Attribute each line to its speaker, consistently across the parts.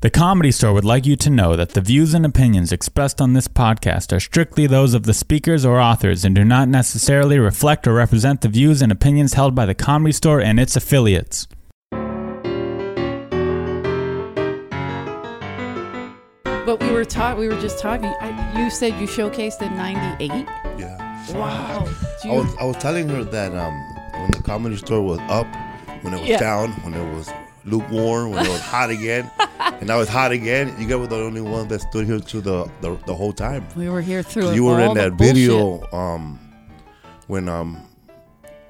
Speaker 1: The Comedy Store would like you to know that the views and opinions expressed on this podcast are strictly those of the speakers or authors and do not necessarily reflect or represent the views and opinions held by the Comedy Store and its affiliates.
Speaker 2: But we were taught. We were just talking. I, you said you showcased in '98.
Speaker 3: Yeah.
Speaker 2: Wow. Do
Speaker 3: I
Speaker 2: you,
Speaker 3: was I was telling her that um when the comedy store was up, when it was
Speaker 2: Yeah.
Speaker 3: down, when it was lukewarm, when it was hot again, and now it's hot again. You guys were the only one that stood here to the the, the whole time.
Speaker 2: we were here through.
Speaker 3: You were
Speaker 2: all
Speaker 3: in
Speaker 2: the
Speaker 3: that
Speaker 2: bullshit.
Speaker 3: video um when um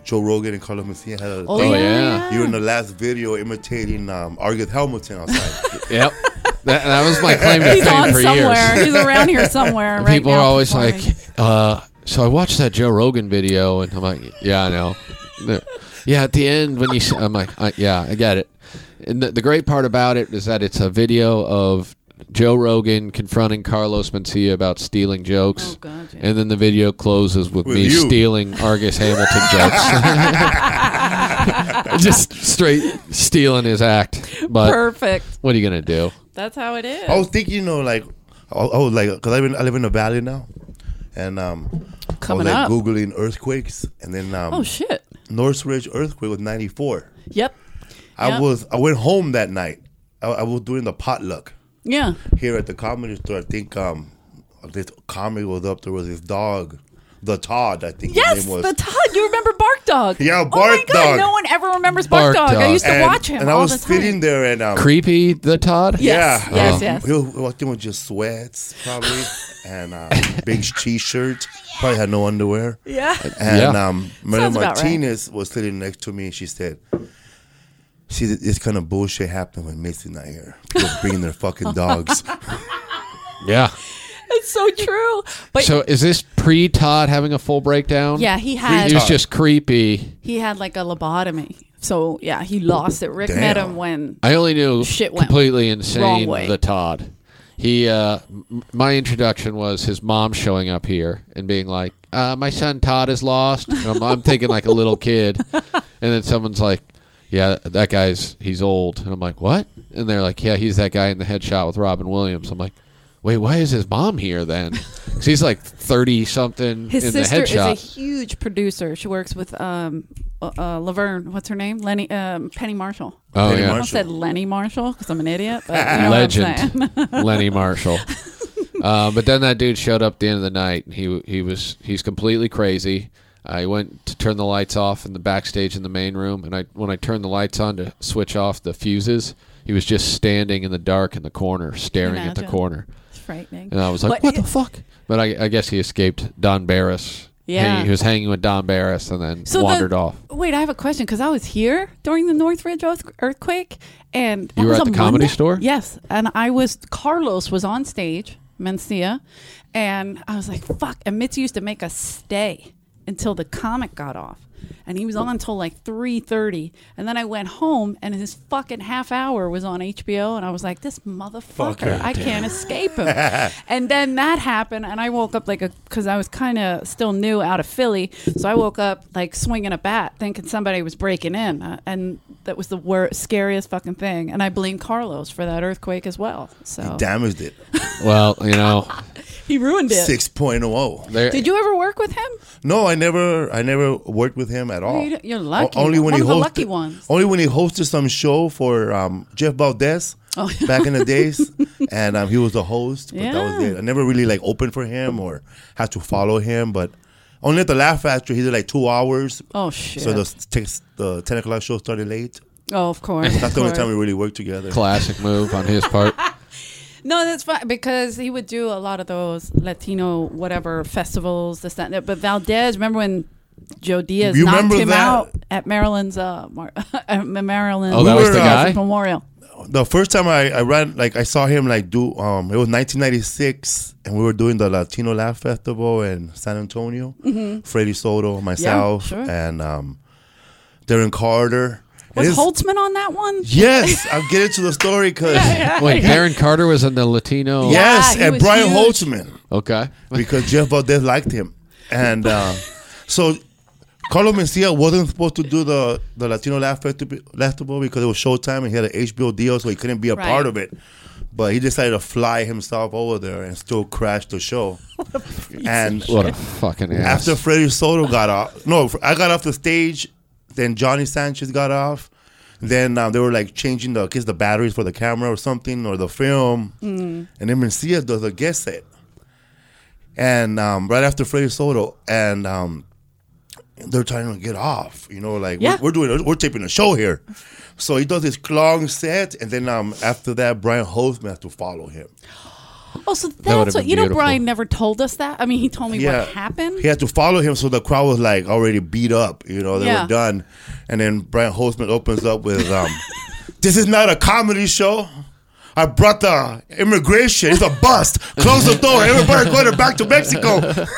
Speaker 3: Joe Rogan and Carlos Mencia had a
Speaker 2: Oh,
Speaker 3: thing.
Speaker 2: yeah.
Speaker 4: yeah.
Speaker 3: You were in the last video imitating um Argus Hamilton outside.
Speaker 4: Yep. That, that was my claim to
Speaker 2: He's
Speaker 4: fame
Speaker 2: on
Speaker 4: for
Speaker 2: somewhere.
Speaker 4: years.
Speaker 2: He's around here somewhere.
Speaker 4: And
Speaker 2: right
Speaker 4: people
Speaker 2: now
Speaker 4: are always
Speaker 2: performing.
Speaker 4: like, uh, so I watched that Joe Rogan video, and I'm like, yeah, I know. The- Yeah, at the end when you, s- I'm like, I, yeah, I get it. And the, the great part about it is that it's a video of Joe Rogan confronting Carlos Mencia about stealing jokes,
Speaker 2: Oh, God, yeah.
Speaker 4: and then the video closes with,
Speaker 3: With
Speaker 4: me
Speaker 3: you.
Speaker 4: stealing Argus Hamilton jokes, just straight stealing his act. But
Speaker 2: perfect.
Speaker 4: what are you gonna do?
Speaker 2: That's how it is.
Speaker 3: I was thinking, you know, like I I was like, cause I live in, I live in the valley now, and um,
Speaker 2: Coming
Speaker 3: I was like
Speaker 2: up.
Speaker 3: googling earthquakes, and then um,
Speaker 2: oh shit.
Speaker 3: Northridge earthquake was ninety four.
Speaker 2: Yep.
Speaker 3: I
Speaker 2: Yep.
Speaker 3: was I went home that night. I, I was doing the potluck
Speaker 2: Yeah.
Speaker 3: here at the comedy store. I think um, this comedy was up. There was this dog, the Todd. I think
Speaker 2: Yes,
Speaker 3: his name was.
Speaker 2: the Todd. You remember Bark Dog?
Speaker 3: Yeah,
Speaker 2: oh my
Speaker 3: Bark
Speaker 2: God,
Speaker 3: Dog.
Speaker 2: No one ever remembers Bark,
Speaker 4: Bark
Speaker 2: Dog. I
Speaker 4: Dog.
Speaker 2: used to
Speaker 3: and,
Speaker 2: watch him
Speaker 3: and
Speaker 2: all
Speaker 3: I was
Speaker 2: the time.
Speaker 3: sitting there, and um,
Speaker 4: Creepy, the Todd.
Speaker 2: Yes,
Speaker 3: yeah,
Speaker 2: yes,
Speaker 3: um,
Speaker 2: yes.
Speaker 3: He was walking with just sweats probably, and uh, big t-shirt. Probably had no underwear.
Speaker 2: yeah.
Speaker 3: And
Speaker 4: Yeah.
Speaker 3: um, Maria
Speaker 2: Sounds about right.
Speaker 3: Martinez was sitting next to me, and she said, "See, th- this kind of bullshit happened when Macy's not here. People bringing their fucking dogs.
Speaker 4: Yeah.
Speaker 2: It's so true. But
Speaker 4: So is this pre Todd having a full breakdown?
Speaker 2: yeah, he had
Speaker 4: He was just creepy.
Speaker 2: he had like a lobotomy. So yeah, he lost it. Rick met
Speaker 3: Damn.
Speaker 2: him when
Speaker 4: I only knew
Speaker 2: Shit went
Speaker 4: completely
Speaker 2: wrong
Speaker 4: insane
Speaker 2: way.
Speaker 4: the Todd. He uh, m- my introduction was his mom showing up here and being like, uh, "My son Todd is lost." And I'm, I'm thinking like a little kid, and then someone's like, "Yeah, that guy's he's old," and I'm like, "What?" And they're like, "Yeah, he's that guy in the headshot with Robin Williams." I'm like. Wait, why is his mom here then? 'Cause he's like thirty something
Speaker 2: his
Speaker 4: in
Speaker 2: sister
Speaker 4: the
Speaker 2: is
Speaker 4: headshot.
Speaker 2: a huge producer. She works with um uh, uh, Laverne. What's her name? Lenny um, Penny Marshall.
Speaker 4: oh
Speaker 3: Penny
Speaker 4: yeah,
Speaker 2: I almost
Speaker 3: Marshall.
Speaker 2: said Lenny Marshall because I'm an idiot. But you know What I'm saying.
Speaker 4: legend Lenny Marshall. Uh, but then that dude showed up at the end of the night. and He he was he's completely crazy. I went to turn the lights off in the backstage in the main room, and I when I turned the lights on to switch off the fuses, he was just standing in the dark in the corner, staring at the
Speaker 2: Imagine.
Speaker 4: corner.
Speaker 2: It's frightening.
Speaker 4: And I was like,
Speaker 2: But
Speaker 4: "What
Speaker 2: it-
Speaker 4: the fuck?" But I, I guess he escaped Don Barris.
Speaker 2: Yeah.
Speaker 4: Hanging- he was hanging with Don Barris, and then
Speaker 2: So the-
Speaker 4: wandered off.
Speaker 2: Wait, I have a question because I was here during the Northridge earth- earthquake, and that
Speaker 4: You were
Speaker 2: was
Speaker 4: at
Speaker 2: a
Speaker 4: the comedy
Speaker 2: Monday?
Speaker 4: store?
Speaker 2: Yes, and I was. Carlos was on stage, Mencia, and I was like, "Fuck!" And Mitzi used to make us stay until the comic got off, and he was on until like three thirty, and then I went home, and his fucking half hour was on HBO, and I was like, "This motherfucker, I can't escape him." and then that happened, and I woke up like a because I was kind of still new out of Philly, so I woke up like swinging a bat, thinking somebody was breaking in, uh, and that was the wor- scariest fucking thing. And I blame Carlos for that earthquake as well. So
Speaker 3: Damaged it.
Speaker 4: Well, you know,
Speaker 2: he ruined it.
Speaker 3: Six oh.
Speaker 4: there,
Speaker 2: Did you ever work with him?
Speaker 3: No, I never, I never worked with him at all.
Speaker 2: you- you're
Speaker 3: O-
Speaker 2: lucky.
Speaker 3: Only
Speaker 2: One
Speaker 3: when he
Speaker 2: of the
Speaker 3: hosted,
Speaker 2: lucky ones.
Speaker 3: Only when he hosted some show for um, Jeff Valdez
Speaker 2: Oh.
Speaker 3: back in the days, and um, he was the host. But that was
Speaker 2: Yeah.
Speaker 3: it. I never really like opened for him or had to follow him, but. Only at the Laugh Factory, he did like two hours.
Speaker 2: Oh, shit.
Speaker 3: So the, six- the ten o'clock show started late.
Speaker 2: Oh, of course.
Speaker 3: That's
Speaker 2: of
Speaker 3: the only
Speaker 2: course.
Speaker 3: time we really worked together.
Speaker 4: classic move on his part.
Speaker 2: No, that's fine because he would do a lot of those Latino whatever festivals, this that. and that. But Valdez, remember when Joe Diaz
Speaker 3: You
Speaker 2: knocked
Speaker 3: remember
Speaker 2: him
Speaker 3: that?
Speaker 2: out at Maryland's uh, Mar- at Maryland.
Speaker 4: Oh, that
Speaker 3: was the
Speaker 4: guy?
Speaker 2: Memorial.
Speaker 3: the first time I, I ran like I saw him like do um it was 1996 and we were doing the Latino Laugh Festival in San Antonio. Freddie Soto, myself,
Speaker 2: Mm-hmm. sure.
Speaker 3: and um Darren Carter. It
Speaker 2: Was
Speaker 3: is-
Speaker 2: Holtzman on that one?
Speaker 3: Yes, I'll get into the story because
Speaker 4: Wait, Darren Carter was in the Latino.
Speaker 3: yes,
Speaker 2: he
Speaker 3: and
Speaker 2: was
Speaker 3: Brian
Speaker 2: huge.
Speaker 3: Holtzman
Speaker 4: Okay.
Speaker 3: because Jeff Valdez liked him, and uh, so Carlos Mencia wasn't supposed to do the the Latino Laugh Festival Festival because it was Showtime and he had an HBO deal, so he couldn't be a
Speaker 2: Right.
Speaker 3: part of it. But he decided to fly himself over there and still crash the show. and
Speaker 4: What a fucking ass.
Speaker 3: after Freddie Soto got off, no, I got off the stage. Then Johnny Sanchez got off. Then uh, they were like changing the, I guess the batteries for the camera or something or the film. And then Mencia does a guest set. And um, right after Freddie Soto, and um, they're trying to get off. You know, like
Speaker 2: Yeah.
Speaker 3: we're, we're doing, we're taping a show here. So he does this long set, and then um, after that, Brian Holtzman has to follow him.
Speaker 2: Oh, so
Speaker 4: would've
Speaker 2: that's what
Speaker 4: been
Speaker 2: you know.
Speaker 4: beautiful.
Speaker 2: Brian never told us that. I mean, he told me what happened.
Speaker 3: He had to follow him, so the crowd was like already beat up. You know, they
Speaker 2: Yeah.
Speaker 3: were done. And then Brian Holtzman opens up with, um, "This is not a comedy show. I brought the immigration. It's a bust. Close the door. Everybody going back to Mexico."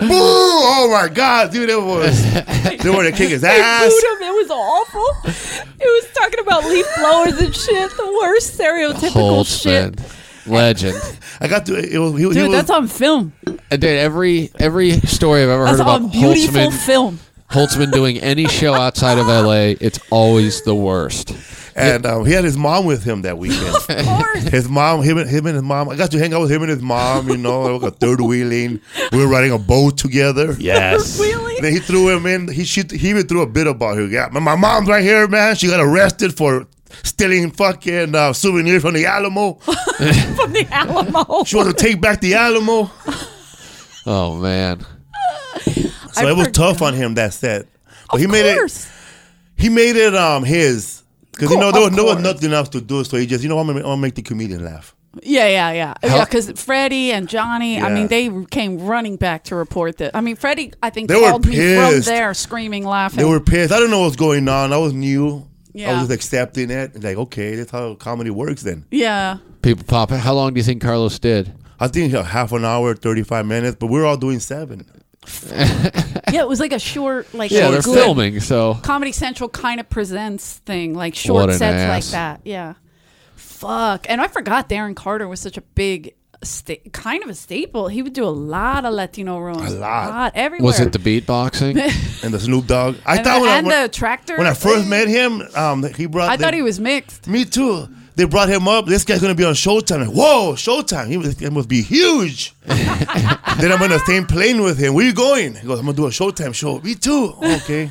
Speaker 3: Boo! Oh my God, dude, it was they were to kick his
Speaker 5: They
Speaker 3: ass.
Speaker 5: booed him. It was awful. It was talking about leaf blowers and shit. The worst stereotypical shit.
Speaker 4: Holtzman. Legend.
Speaker 3: I got to. It was, he, he
Speaker 2: Dude,
Speaker 3: was,
Speaker 2: that's on film.
Speaker 4: Uh, Dude, every every story I've ever heard
Speaker 2: That's
Speaker 4: about
Speaker 2: on beautiful
Speaker 4: Holtzman
Speaker 2: film.
Speaker 4: Holtzman doing any show outside of LA, it's always the worst.
Speaker 3: and um, he had his mom with him that weekend.
Speaker 2: Of course.
Speaker 3: His mom, him and him and his mom. I got to hang out with him and his mom. You know, like a third wheeling. We were riding a boat together.
Speaker 4: Yes.
Speaker 2: really?
Speaker 3: Then he threw him in. He she, he even threw a bit about her. Yeah, my, my mom's right here, man. She got arrested for stealing fucking uh, souvenirs from the Alamo.
Speaker 2: From the Alamo.
Speaker 3: She wants to take back the Alamo.
Speaker 4: Oh man.
Speaker 3: So it was tough on him that set, but he
Speaker 2: Of
Speaker 3: made it.
Speaker 2: course.
Speaker 3: He made it um his because you
Speaker 2: Cool,
Speaker 3: know there
Speaker 2: of
Speaker 3: was, there was
Speaker 2: course.
Speaker 3: nothing else to do. So he just you know I'm gonna, I'm gonna make the comedian laugh.
Speaker 2: Yeah, yeah, yeah.
Speaker 4: How-
Speaker 2: Yeah, because Freddie and Johnny, I
Speaker 3: Yeah.
Speaker 2: mean, they came running back to report that. I mean, Freddie, I think,
Speaker 3: They were
Speaker 2: called me from
Speaker 3: pissed.
Speaker 2: there screaming, laughing.
Speaker 3: They were pissed. I didn't know what was going on. I was new. I
Speaker 2: Yeah.
Speaker 3: was just accepting it. Like, okay, that's how comedy works then.
Speaker 2: yeah.
Speaker 4: People pop How long do you think Carlos did?
Speaker 3: I think uh, half an hour, 35 minutes, but we're all doing seven.
Speaker 2: Yeah, it was like a short, like,
Speaker 4: Yeah,
Speaker 2: a
Speaker 4: they're
Speaker 2: good
Speaker 4: filming, so
Speaker 2: Comedy Central kind of presents thing, like short
Speaker 4: What an
Speaker 2: sets
Speaker 4: ass.
Speaker 2: like that. Yeah. Fuck. And I forgot Darren Carter was such a big, sta- kind of a staple. He would do a lot of Latino rooms.
Speaker 3: A lot.
Speaker 2: everywhere.
Speaker 4: was it the beatboxing?
Speaker 3: And the Snoop Dogg. I
Speaker 2: And, the,
Speaker 3: thought when,
Speaker 2: and
Speaker 3: I, when,
Speaker 2: the tractor.
Speaker 3: when I first
Speaker 2: thing.
Speaker 3: met him, um, he brought.
Speaker 2: I
Speaker 3: they-
Speaker 2: thought he was mixed.
Speaker 3: Me too. They brought him up. This guy's gonna be on Showtime. Whoa, Showtime! He was, it must be huge. then I'm on the same plane with him. Where you going? He goes, I'm gonna do a Showtime show. Me too. Okay.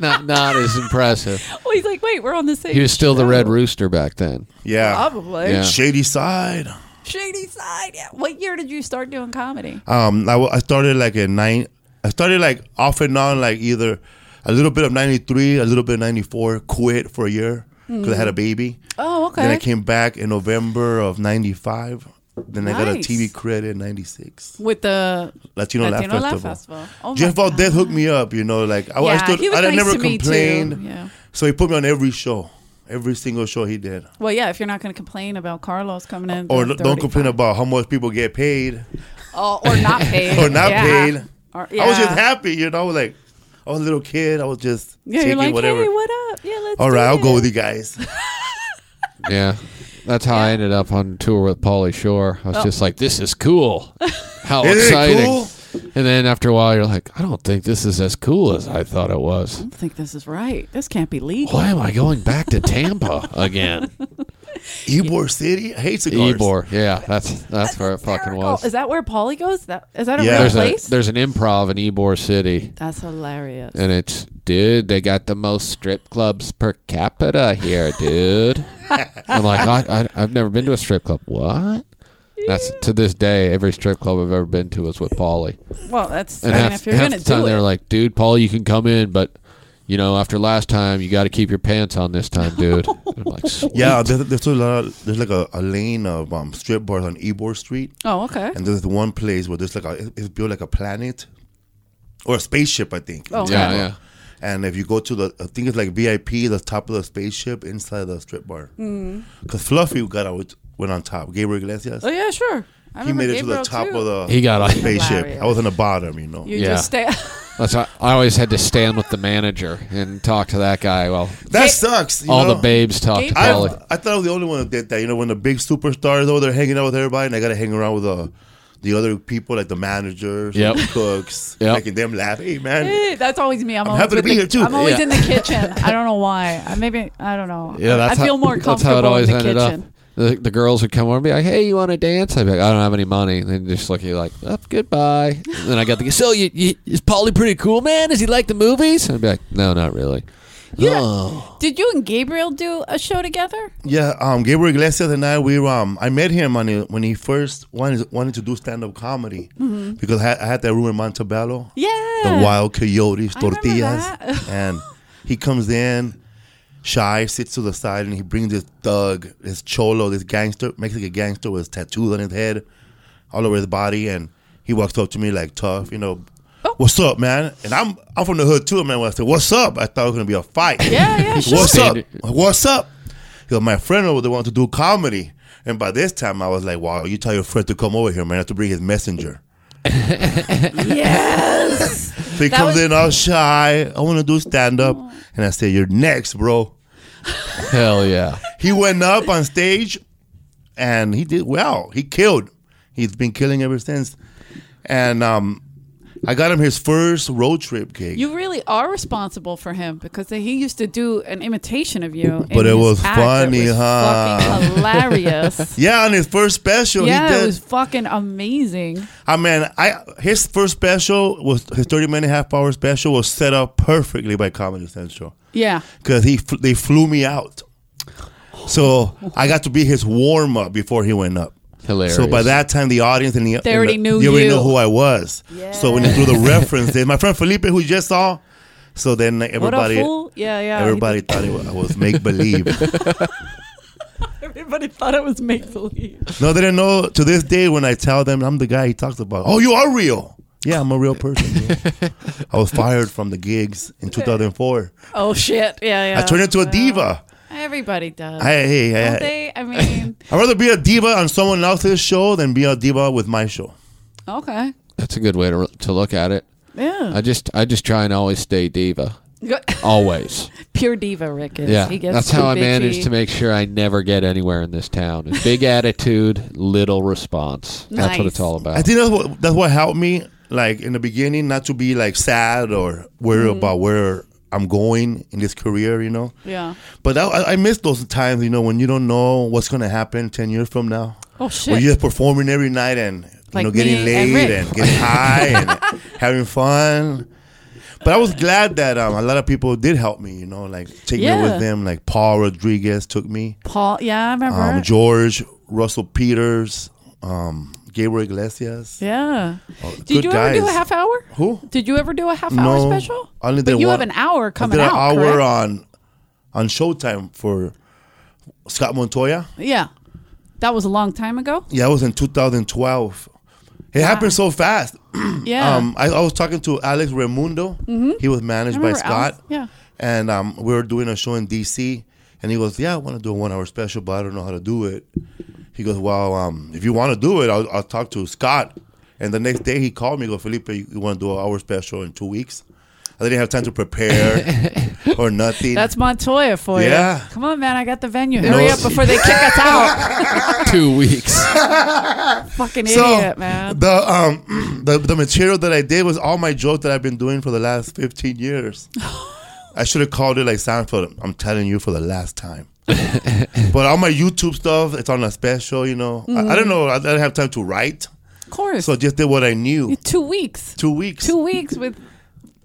Speaker 4: not not as impressive.
Speaker 2: Well, he's like, wait, we're on the same.
Speaker 4: He was still the Red Rooster back then.
Speaker 3: Yeah.
Speaker 2: Probably.
Speaker 4: Yeah.
Speaker 3: Shady Side.
Speaker 2: Shady Side. Yeah. What year did you start doing comedy?
Speaker 3: Um, I, wa- I started like at nine. I started like off and on, like either a little bit of '93, a little bit of '94. Quit for a year because I had a baby.
Speaker 2: Oh,
Speaker 3: Then I
Speaker 2: okay.
Speaker 3: came back in November of '95. Then I got a
Speaker 2: Nice.
Speaker 3: TV credit in '96.
Speaker 2: With the
Speaker 3: Latino,
Speaker 2: Latino
Speaker 3: Laugh
Speaker 2: Laugh
Speaker 3: Festival.
Speaker 2: Festival. Oh my
Speaker 3: Jeff Valdez hooked me up, you know, like I, I
Speaker 2: Yeah,
Speaker 3: stood,
Speaker 2: he was
Speaker 3: I
Speaker 2: nice
Speaker 3: never
Speaker 2: to me, too.
Speaker 3: complained.
Speaker 2: Yeah.
Speaker 3: So he put me on every show, every single show he did.
Speaker 2: well, yeah. If you're not going to complain about Carlos coming in,
Speaker 3: Or
Speaker 2: with
Speaker 3: don't complain
Speaker 2: 35.
Speaker 3: about how much people get paid.
Speaker 2: Oh, or not paid.
Speaker 3: Or not paid.
Speaker 2: Or-
Speaker 3: I was just
Speaker 2: yeah.
Speaker 3: happy, you know, like I was a little kid. I was just
Speaker 2: Yeah,
Speaker 3: taking
Speaker 2: you're like,
Speaker 3: whatever.
Speaker 2: hey, what up? Yeah, let's.
Speaker 3: All
Speaker 2: do
Speaker 3: right, I'll
Speaker 2: it."
Speaker 3: go with you guys.
Speaker 4: Yeah. That's how I ended up on tour with Pauly Shore. I was
Speaker 2: Oh.
Speaker 4: just like, this is cool. How
Speaker 3: Isn't it
Speaker 4: exciting.
Speaker 3: cool?
Speaker 4: And then after a while, you're like, I don't think this is as cool as I thought it was.
Speaker 2: I think this is right. This can't be legal.
Speaker 4: Why am I going back to Tampa again?
Speaker 3: Ybor City, I hate cigars.
Speaker 4: Ybor. Yeah, that's that's where it fucking
Speaker 2: Hysterical.
Speaker 4: was.
Speaker 2: Oh, Is that where Polly goes? That is that a
Speaker 3: Yeah.
Speaker 2: real
Speaker 4: There's a
Speaker 2: place?
Speaker 4: there's an improv in Ybor City,
Speaker 2: That's hilarious.
Speaker 4: and it's dude. They got the most strip clubs per capita here, dude. I'm like, I, I, I've never been to a strip club. What? That's to this day, every strip club I've ever been to was with Paulie.
Speaker 2: Well, that's.
Speaker 4: And
Speaker 2: I mean,
Speaker 4: half,
Speaker 2: if you're
Speaker 4: half
Speaker 2: going to
Speaker 4: the time
Speaker 2: do
Speaker 4: they
Speaker 2: it,
Speaker 4: were like, dude, Paul, you can come in, but you know, after last time, you got to keep your pants on this time, dude. And I'm like, "Sweet."
Speaker 3: Yeah, there's, there's a lot. there's like a, a lane of um, strip bars on Ybor Street,
Speaker 2: oh, okay.
Speaker 3: and there's one place where there's like a it's built like a planet or a spaceship, I think.
Speaker 2: Oh, okay.
Speaker 4: yeah, yeah.
Speaker 3: And if you go to the, I think it's like VIP, the top of the spaceship inside the strip bar. Because Fluffy got out, went on top. Gabriel Iglesias,
Speaker 2: Mm. Oh yeah, sure. I
Speaker 3: he
Speaker 2: remember
Speaker 3: made it
Speaker 2: Gabriel,
Speaker 3: to the top
Speaker 2: too.
Speaker 3: of the
Speaker 4: He got on.
Speaker 3: spaceship.
Speaker 2: Hilarious.
Speaker 3: I was on the bottom, you know.
Speaker 2: You
Speaker 4: Yeah.
Speaker 2: just stay.
Speaker 4: That's why I always had to stand with the manager and talk to that guy. Well,
Speaker 3: that sucks. you
Speaker 4: all
Speaker 3: know?
Speaker 4: the babes talked to
Speaker 2: Gabe-
Speaker 3: I,
Speaker 4: Paulie.
Speaker 3: I thought I was the only one that did that. You know, when the big superstars over there hanging out with everybody, and I got to hang around with the the other people, like the managers,
Speaker 4: Yep.
Speaker 3: the cooks,
Speaker 4: Yep.
Speaker 3: making them laugh. Hey, man.
Speaker 2: Eh, That's always me. I'm, always
Speaker 3: happy to
Speaker 2: with
Speaker 3: be
Speaker 2: the-
Speaker 3: here, too.
Speaker 2: I'm always
Speaker 4: Yeah.
Speaker 2: in the kitchen. I don't know why. I- Maybe I don't know.
Speaker 4: Yeah, that's
Speaker 2: I feel
Speaker 4: how,
Speaker 2: more comfortable
Speaker 4: That's how it always
Speaker 2: in the
Speaker 4: ended
Speaker 2: kitchen.
Speaker 4: up. The, the girls would come over and be like, "Hey, you want to dance?" I'd be like, "I don't have any money." And they just look at you like, oh, "Goodbye." And then I got the so you, you, is Polly pretty cool, man? Does he like the movies? And I'd be like, "No, not really."
Speaker 2: Yeah.
Speaker 4: Oh,
Speaker 2: Did you and Gabriel do a show together?
Speaker 3: Yeah, um, Gabriel Iglesias and I, we were, um, I met him on it when he first wanted, wanted to do stand up comedy because I had, I had that room in Montebello.
Speaker 2: Yeah.
Speaker 3: the wild coyotes,
Speaker 2: remember
Speaker 3: tortillas.
Speaker 2: that.
Speaker 3: and he comes in, shy, sits to the side, and he brings this thug, this cholo, this gangster, Mexican gangster with tattoos on his head, all over his body, and he walks up to me like tough, you know.
Speaker 2: Oh.
Speaker 3: What's up, man? And I'm I'm from the hood too, man. When I said, "What's up?" I thought it was gonna be a fight.
Speaker 2: Yeah, yeah, sure.
Speaker 3: What's up?
Speaker 4: Standard.
Speaker 3: What's up? He goes, my friend over there wanted to do comedy, and by this time I was like, "Wow, you tell your friend to come over here, man. I have to bring his messenger."
Speaker 2: Yes.
Speaker 3: So he
Speaker 2: That
Speaker 3: comes
Speaker 2: was-
Speaker 3: in all shy. I want to do stand up. And I say, You're next, bro.
Speaker 4: hell yeah!
Speaker 3: He went up on stage and he did well. He killed. He's been killing ever since. And um, I got him his first road trip gig.
Speaker 2: you really are responsible for him because he used to do an imitation of you. in
Speaker 3: But it
Speaker 2: his
Speaker 3: was
Speaker 2: act. It
Speaker 3: funny,
Speaker 2: was
Speaker 3: huh?
Speaker 2: Fucking hilarious.
Speaker 3: yeah, on his first special, he
Speaker 2: yeah,
Speaker 3: did.
Speaker 2: it was fucking amazing.
Speaker 3: I mean, I his first special was his thirty minute half hour special was set up perfectly by Comedy Central.
Speaker 2: Yeah.
Speaker 3: because he fl- they flew me out. So I got to be his warm up before he went up.
Speaker 4: Hilarious.
Speaker 3: So by that time, the audience and the
Speaker 2: They already
Speaker 3: and the-
Speaker 2: knew
Speaker 3: they already
Speaker 2: you.
Speaker 3: knew who I was. So when they threw the reference, they, my friend Felipe, who you just saw, so then everybody,
Speaker 2: what a fool. Yeah, yeah.
Speaker 3: everybody thought it was, I was make believe.
Speaker 2: Everybody thought it was make believe.
Speaker 3: no, they didn't know. To this day, when I tell them I'm the guy he talks about, oh, you are real. Yeah, I'm a real person. yeah. I was fired from the gigs in 2004.
Speaker 2: Oh shit. Yeah, yeah.
Speaker 3: I turned into a
Speaker 2: Well,
Speaker 3: diva.
Speaker 2: Everybody does.
Speaker 3: I, hey,
Speaker 2: Don't
Speaker 3: I,
Speaker 2: they? I mean,
Speaker 3: I'd rather be a diva on someone else's show than be a diva with my show.
Speaker 2: okay.
Speaker 4: That's a good way to to look at it. I
Speaker 2: Yeah.
Speaker 4: just I just try and always stay diva. Always.
Speaker 2: Pure diva, Rick is.
Speaker 4: Yeah.
Speaker 2: He gets
Speaker 4: That's
Speaker 2: too
Speaker 4: how I
Speaker 2: bitchy.
Speaker 4: manage to make sure I never get anywhere in this town. It's big attitude, little response. That's what it's
Speaker 2: Nice.
Speaker 4: all about.
Speaker 3: I think that's what that's what helped me, like in the beginning, not to be like sad or worried
Speaker 2: Mm-hmm.
Speaker 3: about where I'm going in this career, you know.
Speaker 2: Yeah.
Speaker 3: But I- I, I miss those times, you know, when you don't know what's gonna happen ten years from now.
Speaker 2: Oh
Speaker 3: Where
Speaker 2: shit.
Speaker 3: you're just performing every night and you
Speaker 2: Like
Speaker 3: know getting
Speaker 2: me and
Speaker 3: laid
Speaker 2: Rick.
Speaker 3: and getting high and having fun. But I was glad that um, a lot of people did help me, you know, like take me
Speaker 2: Yeah.
Speaker 3: with them. Like Paul Rodriguez took me.
Speaker 2: Paul. Yeah, I remember.
Speaker 3: um, George Russell Peters, um, Gabriel Iglesias.
Speaker 2: yeah.
Speaker 3: Oh, good
Speaker 2: Did you ever do a
Speaker 3: guys.
Speaker 2: half hour?
Speaker 3: Who?
Speaker 2: Did you ever do a half hour
Speaker 3: No,
Speaker 2: special?
Speaker 3: I only
Speaker 2: but
Speaker 3: did
Speaker 2: you
Speaker 3: one-
Speaker 2: have an hour
Speaker 3: I
Speaker 2: coming
Speaker 3: did an
Speaker 2: out.
Speaker 3: hour
Speaker 2: correct?
Speaker 3: on on Showtime for Scott Montoya.
Speaker 2: Yeah. That was a long time ago.
Speaker 3: Yeah, it was in 2012. It happened so fast.
Speaker 2: Yeah. Mm-hmm.
Speaker 3: Um, I, I was talking to Alex Raimundo. He was
Speaker 2: I
Speaker 3: managed by
Speaker 2: remember Alex-
Speaker 3: Scott.
Speaker 2: Yeah.
Speaker 3: And um, we were doing a show in DC, and he goes, "Yeah, I want to do a one-hour special, but I don't know how to do it." He goes, "Well, um, if you want to do it, I'll, I'll talk to Scott." And the next day, he called me. Go, Felipe, you, want to do an hour special in two weeks? I didn't have time to prepare or nothing.
Speaker 2: That's Montoya for you.
Speaker 3: Yeah.
Speaker 2: Come on, man. I got the venue. Hurry up before they kick us out.
Speaker 4: two weeks.
Speaker 2: Fucking
Speaker 3: so
Speaker 2: idiot, man.
Speaker 3: the um the, the material that I did was all my jokes that I've been doing for the last fifteen years. I should have called it like Seinfeld. I'm telling you for the last time. but all my YouTube stuff, it's on a special. You know, I, I don't know. I didn't have time to write,
Speaker 2: Of course.
Speaker 3: so I just did what I knew.
Speaker 2: two weeks.
Speaker 3: Two weeks.
Speaker 2: Two weeks with,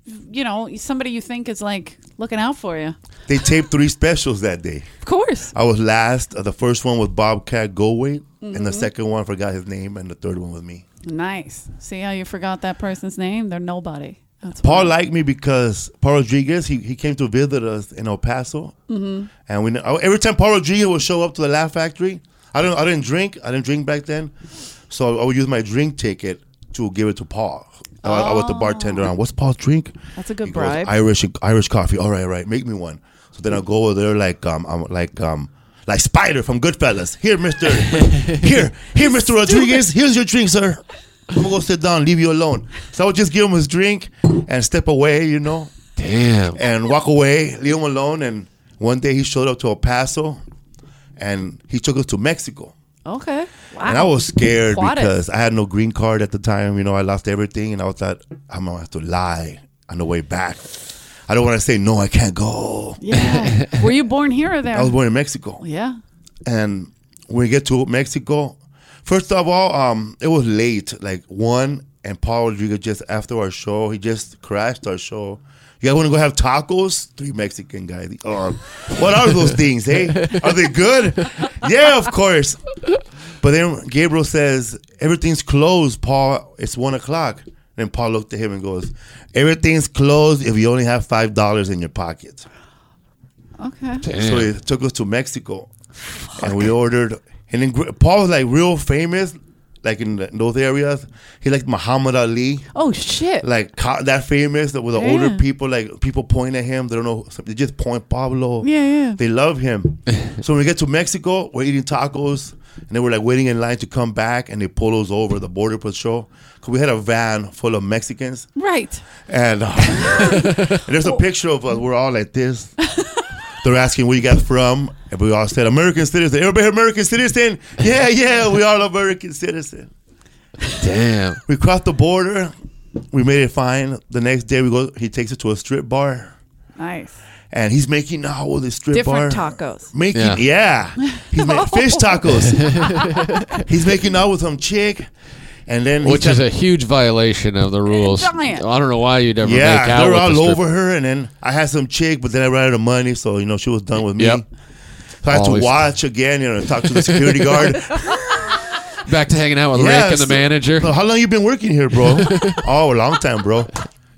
Speaker 2: you know, somebody you think is like looking out for you.
Speaker 3: They taped three specials that day.
Speaker 2: Of course.
Speaker 3: I was last. Uh, The first one was Bobcat Goldwait, and the second one I forgot his name, and the third one was me.
Speaker 2: Nice. See how you forgot that person's name? They're nobody. That's
Speaker 3: Paul
Speaker 2: why.
Speaker 3: liked me because Paul Rodriguez he, he came to visit us in El Paso, and we kn- every time Paul Rodriguez would show up to the Laugh Factory, I don't I didn't drink I didn't drink back then, so I would use my drink ticket to give it to Paul. I, I was the bartender on what's Paul's drink?
Speaker 2: Oh. That's a good
Speaker 3: He goes,
Speaker 2: bribe.
Speaker 3: Irish Irish coffee. All right, all right, make me one. So then I go over there like um I'm like um. Like Spider from Goodfellas. Here, Mister. here, here, Mister Rodriguez. Here's your drink, sir. I'm gonna go sit down, leave you alone. So I would just give him his drink and step away, you know,
Speaker 4: Damn.
Speaker 3: and walk away, leave him alone. And one day he showed up to El Paso, and he took us to Mexico.
Speaker 2: Okay. Wow.
Speaker 3: And I was scared
Speaker 2: What if?
Speaker 3: because I had no green card at the time. You know, I lost everything, and I was like, I'm gonna have to lie on the way back. I don't want to say no, I can't go.
Speaker 2: Yeah. Were you born here or there?
Speaker 3: I was born in Mexico,
Speaker 2: yeah.
Speaker 3: and when we get to Mexico, first of all, um, it was late, like one, and Paul Rodriguez just after our show, he just crashed our show. You guys want to go have tacos? Three Mexican guys. Um, what are those things? Hey, are they good? Yeah, of course. But then Gabriel says, Everything's closed, Paul. It's one o'clock. Then Paul looked at him and goes, Everything's closed if you only have $5 in your pocket.
Speaker 2: Okay.
Speaker 3: So he took us to Mexico and we ordered. And then Gr- Paul was like real famous, like in, the- in those areas. He like Muhammad Ali,
Speaker 2: Oh shit.
Speaker 3: like co- that famous that with the older
Speaker 2: Yeah.
Speaker 3: people, like people point at him. They don't know. They just point Pablo.
Speaker 2: Yeah, yeah.
Speaker 3: They love him. so when we get to Mexico, we're eating tacos, and they were like waiting in line to come back, and they pull us over the border patrol. Cause we had a van full of Mexicans,
Speaker 2: right.
Speaker 3: and, uh, and there's a picture of us. We're all like this. They're asking where you got from, and we all said American citizen. Everybody American citizen? Yeah, yeah, we all American citizen.
Speaker 4: Damn.
Speaker 3: We crossed the border. We made it fine. The next day, we go. He takes us to a strip bar,
Speaker 2: Nice.
Speaker 3: and he's making now with this strip
Speaker 2: Different
Speaker 3: bar
Speaker 2: tacos.
Speaker 3: making
Speaker 4: Yeah.
Speaker 3: yeah, he's making fish tacos. he's making out with some chick, and then he
Speaker 4: Which is
Speaker 3: kept-
Speaker 4: a huge violation of the rules.
Speaker 2: Giant.
Speaker 4: I don't know why you'd ever make
Speaker 3: yeah,
Speaker 4: out
Speaker 3: they were
Speaker 4: with
Speaker 3: all
Speaker 4: the strip-
Speaker 3: over her, and then I had some chick, but then I ran out of money, so you know she was done with me.
Speaker 4: Yep.
Speaker 3: So I had
Speaker 4: Always.
Speaker 3: to watch again, you know, talk to the security guard.
Speaker 4: Back to hanging out with
Speaker 3: Yeah,
Speaker 4: Rick and the
Speaker 3: so-
Speaker 4: manager.
Speaker 3: So how long you been working here, bro? oh, a long time, bro.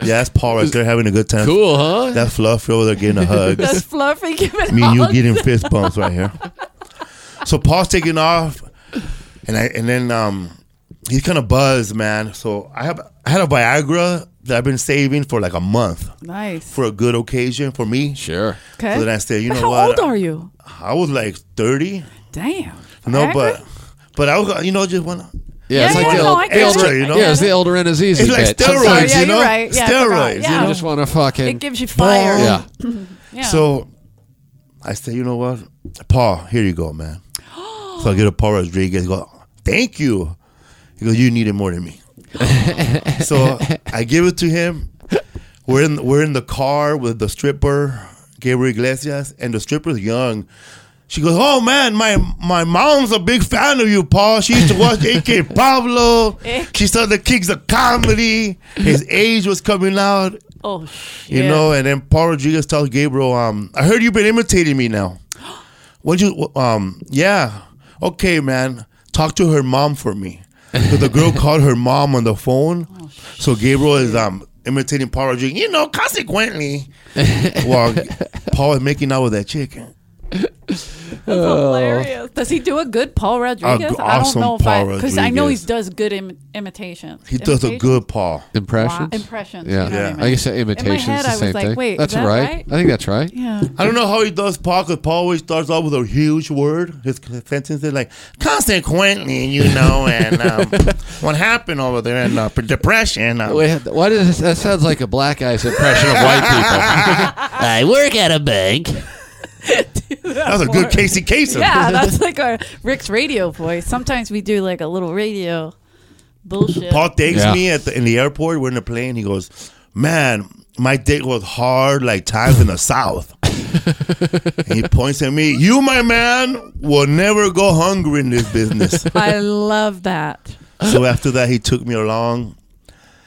Speaker 3: Yeah, that's Paul right there having a good time.
Speaker 4: Cool, huh?
Speaker 3: That's Fluffy over there getting a hug.
Speaker 5: That's fluffy. Give it
Speaker 3: me and you
Speaker 5: hugs.
Speaker 3: getting fist bumps right here. So Paul's taking off, and I and then um, he's kind of buzzed, man. So I have I had a Viagra that I've been saving for like a month
Speaker 2: Nice.
Speaker 3: for a good occasion for me.
Speaker 4: sure.
Speaker 2: okay.
Speaker 3: So then I said, you know
Speaker 2: How old
Speaker 3: what?
Speaker 2: are you?
Speaker 3: I was like thirty.
Speaker 2: Damn.
Speaker 3: No,
Speaker 2: Viagra?
Speaker 3: but but I was you know just want to
Speaker 4: Yeah, it's
Speaker 5: Yeah,
Speaker 4: like
Speaker 5: yeah,
Speaker 4: the
Speaker 5: no,
Speaker 4: old,
Speaker 5: I
Speaker 4: the
Speaker 5: get
Speaker 4: old-
Speaker 3: extra, you know.
Speaker 4: yeah, it's the elder and Aziz
Speaker 3: It's like
Speaker 4: bit. Sometimes
Speaker 3: steroids,
Speaker 2: yeah,
Speaker 3: you know,
Speaker 2: you're right. Yeah, I forgot.
Speaker 3: steroids.
Speaker 2: Yeah.
Speaker 3: You
Speaker 4: You
Speaker 3: know,
Speaker 4: just want to fucking.
Speaker 5: It gives you fire.
Speaker 4: yeah.
Speaker 2: Yeah.
Speaker 3: So I said, you know what, Paul, here you go, man. so I get a Paul Rodriguez. Go, thank you. He goes, you need it more than me. so I give it to him. We're in we're in the car with the stripper Gabriel Iglesias, and the stripper's young. She goes, oh man, my my mom's a big fan of you, Paul. She used to watch AK Pablo. She saw the kings of comedy. His age was coming out.
Speaker 2: oh shit.
Speaker 3: You know, and then Paul Rodriguez tells Gabriel, um, I heard you've been imitating me now. What you um yeah. Okay, man. Talk to her mom for me. So the girl called her mom on the phone. So Gabriel is um imitating Paul Rodriguez, you know, consequently. while Paul is making out with that chicken.
Speaker 5: Hilarious.
Speaker 2: Does he do a good Paul Rodriguez?
Speaker 3: g-
Speaker 2: I don't
Speaker 3: awesome
Speaker 2: know if I
Speaker 3: Paul
Speaker 2: because I know he
Speaker 3: Rodriguez.
Speaker 2: does good Im- imitations.
Speaker 3: He does a
Speaker 2: Imitations?
Speaker 3: good Paul.
Speaker 4: Impressions?
Speaker 2: impressions.
Speaker 4: Yeah.
Speaker 2: You know
Speaker 3: Yeah.
Speaker 2: What I, mean?
Speaker 4: I guess the imitation's
Speaker 2: head,
Speaker 4: the
Speaker 2: I was
Speaker 4: same
Speaker 2: like,
Speaker 4: thing.
Speaker 2: wait, is
Speaker 4: that's
Speaker 2: that
Speaker 4: right.
Speaker 2: right?
Speaker 4: I think that's right.
Speaker 2: Yeah.
Speaker 3: I don't know how he does Paul because Paul always starts off with a huge word. His sentence is like, consequently, you know, and um, what happened over there and uh, depression. Um,
Speaker 4: Wait, why does this, that sounds like a black guy's impression of white people?
Speaker 6: I work at a bank.
Speaker 3: that was a good Casey Kasem.
Speaker 2: Yeah, that's like our Rick's radio voice. Sometimes we do like a little radio bullshit.
Speaker 3: Paul takes
Speaker 4: Yeah.
Speaker 3: me at the, in the airport. We're in the plane. He goes, man, my dick was hard like times in the South. and he points at me. You, my man, will never go hungry in this business.
Speaker 2: I love that.
Speaker 3: so after that, he took me along.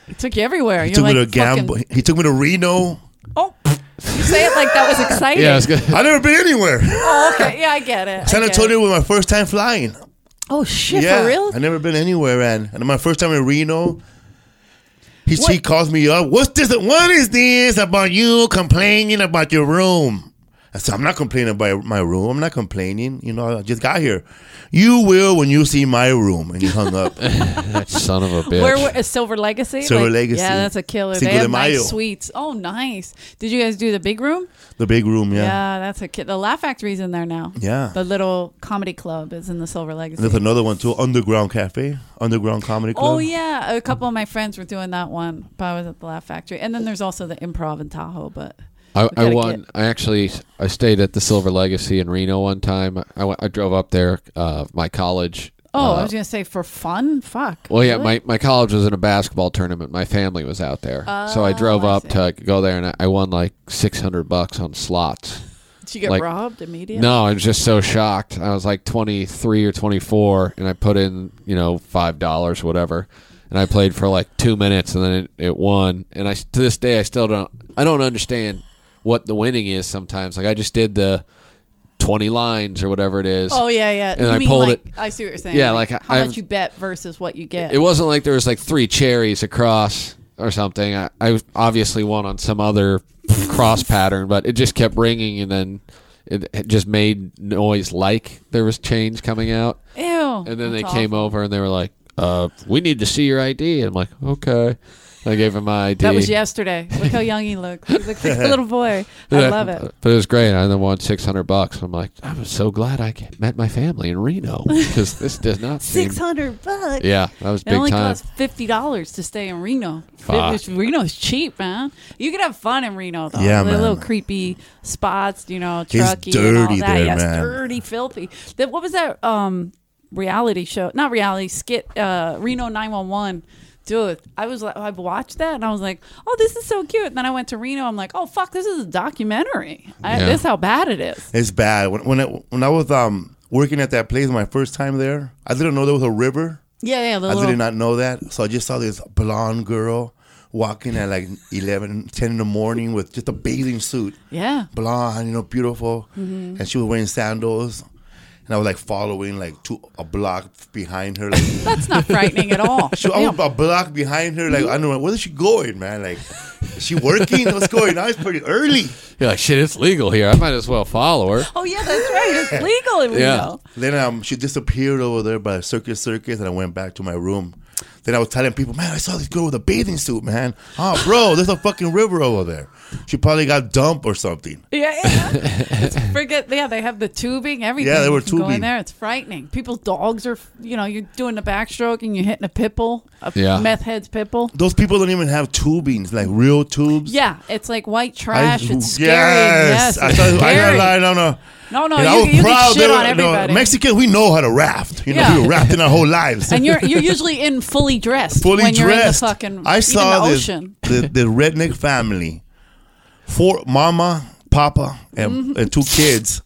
Speaker 2: It took you everywhere.
Speaker 3: He
Speaker 2: You're
Speaker 3: took
Speaker 2: like,
Speaker 3: me to Gamble.
Speaker 2: fucking-
Speaker 3: He took me to Reno.
Speaker 2: Oh, you say it like that was exciting.
Speaker 4: yeah, it's good.
Speaker 3: I've never been anywhere.
Speaker 2: Oh, okay. Yeah, I get it. I
Speaker 3: San
Speaker 2: get
Speaker 3: Antonio
Speaker 2: it.
Speaker 3: was my first time flying.
Speaker 2: Oh shit,
Speaker 3: yeah,
Speaker 2: for real?
Speaker 3: I never been anywhere, and and my first time in Reno. He
Speaker 2: What-
Speaker 3: he calls me up. What's this? What is this about you complaining about your room? I said, I'm not complaining about my room. I'm not complaining. You know, I just got here. You will when you see my room. And he hung up.
Speaker 4: Son of a bitch.
Speaker 2: Where were, uh, Silver Legacy?
Speaker 3: Silver Legacy.
Speaker 2: Yeah, that's a killer.
Speaker 3: Cinco
Speaker 2: they
Speaker 3: de
Speaker 2: have
Speaker 3: Mayo.
Speaker 2: nice suites. Oh, nice. Did you guys do the big room?
Speaker 3: the big room,
Speaker 2: Yeah,
Speaker 3: yeah.
Speaker 2: that's a kid. The Laugh Factory's in there now.
Speaker 3: Yeah.
Speaker 2: The little comedy club is in the Silver Legacy.
Speaker 3: And There's another one too, Underground Cafe, Underground Comedy Club.
Speaker 2: Oh yeah, a couple of my friends were doing that one, but I was at the Laugh Factory. And then there's also the Improv in Tahoe, but
Speaker 4: I, I
Speaker 2: gotta
Speaker 4: won.
Speaker 2: get-
Speaker 4: I actually I stayed at the Silver Legacy in Reno one time. I, went- I drove up there. Uh, my college.
Speaker 2: Oh, I
Speaker 4: uh,
Speaker 2: was gonna say for fun. Fuck.
Speaker 4: well, yeah.
Speaker 2: Really?
Speaker 4: My, my college was in a basketball tournament. My family was out there, so I drove
Speaker 2: Oh, I
Speaker 4: up to go there, and I, I won like six hundred bucks on slots.
Speaker 2: Did you get
Speaker 4: like-
Speaker 2: robbed immediately?
Speaker 4: No, I was just so shocked. I was like 23 or 24, and I put in, you know, $5, whatever. And I played for like two minutes, and then it, it won. And I, to this day, I still don't, I don't understand what the winning is sometimes. Like, I just did the 20 lines or whatever it is.
Speaker 2: Oh yeah, yeah.
Speaker 4: And
Speaker 2: you
Speaker 4: I
Speaker 2: mean
Speaker 4: pulled
Speaker 2: like
Speaker 4: it-
Speaker 2: I see what you're saying.
Speaker 4: Yeah, like,
Speaker 2: how
Speaker 4: I've-
Speaker 2: much you bet versus what you get.
Speaker 4: It wasn't like there was like three cherries across or something. I, I was obviously won on some other cross pattern, but it just kept ringing, and then it, it just made noise like there was change coming out.
Speaker 2: Ew.
Speaker 4: And then they came over and they were like, uh, "We need to see your ID." And I'm like, "Okay." I gave him my ID.
Speaker 2: That was yesterday. Look how young he looks. He looks like a little boy. I
Speaker 4: Yeah.
Speaker 2: love it.
Speaker 4: But it was great. I then won six hundred bucks. I'm like, I'm so glad I met my family in Reno because this does not seem.
Speaker 2: Six hundred bucks.
Speaker 4: Yeah, that was
Speaker 2: It
Speaker 4: big
Speaker 2: only
Speaker 4: time.
Speaker 2: costs fifty dollars to stay in Reno.
Speaker 4: Fuck.
Speaker 2: It was- Reno's cheap, man. You could have fun in Reno though.
Speaker 3: Yeah,
Speaker 2: the little
Speaker 3: man.
Speaker 2: creepy spots, you know,
Speaker 3: It's
Speaker 2: Truckee and all
Speaker 3: dirty
Speaker 2: that.
Speaker 3: there,
Speaker 2: yes,
Speaker 3: man.
Speaker 2: dirty, filthy. That what was that um reality show? Not reality skit. Uh, Reno nine one one. Dude, I was like, I watched that and I was like, oh, this is so cute. And then I went to Reno. I'm like, oh fuck, this is a documentary. I,
Speaker 4: Yeah.
Speaker 2: This is how bad it is.
Speaker 3: It's bad. When when I, when I was um working at that place my first time there, I didn't know there was a river.
Speaker 2: Yeah, yeah. The
Speaker 3: I
Speaker 2: little,
Speaker 3: did not know that. So I just saw this blonde girl walking at like 11, 10 in the morning with just a bathing suit.
Speaker 2: Yeah.
Speaker 3: Blonde, you know, beautiful. And she was wearing sandals. And I was like following like two a block behind her. Like,
Speaker 2: That's not frightening at all.
Speaker 3: she, I
Speaker 2: Yeah.
Speaker 3: was a block behind her. Like, I don't know, where is she going, man? Like, is she working? What's going on? It's pretty early.
Speaker 4: You're like, shit, it's legal here. I might as well follow her.
Speaker 2: Oh yeah, that's right. It's legal in
Speaker 4: Yeah.
Speaker 2: Reno.
Speaker 3: Then um, she disappeared over there by Circus Circus, and I went back to my room. Then I was telling people, man, I saw this girl with a bathing suit, man. Oh, bro, there's a fucking river over there. She probably got dumped or something.
Speaker 2: Yeah, yeah. It's friggin- yeah, they have the tubing, everything.
Speaker 3: Yeah, they were
Speaker 2: You can Go in
Speaker 3: tubing.
Speaker 2: there, it's frightening. People's dogs are, you know, you're doing the backstroke and you're hitting a pitbull, a
Speaker 4: Yeah.
Speaker 2: meth head's pitbull.
Speaker 3: Those people don't even have tubings, like real tubes.
Speaker 2: Yeah, it's like white trash. it's scary.
Speaker 3: Yes,
Speaker 2: Yes,
Speaker 3: I
Speaker 2: it's
Speaker 3: thought I got
Speaker 2: scary.
Speaker 3: lying on a.
Speaker 2: No, no,
Speaker 3: and
Speaker 2: you, you can shit
Speaker 3: they
Speaker 2: on
Speaker 3: were- no,
Speaker 2: everybody.
Speaker 3: Mexicans, we know how to raft. You know,
Speaker 2: Yeah.
Speaker 3: we were rafting our whole lives.
Speaker 2: and you're you're usually in fully dressed
Speaker 3: fully
Speaker 2: when you're in the
Speaker 3: dressed.
Speaker 2: fucking
Speaker 3: I saw
Speaker 2: even the
Speaker 3: this
Speaker 2: ocean.
Speaker 3: the, the redneck family, four mama, papa, and,
Speaker 2: Mm-hmm.
Speaker 3: and two kids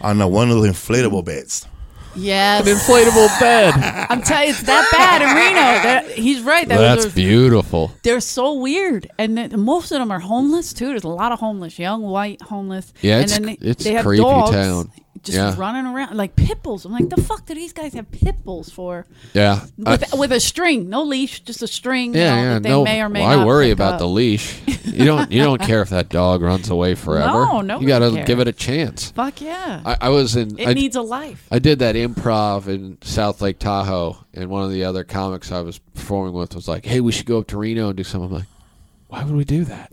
Speaker 3: on uh, one of the inflatable beds.
Speaker 2: Yes,
Speaker 4: Inflatable bed.
Speaker 2: I'm telling you, it's that bad in Reno. That- he's right. That
Speaker 4: That's
Speaker 2: was a
Speaker 4: beautiful.
Speaker 2: they're so weird, and then most of them are homeless too. There's a lot of homeless, young white homeless.
Speaker 4: Yeah,
Speaker 2: and
Speaker 4: it's-
Speaker 2: then they,
Speaker 4: it's
Speaker 2: they have
Speaker 4: creepy
Speaker 2: dogs
Speaker 4: town.
Speaker 2: Just
Speaker 4: Yeah.
Speaker 2: running around like pit bulls. I'm like, the fuck do these guys have pit bulls for?
Speaker 4: Yeah. I-
Speaker 2: With, with a string, no leash, just a string. you know,
Speaker 4: yeah, yeah.
Speaker 2: that they
Speaker 4: No,
Speaker 2: may or may
Speaker 4: well, I
Speaker 2: not
Speaker 4: worry
Speaker 2: pick
Speaker 4: about
Speaker 2: up.
Speaker 4: the leash. You don't. You don't care if that dog runs away forever.
Speaker 2: No, nobody
Speaker 4: You gotta
Speaker 2: cares.
Speaker 4: give it a chance.
Speaker 2: Fuck yeah!
Speaker 4: I, I was in.
Speaker 2: it
Speaker 4: I,
Speaker 2: needs a life.
Speaker 4: I did that improv in South Lake Tahoe, and one of the other comics I was performing with was like, "Hey, we should go up to Reno and do something." I'm like, "Why would we do that?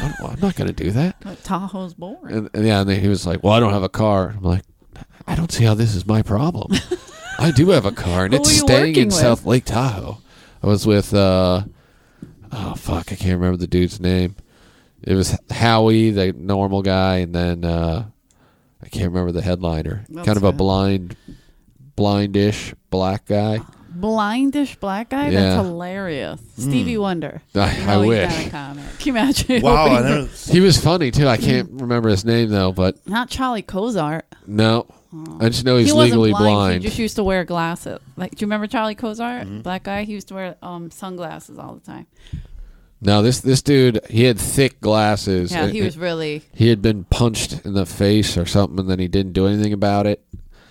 Speaker 4: I'm, I'm not going to do that."
Speaker 2: But Tahoe's boring.
Speaker 4: And, and yeah, and then he was like, "Well, I don't have a car." I'm like, "I don't see how this is my problem. I do have a car, and
Speaker 2: Who
Speaker 4: it's
Speaker 2: were you
Speaker 4: staying in
Speaker 2: working with?
Speaker 4: South Lake Tahoe." I was with, uh, oh fuck, I can't remember the dude's name. It was Howie, the normal guy, and then uh, I can't remember the headliner.
Speaker 2: That's
Speaker 4: kind of a
Speaker 2: fine.
Speaker 4: blind, blindish black guy.
Speaker 2: Blindish black guy.
Speaker 4: Yeah. Hmm.
Speaker 2: That's hilarious. Stevie Wonder.
Speaker 4: I-
Speaker 2: You
Speaker 4: I
Speaker 2: know, he's
Speaker 4: wish.
Speaker 2: not a comic. Can you imagine?
Speaker 3: Wow, I
Speaker 2: He'll be-
Speaker 3: never,
Speaker 4: He was funny too. I can't remember his name though, but
Speaker 2: Not Charlie Cozart.
Speaker 4: no, I just know he's
Speaker 2: he wasn't
Speaker 4: legally
Speaker 2: blind.
Speaker 4: blind.
Speaker 2: He just used to wear glasses. Like, do you remember Charlie Kozar? Black guy. He used to wear um, sunglasses all the time.
Speaker 4: No, this this dude, he had thick glasses.
Speaker 2: Yeah,
Speaker 4: and-
Speaker 2: he was really.
Speaker 4: he had been punched in the face or something, and then he didn't do anything about it.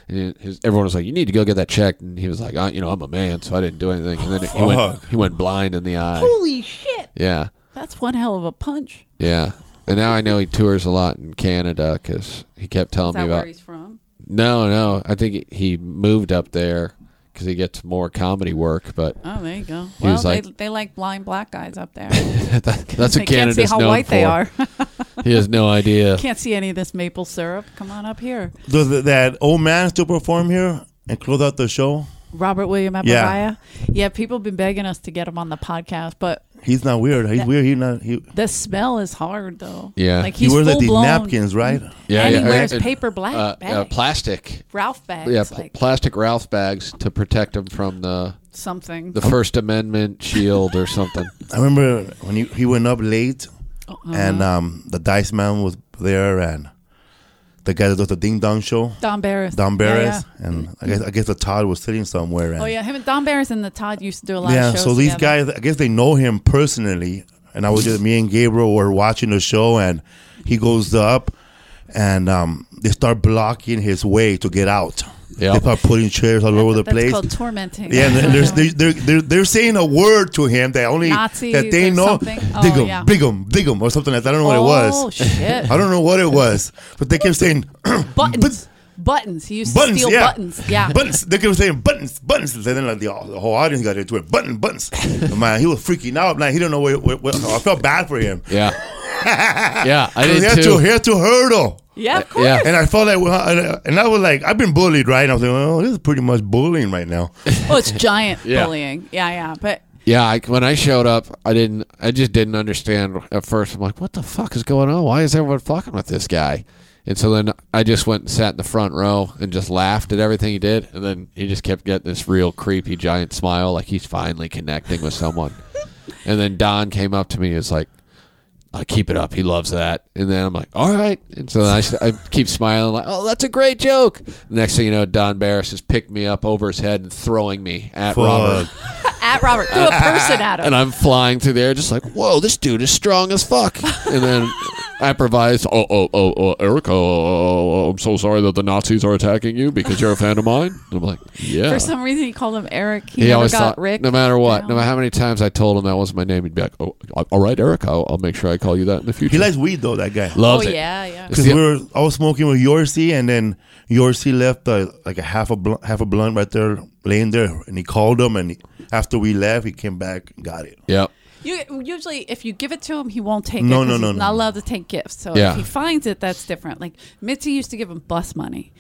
Speaker 4: And his, everyone was like, "You need to go get that checked," and he was like, I, "You know, I'm a man, so I didn't do anything." And then he went,
Speaker 3: Fuck.
Speaker 4: he went blind in the eye.
Speaker 2: Holy shit!
Speaker 4: Yeah,
Speaker 2: That's one hell of a punch.
Speaker 4: yeah. And now I know he tours a lot in Canada because he kept
Speaker 2: Is
Speaker 4: telling me
Speaker 2: that where
Speaker 4: about.
Speaker 2: he's from?
Speaker 4: No, no, I think he he moved up there because he gets more comedy work. But
Speaker 2: Oh, there you go.
Speaker 4: He
Speaker 2: Well,
Speaker 4: was
Speaker 2: they,
Speaker 4: like-
Speaker 2: they like blind black guys up there.
Speaker 4: that, that's
Speaker 2: they
Speaker 4: what
Speaker 2: can't
Speaker 4: Canada's
Speaker 2: see how
Speaker 4: known
Speaker 2: white
Speaker 4: for.
Speaker 2: they are.
Speaker 4: He has no idea.
Speaker 2: can't see any of this maple syrup. Come on up here,
Speaker 3: does th- that old man still perform here and close out the show?
Speaker 2: Robert William Apariah.
Speaker 3: Yeah.
Speaker 2: Yeah. people have been begging us to get him on the podcast, but
Speaker 3: He's not weird. He's weird. He not. He,
Speaker 2: The smell is hard though.
Speaker 4: Yeah.
Speaker 2: like
Speaker 4: He
Speaker 2: he's Mm.
Speaker 3: he wears like
Speaker 2: full
Speaker 3: these
Speaker 2: blown.
Speaker 3: napkins, right?
Speaker 4: Yeah,
Speaker 2: and
Speaker 4: yeah.
Speaker 2: he wears
Speaker 4: Uh,
Speaker 2: paper black
Speaker 4: uh,
Speaker 2: bags,
Speaker 4: uh, plastic.
Speaker 2: Ralph bags,
Speaker 4: Yeah, pl-
Speaker 2: like
Speaker 4: plastic Ralph bags to protect him from the
Speaker 2: something.
Speaker 4: the First Amendment shield or something.
Speaker 3: I remember when he, he went up late,
Speaker 2: Uh-huh.
Speaker 3: and um, the Dice Man was there, and the guy that does the Ding Dong show,
Speaker 2: Don Barris.
Speaker 3: Don
Speaker 2: Yeah,
Speaker 3: Barris,
Speaker 2: yeah.
Speaker 3: and I guess I guess the Todd was sitting somewhere. And,
Speaker 2: Oh yeah, him and Don Barris and the Todd used to do a lot
Speaker 3: yeah.
Speaker 2: of shows.
Speaker 3: So these
Speaker 2: together.
Speaker 3: guys, I guess they know him personally, and I was just me and Gabriel were watching the show, and he goes up, and um, they start blocking his way to get out.
Speaker 4: Yeah.
Speaker 3: They start putting chairs all over the
Speaker 2: That's
Speaker 3: place.
Speaker 2: called tormenting.
Speaker 3: Yeah, and they're, they're, they're, they're, they're saying a word to him that only
Speaker 2: Nazis
Speaker 3: that they
Speaker 2: or
Speaker 3: know.
Speaker 2: something.
Speaker 3: Dig
Speaker 2: Oh,
Speaker 3: him,
Speaker 2: yeah.
Speaker 3: big him, dig him, or something like that. I don't know what it
Speaker 2: Oh
Speaker 3: was.
Speaker 2: shit!
Speaker 3: I don't know what it was, but they kept saying
Speaker 2: buttons. buttons. He used
Speaker 3: buttons,
Speaker 2: to steal
Speaker 3: yeah,
Speaker 2: buttons. Yeah.
Speaker 3: buttons. They kept saying buttons, buttons, and then like the, the whole audience got into it. Button, buttons. Man, he was freaking out. Man, he didn't know where. where, where I felt bad for him.
Speaker 4: Yeah, yeah. I
Speaker 3: He
Speaker 4: did
Speaker 3: had to,
Speaker 4: too.
Speaker 3: he had to hurdle.
Speaker 2: yeah, of course.
Speaker 4: Yeah,
Speaker 3: And I felt like, well, and- and I was like, I've been bullied, right? And I was like, well, this is pretty much bullying right now.
Speaker 2: Oh, it's giant
Speaker 4: Yeah.
Speaker 2: bullying. Yeah, yeah. But
Speaker 4: yeah. I, when I showed up, I didn't. I just didn't understand at first. I'm like, what the fuck is going on? Why is everyone fucking with this guy? And so then I just went and sat in the front row and just laughed at everything he did. And then he just kept getting this real creepy giant smile, like he's finally connecting with someone. and then Don came up to me, and was like, I keep it up. He loves that. And then I'm like, all right. And so then I, s- I keep smiling, like, oh, that's a great joke. Next thing you know, Don Barris has picked me up over his head and throwing me at Robert.
Speaker 3: Fuck.
Speaker 2: at Robert threw a person at him.
Speaker 4: And I'm flying through there, just like, whoa, this dude is strong as fuck. And then I provise, oh, oh, oh, oh, Eric, oh, oh, oh, I'm so sorry that the Nazis are attacking you because you're a fan of mine. And I'm like, yeah.
Speaker 2: For some reason, he called him Eric. He, never got Rick.
Speaker 4: no matter what,
Speaker 2: down.
Speaker 4: no matter how many times I told him that wasn't my name, he'd be like, oh, all right, Eric, I'll, I'll make sure I call you that in the future.
Speaker 3: He likes weed though. That guy.
Speaker 2: Oh
Speaker 4: Loves it.
Speaker 2: yeah, yeah.
Speaker 4: It's
Speaker 3: Because
Speaker 4: the-
Speaker 3: we were, I was smoking with Yorsi, and then Yorsi left uh, like a half a blunt, half a blunt right there, laying there, and he called him, and he, after we left, he came back, and got it.
Speaker 4: Yep.
Speaker 2: You usually, if you give it to him, he won't take
Speaker 3: No,
Speaker 2: it. 'cause
Speaker 3: no, no,
Speaker 2: he's
Speaker 3: no,
Speaker 2: Not
Speaker 3: no.
Speaker 2: allowed to take gifts. So
Speaker 4: Yeah.
Speaker 2: if he finds it, that's different. Like Mitzi used to give him bus money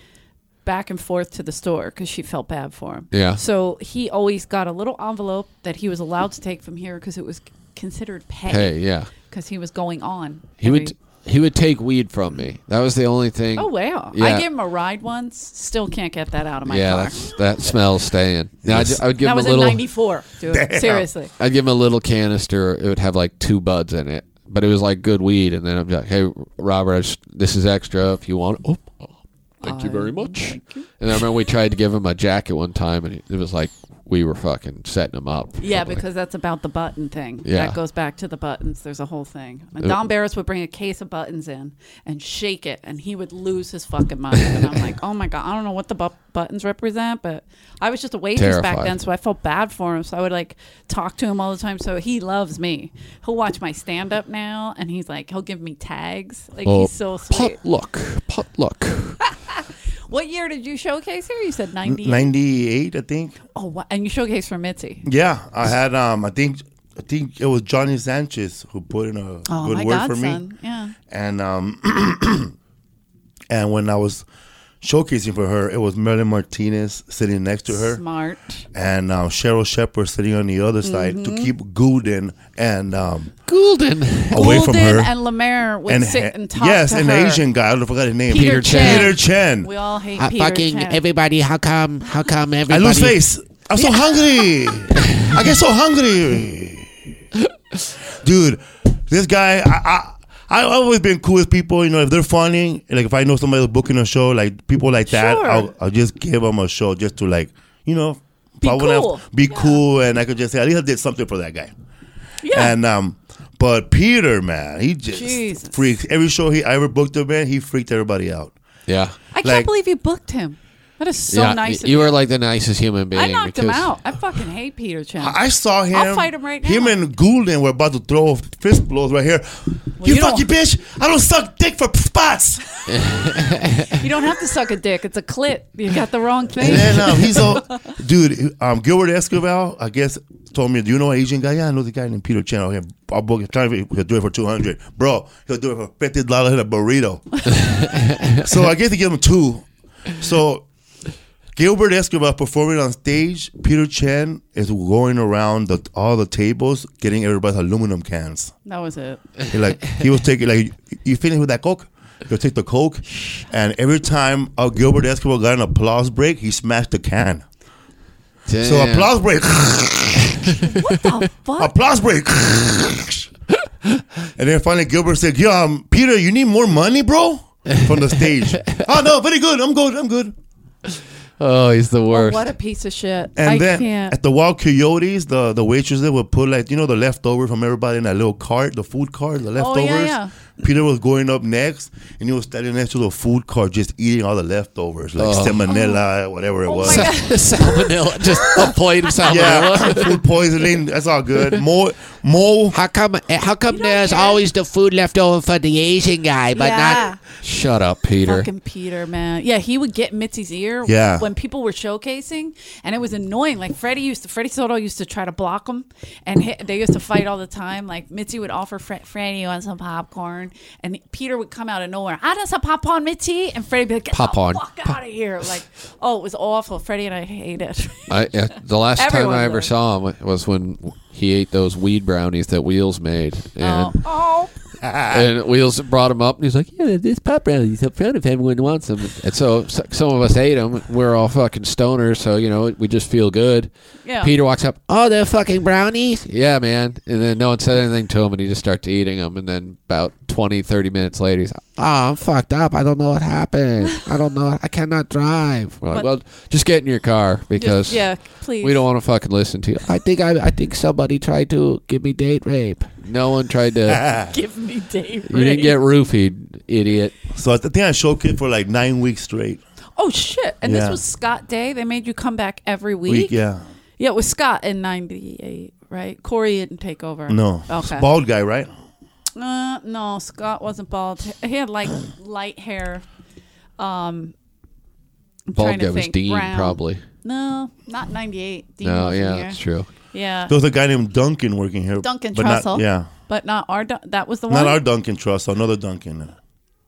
Speaker 2: back and forth to the store because she felt bad for him.
Speaker 4: Yeah.
Speaker 2: So he always got a little envelope that he was allowed to take from here because it was considered
Speaker 4: Hey,
Speaker 2: pay
Speaker 4: yeah.
Speaker 2: because he was going on.
Speaker 4: He
Speaker 2: every-
Speaker 4: would he would take weed from me. That was the only thing.
Speaker 2: Oh wow!
Speaker 4: Yeah.
Speaker 2: I gave him a ride once. Still can't get that out of my
Speaker 4: yeah,
Speaker 2: car.
Speaker 4: that's, that smells staying. No, I, ju- I would give
Speaker 2: that
Speaker 4: him
Speaker 2: was
Speaker 4: a little.
Speaker 2: in '94. Dude, seriously.
Speaker 4: I'd give him a little canister. It would have like two buds in it, but it was like good weed. And then I'm like, hey, Robert, I just, this is extra if you want. it." Oh, oh, thank you very much. And I remember we tried to give him a jacket one time, and it was like we were fucking setting him up.
Speaker 2: Yeah,
Speaker 4: Something like-
Speaker 2: because that's about the button thing.
Speaker 4: Yeah. Uh,
Speaker 2: That goes back to the buttons. There's a whole thing. And Don Barris would bring a case of buttons in and shake it, and he would lose his fucking mind. And I'm like, oh my God, I don't know what the bu- buttons represent, but I was just a waitress back
Speaker 4: Terrified.
Speaker 2: then, so I felt bad for him. So I would like talk to him all the time. So he loves me. He'll watch my stand up now, and he's like, he'll give me tags. Like,
Speaker 4: Oh,
Speaker 2: he's so sweet.
Speaker 4: Potluck, potluck.
Speaker 2: What year did you showcase here? You said 90.
Speaker 3: Ninety eight, I think.
Speaker 2: oh, wow. and you showcased for Mitzi.
Speaker 3: Yeah, I had. Um, I think, I think it was Johnny Sanchez who put in a
Speaker 2: Oh,
Speaker 3: good
Speaker 2: my
Speaker 3: word for me.
Speaker 2: godson. Yeah.
Speaker 3: and um, and when I was showcasing for her, it was Marilyn Martinez sitting next to her,
Speaker 2: Smart.
Speaker 3: and um, Cheryl Shepard sitting on the other side to
Speaker 2: Mm-hmm.
Speaker 3: keep Gooden and um,
Speaker 4: Golden.
Speaker 3: away from her.
Speaker 2: and Lemaire would sit
Speaker 3: he-
Speaker 2: and talk
Speaker 3: yes,
Speaker 2: to
Speaker 3: and
Speaker 2: her.
Speaker 3: the Asian guy. I don't forgot his name.
Speaker 2: Peter Peter Chen.
Speaker 3: Peter Chen.
Speaker 2: We all hate
Speaker 6: Uh,
Speaker 2: Peter
Speaker 6: fucking
Speaker 2: Chen.
Speaker 6: everybody, how come? How come
Speaker 3: I
Speaker 6: everybody?
Speaker 3: lose face. I'm so hungry. I get so hungry, dude. This guy, I. I I've always been cool with people, you know. If they're funny, like if I know somebody's booking a show, like people like that,
Speaker 2: Sure.
Speaker 3: I'll, I'll just give them a show just to like, you know,
Speaker 2: Be
Speaker 3: I wouldn't have-
Speaker 2: cool.
Speaker 3: be cool, and I could just say at least I did something for that guy.
Speaker 2: yeah.
Speaker 3: And um, but Peter, man, he just
Speaker 2: Jesus.
Speaker 3: freaks every show he I ever booked him in. He freaked everybody out.
Speaker 4: Yeah.
Speaker 2: I can't
Speaker 3: like-
Speaker 2: believe you booked him. That is so
Speaker 4: yeah,
Speaker 2: nice. of
Speaker 4: You were like the nicest human being.
Speaker 2: I knocked him
Speaker 4: because-
Speaker 2: out. I fucking hate Peter Chen.
Speaker 3: I I saw him.
Speaker 2: I'll fight him right now.
Speaker 3: Him and Goulden were about to throw fist blows right here. you
Speaker 2: you don't-
Speaker 3: fucking bitch! I don't suck dick for spots.
Speaker 2: you don't have to suck a dick. It's a clit. You got the wrong
Speaker 3: And
Speaker 2: thing.
Speaker 3: then um, he's all, dude. Um, Gilbert Esquivel, I guess, told me, "Do you know an Asian guy? Yeah, I know the guy named Peter Chen. Here, I'll book it. Try it. He'll do it for two hundred, bro. He'll do it for fifty dollars at a burrito." so I guess he gave him two. So Gilbert Escobar performing on stage. Peter Chen is going around the, all the tables getting everybody's aluminum cans.
Speaker 2: That was it.
Speaker 3: He like he was taking like you finish with that coke. He'll take the coke, and every time uh, Gilbert Escobar got an applause break, he smashed the can. So
Speaker 4: Damn.
Speaker 3: applause break,
Speaker 2: The fuck?
Speaker 3: applause break, and then finally Gilbert said, "Yeah, um, Peter, you need more money, bro." From the stage. oh no, very good. I'm good. I'm good.
Speaker 4: Oh, he's the worst.
Speaker 2: What a piece of shit.
Speaker 3: And
Speaker 2: I
Speaker 3: then
Speaker 2: can't.
Speaker 3: at the Wild Coyotes, the the waitress there would put like you know the leftover from everybody in that little cart, the food cart, the
Speaker 2: Oh, yeah,
Speaker 3: leftovers.
Speaker 2: yeah.
Speaker 3: Peter was going up next, and he was standing next to the food cart, just eating all the leftovers, like salmonella, whatever it
Speaker 2: Oh
Speaker 3: was.
Speaker 4: salmonella, just a plate of salmonella.
Speaker 3: Yeah, food poisoning. That's all good. More, more.
Speaker 6: How come? eh, How come
Speaker 2: don't
Speaker 6: there's
Speaker 2: get it.
Speaker 6: always the food left over for the Asian guy, but
Speaker 2: yeah.
Speaker 4: Shut up, Peter.
Speaker 2: Fucking Peter, man. Yeah, he would get Mitzi's ear
Speaker 3: Yeah.
Speaker 2: when people were showcasing, and it was annoying. Like Freddie used to, Freddie Soto used to try to block him, and hit, they used to fight all the time. Like Mitzi would offer Fre- Freddie you want some popcorn, and Peter would come out of nowhere. I just a popcorn, Mitzi, and Freddie be like, get
Speaker 4: Popcorn.
Speaker 2: the fuck out of here. Like, oh, it was awful. Freddie and I hate it.
Speaker 4: I, uh, the last time
Speaker 2: Everyone
Speaker 4: I ever
Speaker 2: does.
Speaker 4: saw him wa- was when he ate those weed brownies that Wheels made,
Speaker 2: oh,
Speaker 4: and,
Speaker 2: oh.
Speaker 4: and Wheels brought him up, and he's like, "Yeah, this pop brownies up front if everyone wants them." And so, so some of us ate them. We're all fucking stoners, so you know we just feel good.
Speaker 2: Yeah.
Speaker 4: Peter walks up,
Speaker 6: not? Oh, they're fucking brownies.
Speaker 4: Yeah, man. And then no one said anything to him, and he just starts eating them. And then about 20, 30 minutes later, he's "Ah, like,
Speaker 6: Oh, I'm fucked up. I don't know what happened. I don't know. I cannot drive.
Speaker 4: we're
Speaker 2: But-
Speaker 4: like, well, just get in your car because
Speaker 2: Just- yeah, please.
Speaker 4: we don't want to fucking listen to you.
Speaker 6: I think I. I think somebody tried to give me date rape.
Speaker 4: No one tried to.
Speaker 2: give me Dave.
Speaker 4: you didn't get roofied, idiot.
Speaker 3: So I think I showcased for like nine weeks straight.
Speaker 2: Oh shit! And
Speaker 3: Yeah.
Speaker 2: this was Scott Day. They made you come back every week.
Speaker 3: Week, yeah.
Speaker 2: Yeah, it was Scott in '98, right? Corey didn't take over.
Speaker 3: No,
Speaker 2: Okay.
Speaker 3: bald guy, right?
Speaker 2: Uh, no, Scott wasn't bald. He had like light hair. Um, I'm
Speaker 4: Bald
Speaker 2: trying to
Speaker 4: guy was
Speaker 2: think.
Speaker 4: Dean,
Speaker 2: Brown.
Speaker 4: probably.
Speaker 2: No, not '98. Dean
Speaker 4: no,
Speaker 2: wasn't
Speaker 4: yeah,
Speaker 2: here.
Speaker 4: that's true.
Speaker 2: Yeah,
Speaker 3: There was a guy named Duncan working here.
Speaker 2: Duncan
Speaker 3: but not-
Speaker 2: Trussell.
Speaker 3: yeah,
Speaker 2: but not our. Dun- that was the one.
Speaker 3: not our Duncan Trussell. Another Duncan.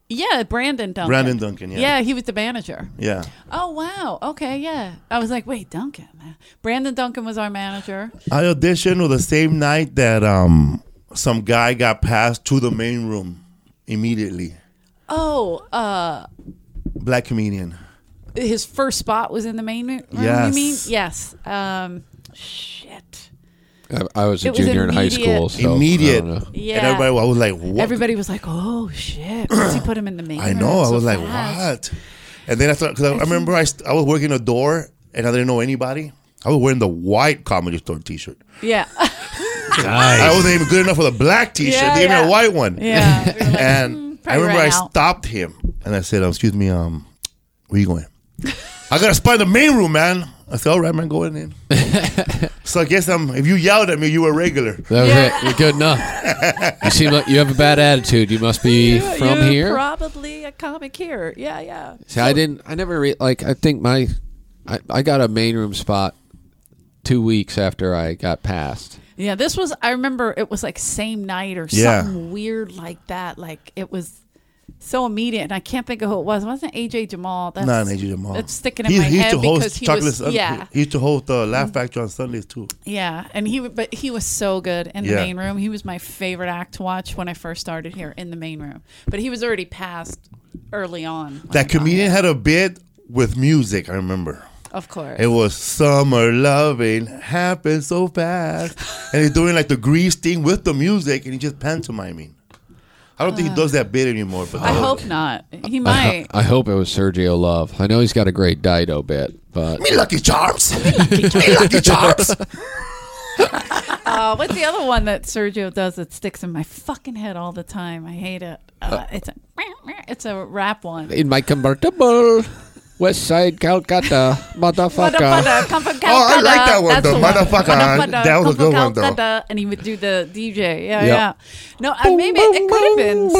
Speaker 2: yeah, Brandon Duncan.
Speaker 3: Brandon Duncan. Yeah.
Speaker 2: he was the manager.
Speaker 3: Yeah.
Speaker 2: Oh wow. Okay, yeah. I was like, wait, Duncan. man. Brandon Duncan was our manager.
Speaker 3: I auditioned with the same night that um some guy got passed to the main room immediately.
Speaker 2: Oh, uh,
Speaker 3: Black comedian.
Speaker 2: his first spot was in the main room. You
Speaker 3: Yes.
Speaker 2: mean yes? Um, shit.
Speaker 4: I, I was a
Speaker 2: It was
Speaker 4: junior in high school.
Speaker 2: immediate-
Speaker 4: So
Speaker 3: Immediate.
Speaker 4: I don't know.
Speaker 2: Yeah.
Speaker 3: And everybody I was like, what?
Speaker 2: Everybody was like, "Oh shit!" Once he put him in the main.
Speaker 3: I
Speaker 2: room
Speaker 3: know. I
Speaker 2: so
Speaker 3: was like,
Speaker 2: fast.
Speaker 3: what? And then I thought, because I, I remember I, st- I was working a door and I didn't know anybody. I was wearing the white comedy store t shirt.
Speaker 2: Yeah,
Speaker 3: I wasn't even good enough for the black t shirt.
Speaker 2: Yeah,
Speaker 3: they gave me
Speaker 2: yeah.
Speaker 3: a white one.
Speaker 2: yeah. We were like, "Hmm,
Speaker 3: And I
Speaker 2: probably
Speaker 3: remember I
Speaker 2: ran out.
Speaker 3: stopped him and I said, um, "Excuse me, um, where you going?" I gotta spy in the main room, man. I said, "All right, man, going in." so I guess I'm. If you yelled at me, you were regular.
Speaker 4: That was it. You're good enough. you seem like you have a bad attitude. You must be
Speaker 2: You-
Speaker 4: from
Speaker 2: you're
Speaker 4: here.
Speaker 2: Probably a comic here. Yeah, yeah.
Speaker 4: See, I didn't. I never re- like. I think my, I, I got a main room spot two weeks after I got passed.
Speaker 2: Yeah, this was. I remember it was like same night or
Speaker 3: Yeah.
Speaker 2: something weird like that. Like it was so immediate, and I can't think of who it was. It wasn't AJ Jamal. That's
Speaker 3: Nah, Najee Jamal.
Speaker 2: It's sticking in
Speaker 3: He-
Speaker 2: my
Speaker 3: he used
Speaker 2: head
Speaker 3: to host
Speaker 2: because he
Speaker 3: Chocolate
Speaker 2: was.
Speaker 3: Sun-
Speaker 2: Yeah, Oh
Speaker 3: He used to host the Laugh Factory on Sundays too.
Speaker 2: yeah, and he. But he was so good in the
Speaker 3: Yeah.
Speaker 2: main room. He was my favorite act to watch when I first started here in the main room. But he was already passed early on. when I
Speaker 3: That
Speaker 2: got
Speaker 3: comedian had a bit with music. I remember.
Speaker 2: here. of course.
Speaker 3: It was summer loving happened so fast, and he's doing like the grease thing with the music, and he's just pantomiming. I don't think he does that bit anymore. But
Speaker 2: I
Speaker 3: that was-
Speaker 2: hope not. He
Speaker 4: I, ho-
Speaker 2: might.
Speaker 4: I hope it was Sergio Love. I know he's got a great Dido bit, but
Speaker 3: Me lucky charms. me lucky charms.
Speaker 2: Uh, what's the other one that Sergio does that sticks in my fucking head all the time? I hate it. Uh, it's a it's a rap one.
Speaker 4: in my convertible, West Side Calcutta, motherfucker.
Speaker 2: Motherfucker, come from
Speaker 3: Oh, I like that one,
Speaker 2: That's
Speaker 3: though.
Speaker 2: the
Speaker 3: Motherfucker. That was
Speaker 2: come
Speaker 3: a good
Speaker 2: from
Speaker 3: one, though.
Speaker 2: Calcutta. And he would do the DJ. Yeah,
Speaker 4: Yep.
Speaker 2: yeah. No, uh, maybe it could have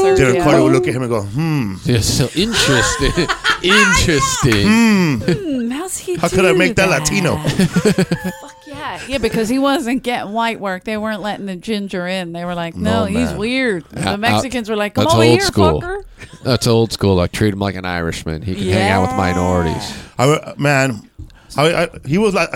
Speaker 2: been
Speaker 3: Derek Carter would
Speaker 2: Sergio.
Speaker 3: look at him and go, "Hmm,
Speaker 4: Yeah, so interesting. interesting.
Speaker 2: Hmm, How's he
Speaker 3: how could I
Speaker 2: do
Speaker 3: make that Latino?"
Speaker 2: Fuck yeah, yeah, because he wasn't getting white work. They weren't letting the ginger in. They were like, no,
Speaker 3: No,
Speaker 2: he's
Speaker 3: man.
Speaker 2: weird.
Speaker 4: Uh,
Speaker 2: The Mexicans were like, come
Speaker 4: that's
Speaker 2: over
Speaker 4: old
Speaker 2: here,
Speaker 4: school.
Speaker 2: fucker.
Speaker 4: That's old school. Like treat him like an Irishman. He can hang out with
Speaker 2: Yeah.
Speaker 4: minorities.
Speaker 3: I, re- man, I, I, he was like,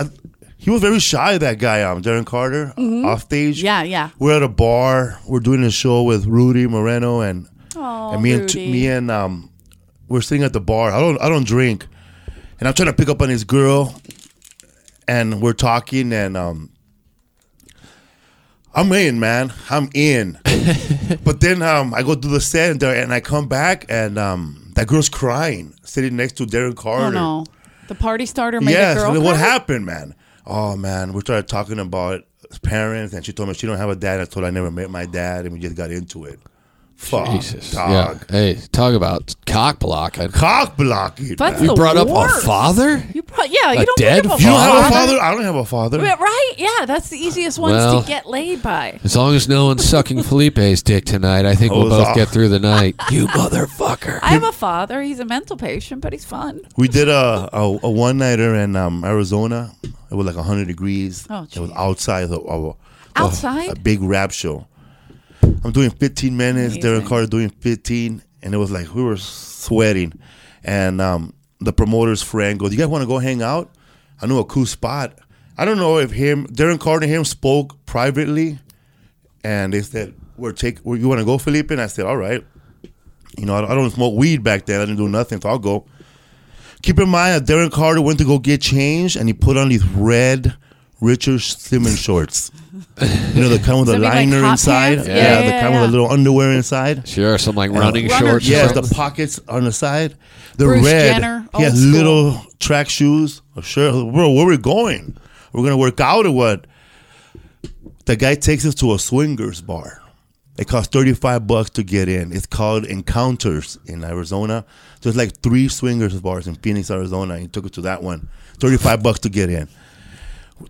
Speaker 3: he was very shy. That guy, um, Darren Carter, off stage.
Speaker 2: Mm-hmm. Yeah, yeah.
Speaker 3: We're at a bar. We're doing a show with Rudy Moreno and
Speaker 2: Oh,
Speaker 3: and me and
Speaker 2: Rudy.
Speaker 3: me and um, we're sitting at the bar. I don't I don't drink, and I'm trying to pick up on his girl, and we're talking, and um, I'm in, man, I'm in. but then um, I go to the center, and I come back, and um, that girl's crying, sitting next to Darren Carter.
Speaker 2: Oh no, the party starter made
Speaker 3: Yes.
Speaker 2: a girl.
Speaker 3: and then what
Speaker 2: cry?
Speaker 3: happened, man? Oh man, we started talking about his parents, and she told me she don't have a dad. I told her I never met my dad, and we just got into it. Fuck,
Speaker 4: Jesus.
Speaker 3: dog.
Speaker 4: Yeah. Hey, talk about cock blocking.
Speaker 3: Cock blocking.
Speaker 2: That's
Speaker 3: man.
Speaker 2: the
Speaker 4: You brought up a
Speaker 2: worst.
Speaker 4: father?
Speaker 2: You pro- yeah,
Speaker 4: A
Speaker 2: you don't
Speaker 4: dead
Speaker 2: bring up
Speaker 4: You
Speaker 3: you don't have a
Speaker 4: father?
Speaker 3: father? I don't have a father.
Speaker 2: Right, Right? Yeah, that's the easiest ones
Speaker 4: Well.
Speaker 2: to get laid by.
Speaker 4: As long as no one's sucking Felipe's dick tonight, I think we'll
Speaker 3: Hose
Speaker 4: both
Speaker 3: off.
Speaker 4: get through the night. You motherfucker.
Speaker 2: I have a father. He's a mental patient, but he's fun.
Speaker 3: We did a a, a one nighter in um, Arizona. It was like hundred degrees.
Speaker 2: Oh,
Speaker 3: it was
Speaker 2: gee.
Speaker 3: outside. Of, of- of
Speaker 2: Outside?
Speaker 3: a big rap show. I'm doing 15 minutes. Derek
Speaker 2: Amazing.
Speaker 3: Carter doing 15, and it was like we were sweating. And um, the promoter's friend goes, "You guys want to go hang out? I know a cool spot." I don't know if him, Darren Carter, and him spoke privately, and they said, "We're take. Where you want to go, Felipe?" And I said, "All right." You know, I don't- I don't smoke weed back then. I didn't do nothing, so I'll go. Keep in mind that Darren Carter went to go get changed, and he put on these red Richard Simmons shorts. you know, the kind with the
Speaker 2: Does that mean, like,
Speaker 3: liner
Speaker 2: hot
Speaker 3: inside.
Speaker 2: pants?
Speaker 3: Yeah,
Speaker 2: Yeah,
Speaker 3: the
Speaker 2: yeah,
Speaker 3: kind with
Speaker 2: yeah.
Speaker 3: the little underwear inside.
Speaker 4: Sure, some like running
Speaker 2: Runner
Speaker 4: shorts. or
Speaker 3: Yes,
Speaker 2: shorts.
Speaker 3: the
Speaker 4: something.
Speaker 3: pockets on the side. They're
Speaker 2: Bruce
Speaker 3: red.
Speaker 2: Jenner,
Speaker 3: he
Speaker 2: old
Speaker 3: has
Speaker 2: school.
Speaker 3: little track shoes, a shirt. Bro, where we going? We're gonna work out or what? The guy takes us to a swingers bar. It costs thirty five bucks to get in. It's called Encounters in Arizona. There's like three swingers bars in Phoenix, Arizona. He took us to that one. Thirty five bucks to get in.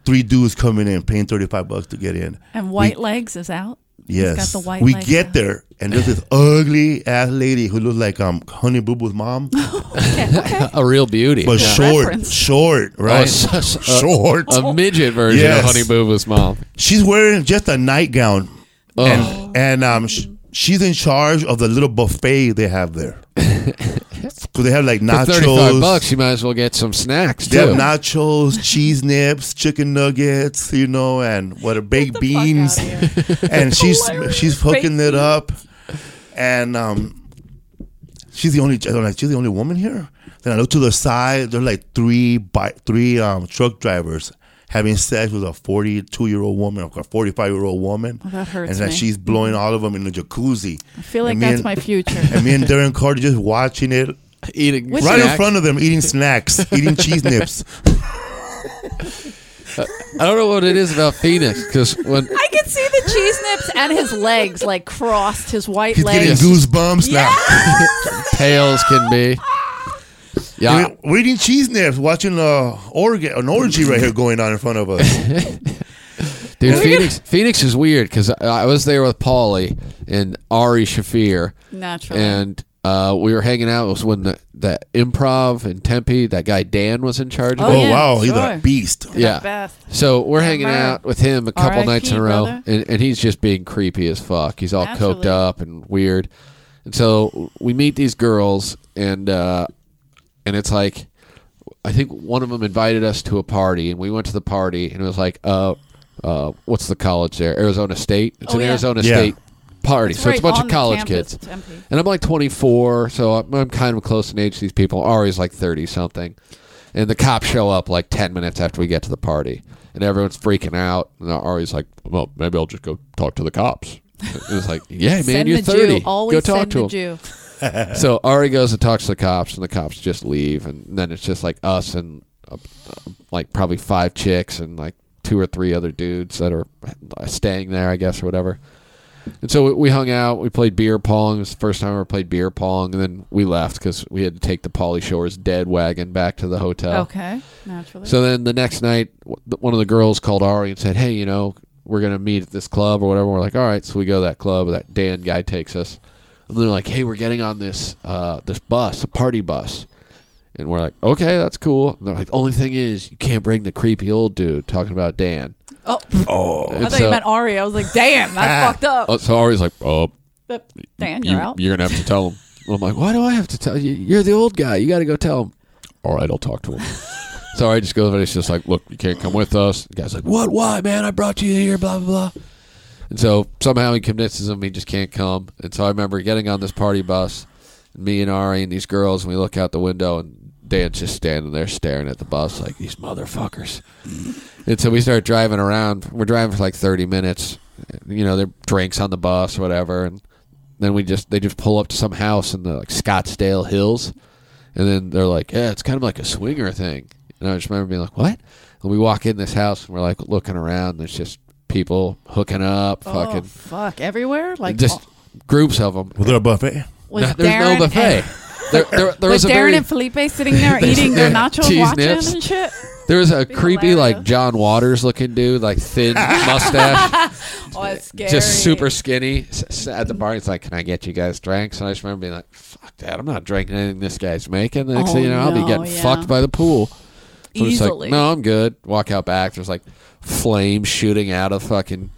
Speaker 3: Three dudes coming in, paying thirty five bucks to get in.
Speaker 2: And white legs is out.
Speaker 3: Yes.
Speaker 2: He's got the white
Speaker 3: we
Speaker 2: legs
Speaker 3: get
Speaker 2: out.
Speaker 3: there, and there's this ugly ass lady who looks like um Honey Boo Boo's mom,
Speaker 4: A real beauty.
Speaker 3: but short,
Speaker 2: Reference.
Speaker 3: short,
Speaker 4: Oh, uh,
Speaker 3: right?
Speaker 4: s- s- a-
Speaker 3: short.
Speaker 4: a midget version
Speaker 3: Yes.
Speaker 4: of Honey Boo Boo's mom.
Speaker 3: she's wearing just a nightgown,
Speaker 4: Oh.
Speaker 3: and and um sh- she's in charge of the little buffet they have there. So they have like
Speaker 4: For thirty-five
Speaker 3: nachos.
Speaker 4: bucks, you might as well get some snacks
Speaker 3: They
Speaker 4: too.
Speaker 3: have nachos, cheese nips, chicken nuggets, you know, and what are baked beans. and she's
Speaker 5: Hilarious.
Speaker 3: she's hooking it up, and um, she's the only. I'm like, she's the only woman here. Then I look to the side. There are like three bi- three um, truck drivers having sex with a 42 year old woman or a 45 year old woman.
Speaker 2: Oh, that hurts
Speaker 3: And like
Speaker 2: me.
Speaker 3: she's blowing all of them in the jacuzzi.
Speaker 2: I feel like
Speaker 3: And me
Speaker 2: that's
Speaker 3: and-
Speaker 2: my future.
Speaker 3: And me and Darren Carter just watching it
Speaker 4: Eating
Speaker 2: With
Speaker 3: right
Speaker 4: snacks.
Speaker 3: in front of them, eating snacks, eating cheese nips.
Speaker 4: I don't know what it is about Phoenix because when
Speaker 2: I could see the cheese nips and his legs like crossed his white
Speaker 3: He's getting
Speaker 2: legs.
Speaker 3: goosebumps now.
Speaker 4: tails can be.
Speaker 3: I
Speaker 4: Yeah,
Speaker 3: mean, we're eating cheese nips, watching uh, orga- an orgy right here going on in front of us.
Speaker 4: Dude, Phoenix Phoenix is weird because I, I was there with Paulie and Ari Shafir,
Speaker 2: Naturally.
Speaker 4: and uh, we were hanging out. It was when the, that improv in Tempe, that guy Dan was in charge
Speaker 2: Oh,
Speaker 4: of.
Speaker 3: Oh,
Speaker 4: it.
Speaker 2: yeah,
Speaker 3: wow, he's
Speaker 2: sure.
Speaker 3: a beast.
Speaker 4: yeah.
Speaker 2: Beth.
Speaker 4: So we're hanging
Speaker 2: Remember.
Speaker 4: out with him a couple
Speaker 2: R.I.P.,
Speaker 4: nights in a row,
Speaker 2: brother.
Speaker 4: and, and he's just being creepy as fuck. He's all coked
Speaker 2: Naturally.
Speaker 4: up and weird. And so we meet these girls, and uh, and it's like, I think one of them invited us to a party, and we went to the party, and it was like, uh, uh, what's the college there? Arizona State. It's
Speaker 2: Oh,
Speaker 4: an
Speaker 2: yeah.
Speaker 4: Arizona
Speaker 3: Yeah.
Speaker 4: State party,
Speaker 2: That's
Speaker 4: so it's
Speaker 2: right,
Speaker 4: a bunch
Speaker 2: on
Speaker 4: of
Speaker 2: the
Speaker 4: college
Speaker 2: campus,
Speaker 4: kids.
Speaker 2: Tempe.
Speaker 4: And I'm like 24, so I'm, I'm kind of close in age to these people. Ari's like 30 something. And the cops show up like 10 minutes after we get to the party. And everyone's freaking out. And Ari's like, well, maybe I'll just go talk to the cops. It was like, yeah, man,
Speaker 2: Send
Speaker 4: you're
Speaker 2: the
Speaker 4: 30.
Speaker 2: Jew. Always
Speaker 4: go talk
Speaker 2: send
Speaker 4: to
Speaker 2: the
Speaker 4: them.
Speaker 2: Jew.
Speaker 4: So Ari goes and talks to the cops, and the cops just leave. And then it's just like us and uh, uh, like probably five chicks and like two or three other dudes that are uh, staying there, I guess, or whatever. And so we- we hung out. We played beer pong. It was the first time I ever played beer pong. And then we left because we had to take the Polly Shores dead wagon back to the hotel.
Speaker 2: Okay, naturally.
Speaker 4: Oh. So then the next night, w- th- one of the girls called Ari and said, "Hey, you know, we're gonna meet at this club or whatever." We're like, "All right." So we go to that club. That Dan guy takes us, and they're like, "Hey, we're getting on this uh, this bus, a party bus," and we're like, "Okay, that's cool." And they're like, "Only thing is, you can't bring the creepy old dude." Talking about Dan.
Speaker 2: oh,
Speaker 4: And
Speaker 2: I thought
Speaker 4: so,
Speaker 2: you meant Ari. I was like, damn, that's fucked up.
Speaker 4: oh, so Ari's like, "Oh,
Speaker 2: But Dan,
Speaker 4: you,
Speaker 2: you're out.
Speaker 4: you're gonna have to tell him. I'm like, why do I have to tell you? You're the old guy. You got to go tell him. All right, I'll talk to him. So I just go over and it's just like, look, you can't come with us. The guy's like, what? Why, man? I brought you here, blah, blah, blah. And so somehow he convinces him he just can't come. And so I remember getting on this party bus, and me and Ari and these girls, and we look out the window, and Dan's just standing there staring at the bus like, these motherfuckers. and so we start driving around. We're driving for like 30 minutes. You know, there drinks on the bus or whatever. And then we just, they just pull up to some house in the like Scottsdale Hills. And then they're like, yeah, it's kind of like a swinger thing. And I just remember being like, what? And we walk in this house and we're like looking around. And it's just people hooking up,
Speaker 2: oh,
Speaker 4: fucking
Speaker 2: fuck everywhere. Like oh.
Speaker 4: just
Speaker 2: all-
Speaker 4: groups of them.
Speaker 3: Was there a buffet?
Speaker 2: was
Speaker 4: there's
Speaker 2: Darren
Speaker 4: no buffet.
Speaker 2: And,
Speaker 4: there, there, there
Speaker 2: was
Speaker 4: was a
Speaker 2: Darren
Speaker 4: very,
Speaker 2: and Felipe sitting there
Speaker 4: They-
Speaker 2: eating their nachos,
Speaker 4: cheese
Speaker 2: watching
Speaker 4: nips.
Speaker 2: and shit.
Speaker 4: there was a creepy
Speaker 2: hilarious.
Speaker 4: like John Waters looking dude, like thin mustache,
Speaker 2: Oh, it's scary.
Speaker 4: just super skinny s- s- at the bar. He's like, "Can I get you guys drinks?" And I just remember being like, "Fuck that! I'm not drinking anything this guy's making." The next
Speaker 2: Oh,
Speaker 4: thing you know, I'll be
Speaker 2: no,
Speaker 4: getting
Speaker 2: yeah.
Speaker 4: fucked by the pool. So I'm just like,
Speaker 5: Easily.
Speaker 4: no, I'm good. Walk out back. There's like flames shooting out of fucking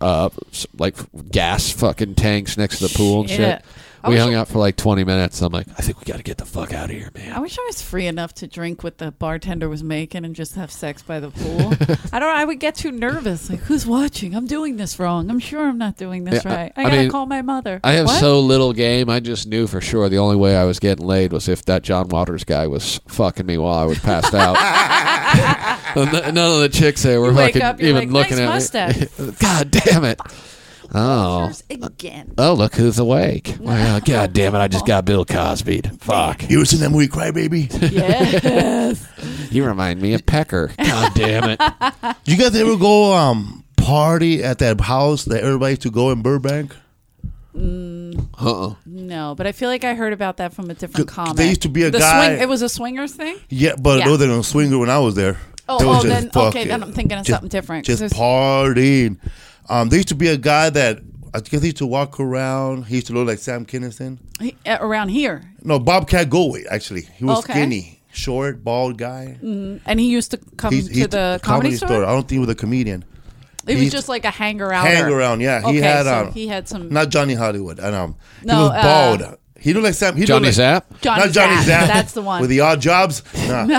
Speaker 4: uh s- like gas fucking tanks next to the pool and
Speaker 2: Shit.
Speaker 4: shit.
Speaker 2: I
Speaker 4: We
Speaker 2: wish
Speaker 4: hung
Speaker 2: I-
Speaker 4: out for like 20 minutes. I'm like, I think we got to get the fuck out of here, man.
Speaker 2: I wish I was free enough to drink what the bartender was making and just have sex by the pool. I don't. I would get too nervous. Like, who's watching? I'm doing this wrong. I'm sure I'm not doing this
Speaker 4: Yeah, I-
Speaker 2: right. I,
Speaker 4: I
Speaker 2: gotta
Speaker 4: mean,
Speaker 2: call my mother.
Speaker 4: I have
Speaker 2: What?
Speaker 4: so little game. I just knew for sure the only way I was getting laid was if that John Waters guy was fucking me while I was passed out. N- None of the chicks there were
Speaker 2: You wake
Speaker 4: fucking
Speaker 2: up, you're
Speaker 4: even
Speaker 2: like,
Speaker 4: looking
Speaker 2: "Nice
Speaker 4: at me. God damn it! Oh,
Speaker 5: again.
Speaker 4: oh, look who's awake. Well, uh, God damn it! I just got Bill Cosby. Fuck.
Speaker 3: You ever seen that movie Cry Baby? Did
Speaker 2: Yes.
Speaker 4: You remind me of Pecker. God damn it!
Speaker 3: you guys ever go um party at that house that everybody used to go in Burbank?
Speaker 4: Uh-uh.
Speaker 2: no, but I feel like I heard about that from a different
Speaker 3: There
Speaker 2: comic.
Speaker 3: used to be a
Speaker 2: the
Speaker 3: guy-
Speaker 2: Swing, it was a swingers thing.
Speaker 3: Yeah, but
Speaker 2: Yeah.
Speaker 3: it wasn't a swinger when I was there.
Speaker 2: Oh,
Speaker 3: They was
Speaker 2: oh,
Speaker 3: just
Speaker 2: then okay.
Speaker 3: fucking-
Speaker 2: Then I'm thinking of
Speaker 3: just-
Speaker 2: something different. 'cause
Speaker 3: Just
Speaker 2: there's-
Speaker 3: partying. Um, there used to be a guy that I guess he used to walk around. He used to look like Sam Kinison.
Speaker 2: he- uh, around here,
Speaker 3: No, Bobcat Goldthwait actually. He was
Speaker 2: Okay.
Speaker 3: skinny, short, bald guy.
Speaker 2: and he used to come
Speaker 3: He's-
Speaker 2: to
Speaker 3: he's
Speaker 2: the
Speaker 3: a
Speaker 2: comedy, store.
Speaker 3: I don't think he was a comedian.
Speaker 2: It was
Speaker 3: he's-
Speaker 2: just like a hanger out.
Speaker 3: Hang around, yeah.
Speaker 2: Okay,
Speaker 3: he had
Speaker 2: so
Speaker 3: um,
Speaker 2: he had some.
Speaker 3: not Johnny Hollywood. And, um,
Speaker 2: No,
Speaker 3: he was
Speaker 2: uh,
Speaker 3: bald. he looked like Sam. He
Speaker 4: Johnny
Speaker 3: looked like,
Speaker 4: Zapp.
Speaker 2: Johnny
Speaker 3: not Johnny
Speaker 2: Zapp.
Speaker 3: Zapp.
Speaker 2: That's the one.
Speaker 3: with the odd jobs. Nah.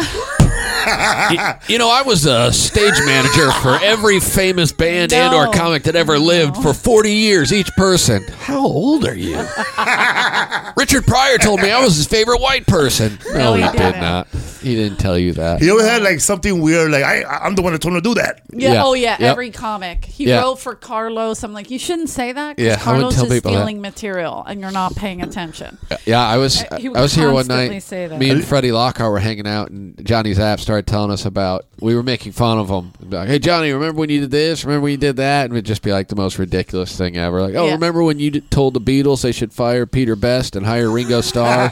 Speaker 4: You know, I was a stage manager for every famous band
Speaker 2: No.
Speaker 4: and or comic that ever lived for 40 years each person. How old are you? Richard Pryor told me I was his favorite white person. No, he, did
Speaker 2: didn't.
Speaker 4: not. He didn't tell you that.
Speaker 3: He always had like something weird. Like I, I'm the one that told him to do that.
Speaker 2: Yeah.
Speaker 4: Yeah.
Speaker 2: Oh yeah.
Speaker 4: Yep.
Speaker 2: Every comic. He
Speaker 4: Yeah.
Speaker 2: wrote for Carlos. I'm like, you shouldn't say that. 'cause
Speaker 4: Yeah, I wouldn't
Speaker 2: Carlos
Speaker 4: tell
Speaker 2: is
Speaker 4: people that.
Speaker 2: stealing material, and you're not paying attention.
Speaker 4: Yeah, I was
Speaker 2: Uh, he would
Speaker 4: I was here one
Speaker 2: constantly
Speaker 4: night.
Speaker 2: say that.
Speaker 4: Me and Freddie Lockhart were hanging out, and Johnny Zapp started telling us about. We were making fun of him. Be Like, hey Johnny, remember when you did this? Remember when you did that? And it'd just be like the most ridiculous thing ever. Like, oh,
Speaker 2: Yeah.
Speaker 4: remember when you d- told the Beatles they should fire Peter Best and hire Ringo Starr?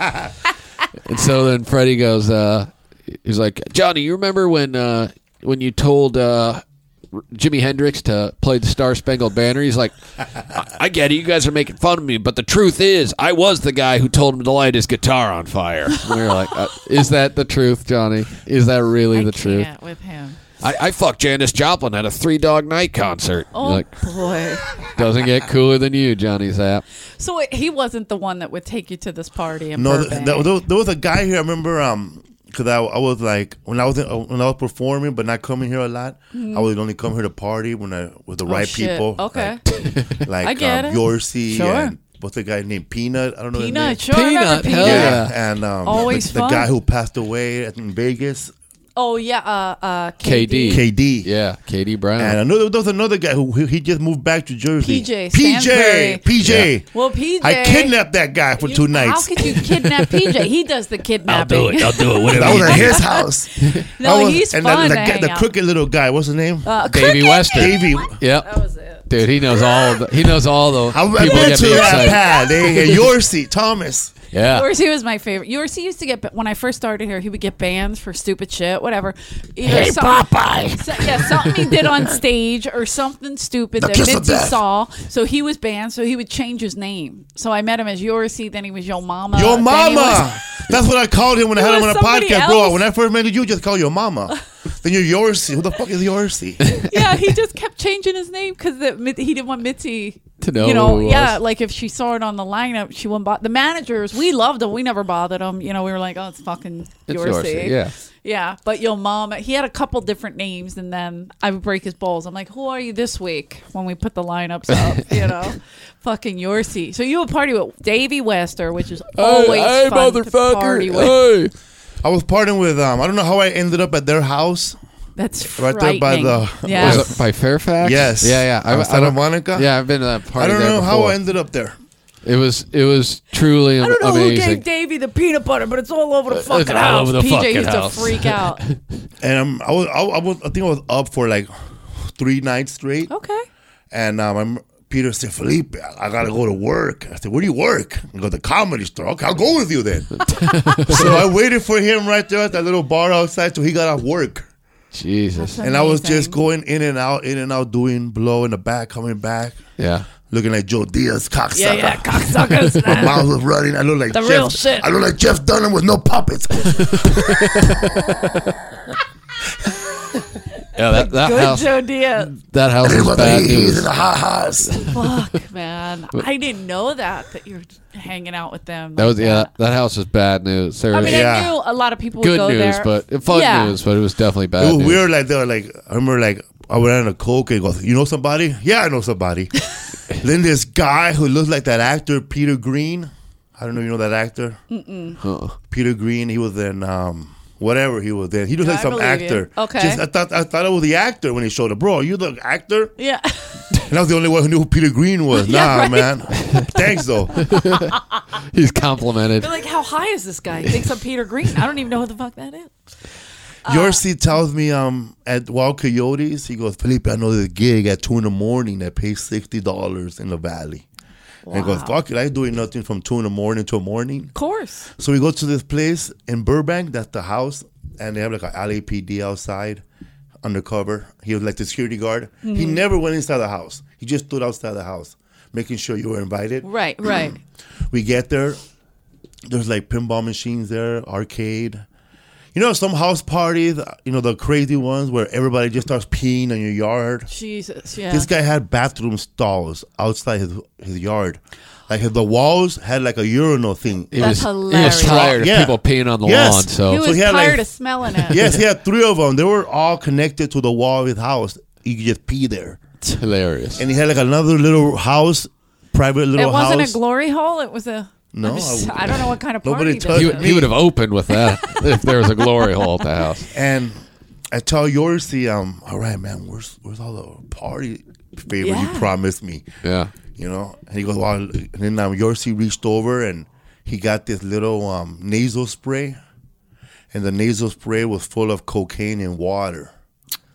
Speaker 4: and so then Freddie goes, uh, he's like, Johnny, you remember when uh, when you told. Uh, Jimi Hendrix to play the Star Spangled Banner. He's like, I, I get it. You guys are making fun of me, but the truth is, I was the guy who told him to light his guitar on fire. And we were like, uh, Is that the truth, Johnny? Is that really
Speaker 2: I
Speaker 4: the truth?
Speaker 2: can't with him.
Speaker 4: I, I fucked Janis Joplin at a Three Dog Night concert. You're
Speaker 2: Oh
Speaker 4: Like,
Speaker 2: boy.
Speaker 4: doesn't get cooler than you, Johnny Zapp.
Speaker 2: So it- he wasn't the one that would take you to this party. In
Speaker 3: No, th-
Speaker 2: Burbank.
Speaker 3: th- there, was- there was a guy here. I remember um, because I, I was like when I was in, when I was performing, but not coming here a lot. I would only come here to party when I with the
Speaker 2: Mm-hmm. Oh,
Speaker 3: right
Speaker 2: shit.
Speaker 3: people.
Speaker 2: Okay.
Speaker 3: like, like
Speaker 2: I get
Speaker 3: um,
Speaker 2: it.
Speaker 3: Yorsey
Speaker 2: Sure.
Speaker 3: and what's the guy named Peanut? I don't know. his name.
Speaker 2: Peanut. Sure. I remember
Speaker 4: Peanut, hell
Speaker 2: Peanut.
Speaker 4: Oh, yeah.
Speaker 3: and um,
Speaker 2: Always
Speaker 3: the, the
Speaker 2: fun.
Speaker 3: guy who passed away at- in Vegas,
Speaker 2: Oh yeah. Uh. uh
Speaker 4: KD.
Speaker 3: KD.
Speaker 4: Yeah, Katie Brown.
Speaker 3: And another there was another guy who who- he just moved back to Jersey.
Speaker 2: PJ Stansbury.
Speaker 3: PJ, PJ.
Speaker 2: Well, PJ.
Speaker 3: I kidnapped that guy for
Speaker 2: you-
Speaker 3: two nights.
Speaker 2: How could you kidnap PJ? He does the kidnapping.
Speaker 4: I'll do it.
Speaker 3: that was at his house.
Speaker 2: No,
Speaker 3: That was-
Speaker 2: he's
Speaker 3: and
Speaker 2: fun
Speaker 3: The,
Speaker 2: to
Speaker 3: the,
Speaker 2: hang
Speaker 3: the
Speaker 2: out.
Speaker 3: crooked little guy. What's his name?
Speaker 2: Uh,
Speaker 4: Davey Weston.
Speaker 3: Davey.
Speaker 4: Yep. That was it. Dude, he knows all. The, he knows all the
Speaker 3: I
Speaker 4: people
Speaker 3: went
Speaker 4: that
Speaker 3: to
Speaker 4: get me
Speaker 3: that
Speaker 4: excited.
Speaker 3: pad. They, your seat, Thomas.
Speaker 2: Uh,
Speaker 4: Yeah.
Speaker 2: Yours, he was my favorite. Yours, he used to get when I first started here. He would get banned for stupid shit, whatever. Either
Speaker 6: Hey,
Speaker 2: some-
Speaker 6: Popeye.
Speaker 2: so- yeah, something he did on stage or something stupid
Speaker 3: The
Speaker 2: that
Speaker 3: kiss of
Speaker 2: Mitzi
Speaker 3: death.
Speaker 2: saw. So he was banned. So he would change his name. So I met him as Yorsi. Then he was Yo Mama.
Speaker 3: your
Speaker 2: then he was-
Speaker 3: mama. That's what I called him when I
Speaker 2: It
Speaker 3: had him on
Speaker 2: was
Speaker 3: a
Speaker 2: somebody
Speaker 3: podcast, bro.
Speaker 2: else.
Speaker 3: When I first met you, you just call your mama. then you're your seat. Who the fuck is your seat?
Speaker 2: yeah, he just kept changing his name because he didn't want Mitzi
Speaker 4: To know
Speaker 2: You know,
Speaker 4: who it
Speaker 2: yeah,
Speaker 4: was.
Speaker 2: like if she saw it on the lineup, she wouldn't bother. The managers, we loved them. We never bothered them. You know, we were like, oh, it's fucking
Speaker 4: It's
Speaker 2: Yorsi.
Speaker 4: Yorsi, yeah.
Speaker 2: Yeah, but your mom, he had a couple different names, and then I would break his balls. I'm like, who are you this week when we put the lineups up? You know, fucking your seat. So you would party with Davey Wester, which is always fun to party with.
Speaker 4: Hey.
Speaker 3: I was partying with um. I don't know how I ended up at their house.
Speaker 2: That's
Speaker 3: Right there by the-
Speaker 2: frightening. Yes.
Speaker 4: Was it by Fairfax?
Speaker 3: Yes.
Speaker 4: Yeah, yeah.
Speaker 3: Out of Santa Monica.
Speaker 4: Yeah, I've been to that
Speaker 3: I
Speaker 4: party.
Speaker 3: don't
Speaker 4: there
Speaker 3: know how
Speaker 4: before.
Speaker 3: I ended up there.
Speaker 4: It was it was truly
Speaker 2: I don't know
Speaker 4: amazing.
Speaker 2: who gave Davey the peanut butter, but it's all over the fucking
Speaker 4: all
Speaker 2: house.
Speaker 4: over the
Speaker 2: PJ
Speaker 4: fucking
Speaker 2: used
Speaker 4: house.
Speaker 2: to freak out.
Speaker 3: And um, I was, I, I was, I think I was up for like three nights straight.
Speaker 2: Okay.
Speaker 3: And um, I'm, Peter said, Felipe, I I gotta go to work. I said, Where do you work? I go the comedy store. Okay, I'll go with you then. so I waited for him right there at that little bar outside till he got off work.
Speaker 4: Jesus.
Speaker 3: And I was just
Speaker 2: Amazing.
Speaker 3: going in and out, in and out, doing blow in the back, coming back,
Speaker 4: Yeah.
Speaker 3: looking like Joe Diaz, cocksucker.
Speaker 2: Yeah, yeah, cocksuckers.
Speaker 3: My mouth was running. I look like
Speaker 2: The
Speaker 3: Jeff.
Speaker 2: real shit.
Speaker 3: I look like Jeff Dunham with no puppets.
Speaker 4: Yeah, that, that
Speaker 2: Good
Speaker 4: house
Speaker 2: Joe Diaz.
Speaker 4: that house is bad
Speaker 3: Everybody he's in
Speaker 4: news.
Speaker 3: the ha ha's.
Speaker 2: Fuck, man. I didn't know that, that you're hanging out with them.
Speaker 4: That
Speaker 2: like
Speaker 4: was yeah, that house is bad news. There
Speaker 2: I
Speaker 4: was
Speaker 2: mean,
Speaker 3: Yeah.
Speaker 2: I knew a lot of people would
Speaker 4: good
Speaker 2: go
Speaker 4: news,
Speaker 2: there.
Speaker 4: but fun
Speaker 2: Yeah.
Speaker 4: news, but it was definitely bad
Speaker 3: It was
Speaker 4: news.
Speaker 3: weird. Like they were like, I remember like I went on a coke and goes, you know somebody? Yeah, I know somebody. then this guy who looks like that actor Peter Green. I don't know. if You know that actor?
Speaker 2: Mm.
Speaker 4: Huh.
Speaker 3: Peter Green. He was in um, whatever he was in. He looked
Speaker 2: Yeah,
Speaker 3: like
Speaker 2: I
Speaker 3: some
Speaker 2: believe you.
Speaker 3: actor.
Speaker 2: Okay.
Speaker 3: Just, I thought I thought it was the actor when he showed up. Bro, are you the actor?
Speaker 2: yeah.
Speaker 3: And I was the only one who knew who Peter Green was.
Speaker 2: Yeah,
Speaker 3: nah,
Speaker 2: right.
Speaker 3: man. Thanks though.
Speaker 4: He's complimented.
Speaker 2: They're like, how high is this guy? He thinks I'm Peter Green. I don't even know who the fuck that is.
Speaker 3: Your seat tells me um at Wild Coyotes, he goes, Felipe, I know this gig at two in the morning that pays sixty dollars in the valley. And he goes, Fuck it, I ain't doing nothing from two in the morning till morning.
Speaker 2: Of course.
Speaker 3: So we go to this place in Burbank, that's the house, and they have like a LAPD outside, undercover. He was like the security guard. He never went inside the house. He just stood outside the house, making sure you were invited.
Speaker 2: Right, right.
Speaker 3: We get there. There's like pinball machines there, arcade. You know, some house parties, you know, the crazy ones where everybody just starts peeing on your yard.
Speaker 2: Jesus, yeah.
Speaker 3: This guy had bathroom stalls outside his, his yard. Like the walls had like a urinal thing.
Speaker 4: He
Speaker 2: That's
Speaker 4: was, He
Speaker 2: hilarious.
Speaker 4: was tired of
Speaker 3: Yeah.
Speaker 4: people peeing on the
Speaker 3: Yes.
Speaker 4: lawn, so
Speaker 2: he was
Speaker 3: he had, like-
Speaker 2: tired of smelling it.
Speaker 3: Yes, he had three of them. They were all connected to the wall of his house. You could just pee there.
Speaker 4: it's hilarious.
Speaker 3: And he had like another little house, private
Speaker 2: It
Speaker 3: little
Speaker 2: wasn't
Speaker 3: house.
Speaker 2: a glory hole. It was a.
Speaker 3: No,
Speaker 2: I'm just-
Speaker 3: I-
Speaker 2: I, don't know what kind of party
Speaker 3: Nobody
Speaker 2: this
Speaker 3: touched
Speaker 4: he,
Speaker 2: is.
Speaker 4: would- he would have opened with that if there was a glory hole at the house.
Speaker 3: And I tell Yorsi, um, all right, man, where's where's all the party favor
Speaker 2: Yeah.
Speaker 3: you promised me?
Speaker 4: Yeah.
Speaker 3: You know? And he goes, well, and then um, Yorsi reached over and he got this little um, nasal spray. And the nasal spray was full of cocaine and water.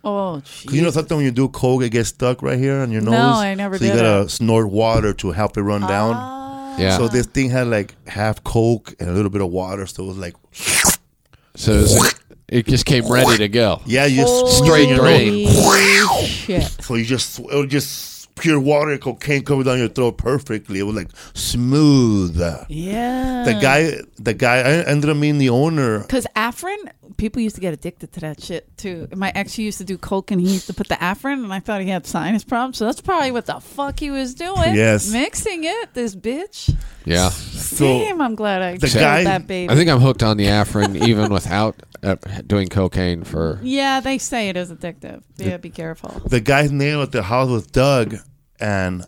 Speaker 2: Oh,
Speaker 3: 'Cause you
Speaker 2: jeez.
Speaker 3: know sometimes when you do coke, it gets stuck right here on your
Speaker 2: No,
Speaker 3: nose.
Speaker 2: I never
Speaker 3: So you
Speaker 2: did Ah.
Speaker 3: gotta snort water to help it run down.
Speaker 4: Yeah.
Speaker 3: So
Speaker 4: So,
Speaker 3: this thing had like half coke and a little bit of water. So it was like,
Speaker 4: it, was- it just came ready to go.
Speaker 3: yeah, you just
Speaker 4: Straight
Speaker 3: your
Speaker 4: drain.
Speaker 2: Holy shit.
Speaker 3: So you just it was just pure water cocaine coming down your throat perfectly. It was like smooth. The
Speaker 2: Yeah.
Speaker 3: guy, the guy, I ended up being the owner.
Speaker 2: Because Afrin, people used to get addicted to that shit too. My ex used to do coke and he used to put the Afrin, and I thought he had sinus problems. So that's probably what the fuck he was doing.
Speaker 3: Yes.
Speaker 2: Mixing it, this bitch.
Speaker 4: Yeah.
Speaker 3: So
Speaker 2: Damn, I'm glad I
Speaker 3: the
Speaker 2: killed
Speaker 3: guy-
Speaker 2: that baby.
Speaker 4: I think I'm hooked on the Afrin even without uh, doing cocaine for.
Speaker 2: yeah, they say it is addictive. Yeah, be careful.
Speaker 3: the guy's name at the house was Doug, and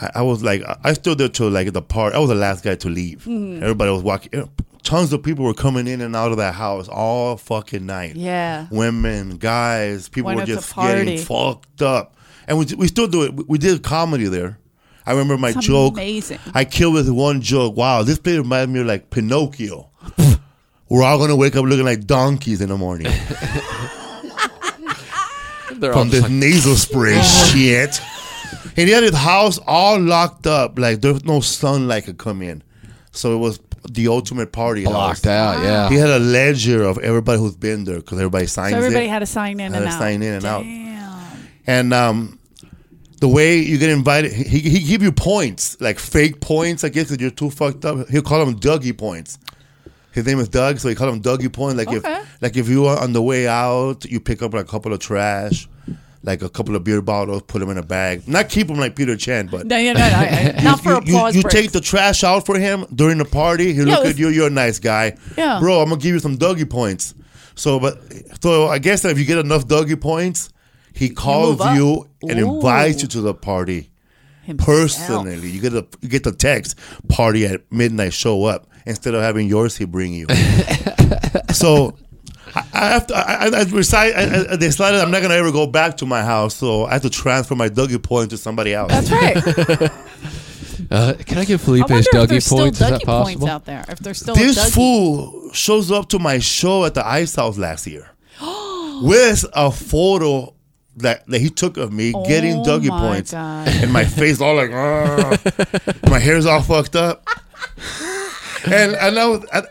Speaker 3: I, I was like, I- I stood there till like the part. I was the last guy to leave.
Speaker 2: Mm-hmm.
Speaker 3: Everybody was walking. Tons of people were coming in and out of that house all fucking night.
Speaker 2: Yeah.
Speaker 3: women, guys, people
Speaker 2: When
Speaker 3: were
Speaker 2: it's a
Speaker 3: just getting
Speaker 2: party.
Speaker 3: fucked up. And we, we still do it. We, we did comedy there. I remember my
Speaker 2: It's
Speaker 3: joke.
Speaker 2: amazing.
Speaker 3: I killed with one joke. Wow, this place reminded me of like Pinocchio. we're all gonna wake up looking like donkeys in the morning
Speaker 4: They're all
Speaker 3: from this
Speaker 4: just like,
Speaker 3: nasal spray shit. And he had his house all locked up. Like there was no sunlight could come in, so it was the ultimate party.
Speaker 4: blocked
Speaker 3: house.
Speaker 4: out. Yeah.
Speaker 3: He had a ledger of everybody who's been there because everybody signs
Speaker 2: So everybody
Speaker 3: it.
Speaker 2: had to sign in
Speaker 3: Had
Speaker 2: and
Speaker 3: to
Speaker 2: out.
Speaker 3: sign in and out.
Speaker 2: Damn.
Speaker 3: and um, the way you get invited, he he give you points like fake points. I guess if you're too fucked up, he'll call them Dougie points. His name is Doug, so he call him Dougie points. Like
Speaker 2: Okay.
Speaker 3: if like if you are on the way out, you pick up a couple of trash. like a couple of beer bottles, put them in a bag. Not keep them like Peter Chen, but
Speaker 2: No, yeah, no, no, I- not for
Speaker 3: you, you,
Speaker 2: applause.
Speaker 3: you
Speaker 2: breaks.
Speaker 3: take the trash out for him during the party. He look
Speaker 2: it
Speaker 3: at
Speaker 2: was-
Speaker 3: you. You're a nice guy.
Speaker 2: Yeah.
Speaker 3: Bro, I'm gonna give you some doggy points. So, but so I guess if you get enough doggy points, he calls
Speaker 2: up.
Speaker 3: you and
Speaker 2: Ooh.
Speaker 3: invites you to the party
Speaker 2: Himself.
Speaker 3: personally. You get a you get the text party at midnight. Show up instead of having yours. He bring you. so. I I have to. I, I, I, recite, I, I- I decided I'm not gonna ever go back to my house, so I have to transfer my doggy point to somebody else.
Speaker 2: That's right.
Speaker 4: Uh, can I give
Speaker 2: I
Speaker 4: Felipe
Speaker 2: wonder
Speaker 4: his
Speaker 2: if
Speaker 4: Dougie
Speaker 2: there's still
Speaker 4: points? Is
Speaker 2: Dougie
Speaker 4: that
Speaker 2: points
Speaker 4: possible?
Speaker 2: out there. If there's still a
Speaker 3: this
Speaker 2: Dougie.
Speaker 3: fool shows up to my show at the ice house last year with a photo that, that he took of me getting
Speaker 2: Oh
Speaker 3: Dougie
Speaker 2: my
Speaker 3: points
Speaker 2: God.
Speaker 3: and my face all like "Ah." my hair's all fucked up and and I was I,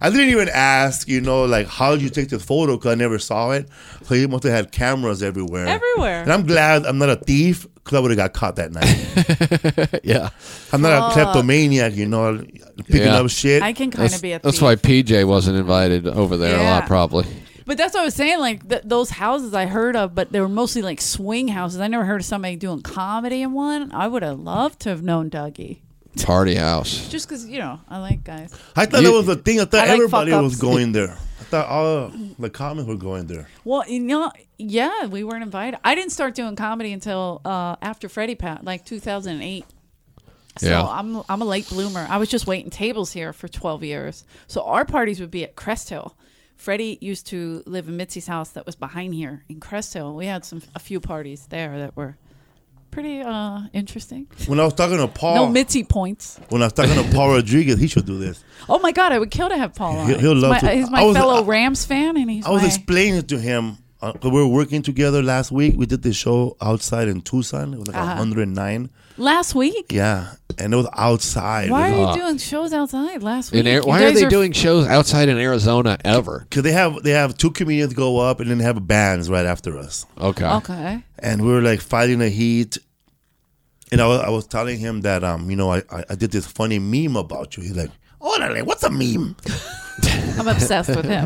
Speaker 3: I didn't even ask you know like how did you take this photo because I never saw it so he must have had cameras everywhere
Speaker 5: Everywhere.
Speaker 3: and I'm glad I'm not a thief because I would have got caught that night
Speaker 4: yeah.
Speaker 3: I'm not a kleptomaniac you know picking
Speaker 4: Yeah.
Speaker 3: up shit
Speaker 2: I can kind
Speaker 4: That's,
Speaker 2: of be a
Speaker 4: that's
Speaker 2: thief.
Speaker 4: why PJ wasn't invited over there a lot,
Speaker 2: Yeah.
Speaker 4: probably.
Speaker 2: But that's what I was saying. Like th- those houses I heard of, but they were mostly like swing houses. I never heard of somebody doing comedy in one. I would have loved to have known Dougie.
Speaker 4: Party house.
Speaker 2: Just because, you know, I like guys.
Speaker 3: I thought
Speaker 4: You-
Speaker 3: that was a thing. I thought
Speaker 2: I like
Speaker 3: everybody
Speaker 2: fuck-ups.
Speaker 3: was going there. I thought all the comments were going there.
Speaker 2: Well, you know, yeah, we weren't invited. I didn't start doing comedy until uh, after Freddie Pat, like 2008. So
Speaker 4: Yeah.
Speaker 2: I'm I'm a late bloomer. I was just waiting tables here for 12 years. So our parties would be at Crest Hill. Freddie used to live in Mitzi's house that was behind here in Crest Hill. We had some a few parties there that were pretty uh, interesting.
Speaker 3: When I was talking to
Speaker 2: No
Speaker 3: Paul,
Speaker 2: Mitzi points.
Speaker 3: when I was talking to Paul Rodriguez, he should do this.
Speaker 2: Oh my God, I would kill to have Paul on.
Speaker 3: He'll- he'll
Speaker 2: He's
Speaker 3: love
Speaker 2: my-
Speaker 3: to.
Speaker 2: He's my
Speaker 3: I was-
Speaker 2: fellow
Speaker 3: I-
Speaker 2: Rams fan, and he's
Speaker 3: I was
Speaker 2: my,
Speaker 3: explaining to him uh, 'cause we were working together last week. We did this show outside in Tucson. It was like a
Speaker 2: Uh-huh.
Speaker 3: 109.
Speaker 2: last week.
Speaker 3: Yeah, and it was outside.
Speaker 2: Why
Speaker 3: It was-
Speaker 2: are you doing shows outside last week?
Speaker 4: In Ar-
Speaker 2: You
Speaker 4: why are
Speaker 2: guys
Speaker 4: they doing shows outside in Arizona ever?
Speaker 3: Cause they have they have two comedians go up and then they have bands right after us.
Speaker 4: Okay.
Speaker 2: Okay.
Speaker 3: and we were like fighting the heat. And I was, I was telling him that um, you know, I, I, I did this funny meme about you. He's like, "Orale, what's a meme?"
Speaker 2: I'm obsessed with him.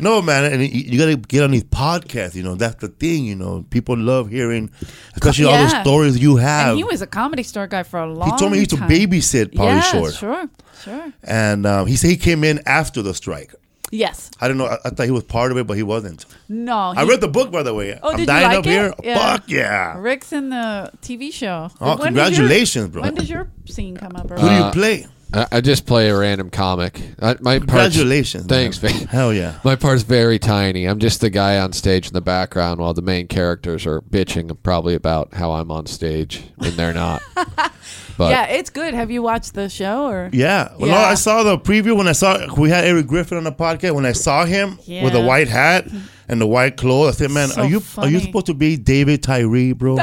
Speaker 3: no, man, and you, you gotta get on these podcasts. You know, that's the thing. You know, people love hearing, especially all the
Speaker 2: Yeah.
Speaker 3: stories you have.
Speaker 2: And he was a comedy store guy for a long
Speaker 3: He
Speaker 2: time.
Speaker 3: told me he used to babysit Polly
Speaker 2: yeah,
Speaker 3: Short,
Speaker 2: Sure, sure.
Speaker 3: and um, he said he came in after the strike.
Speaker 2: Yes.
Speaker 3: I don't know. I, I thought he was part of it, but he wasn't.
Speaker 2: No.
Speaker 3: I
Speaker 2: he-
Speaker 3: read the book, by the way.
Speaker 2: Oh,
Speaker 3: I'm
Speaker 2: did you
Speaker 3: dying
Speaker 2: like
Speaker 3: up
Speaker 2: it?
Speaker 3: here.
Speaker 2: Yeah.
Speaker 3: Fuck yeah!
Speaker 2: Rick's in the TV show. When
Speaker 3: Oh,
Speaker 2: does your-
Speaker 3: congratulations, bro.
Speaker 2: When does your scene come up? or-
Speaker 3: Who do you play?
Speaker 4: I, I just play a random comic. I, my part's-
Speaker 3: Congratulations.
Speaker 4: Thanks,
Speaker 3: man.
Speaker 4: man.
Speaker 3: Hell yeah.
Speaker 4: My part's very tiny. I'm just the guy on stage in the background while the main characters are bitching probably about how I'm on stage and they're not. But
Speaker 2: yeah, it's good. Have you watched the show or?
Speaker 3: Yeah. Well, no,
Speaker 2: Yeah.
Speaker 3: I saw the preview when I saw we had Eric Griffin on the podcast. When I saw him with the
Speaker 2: Yeah.
Speaker 3: white hat and the white clothes, I said, "Man,
Speaker 2: So
Speaker 3: are you are
Speaker 2: funny.
Speaker 3: you supposed to be David Tyree, bro?"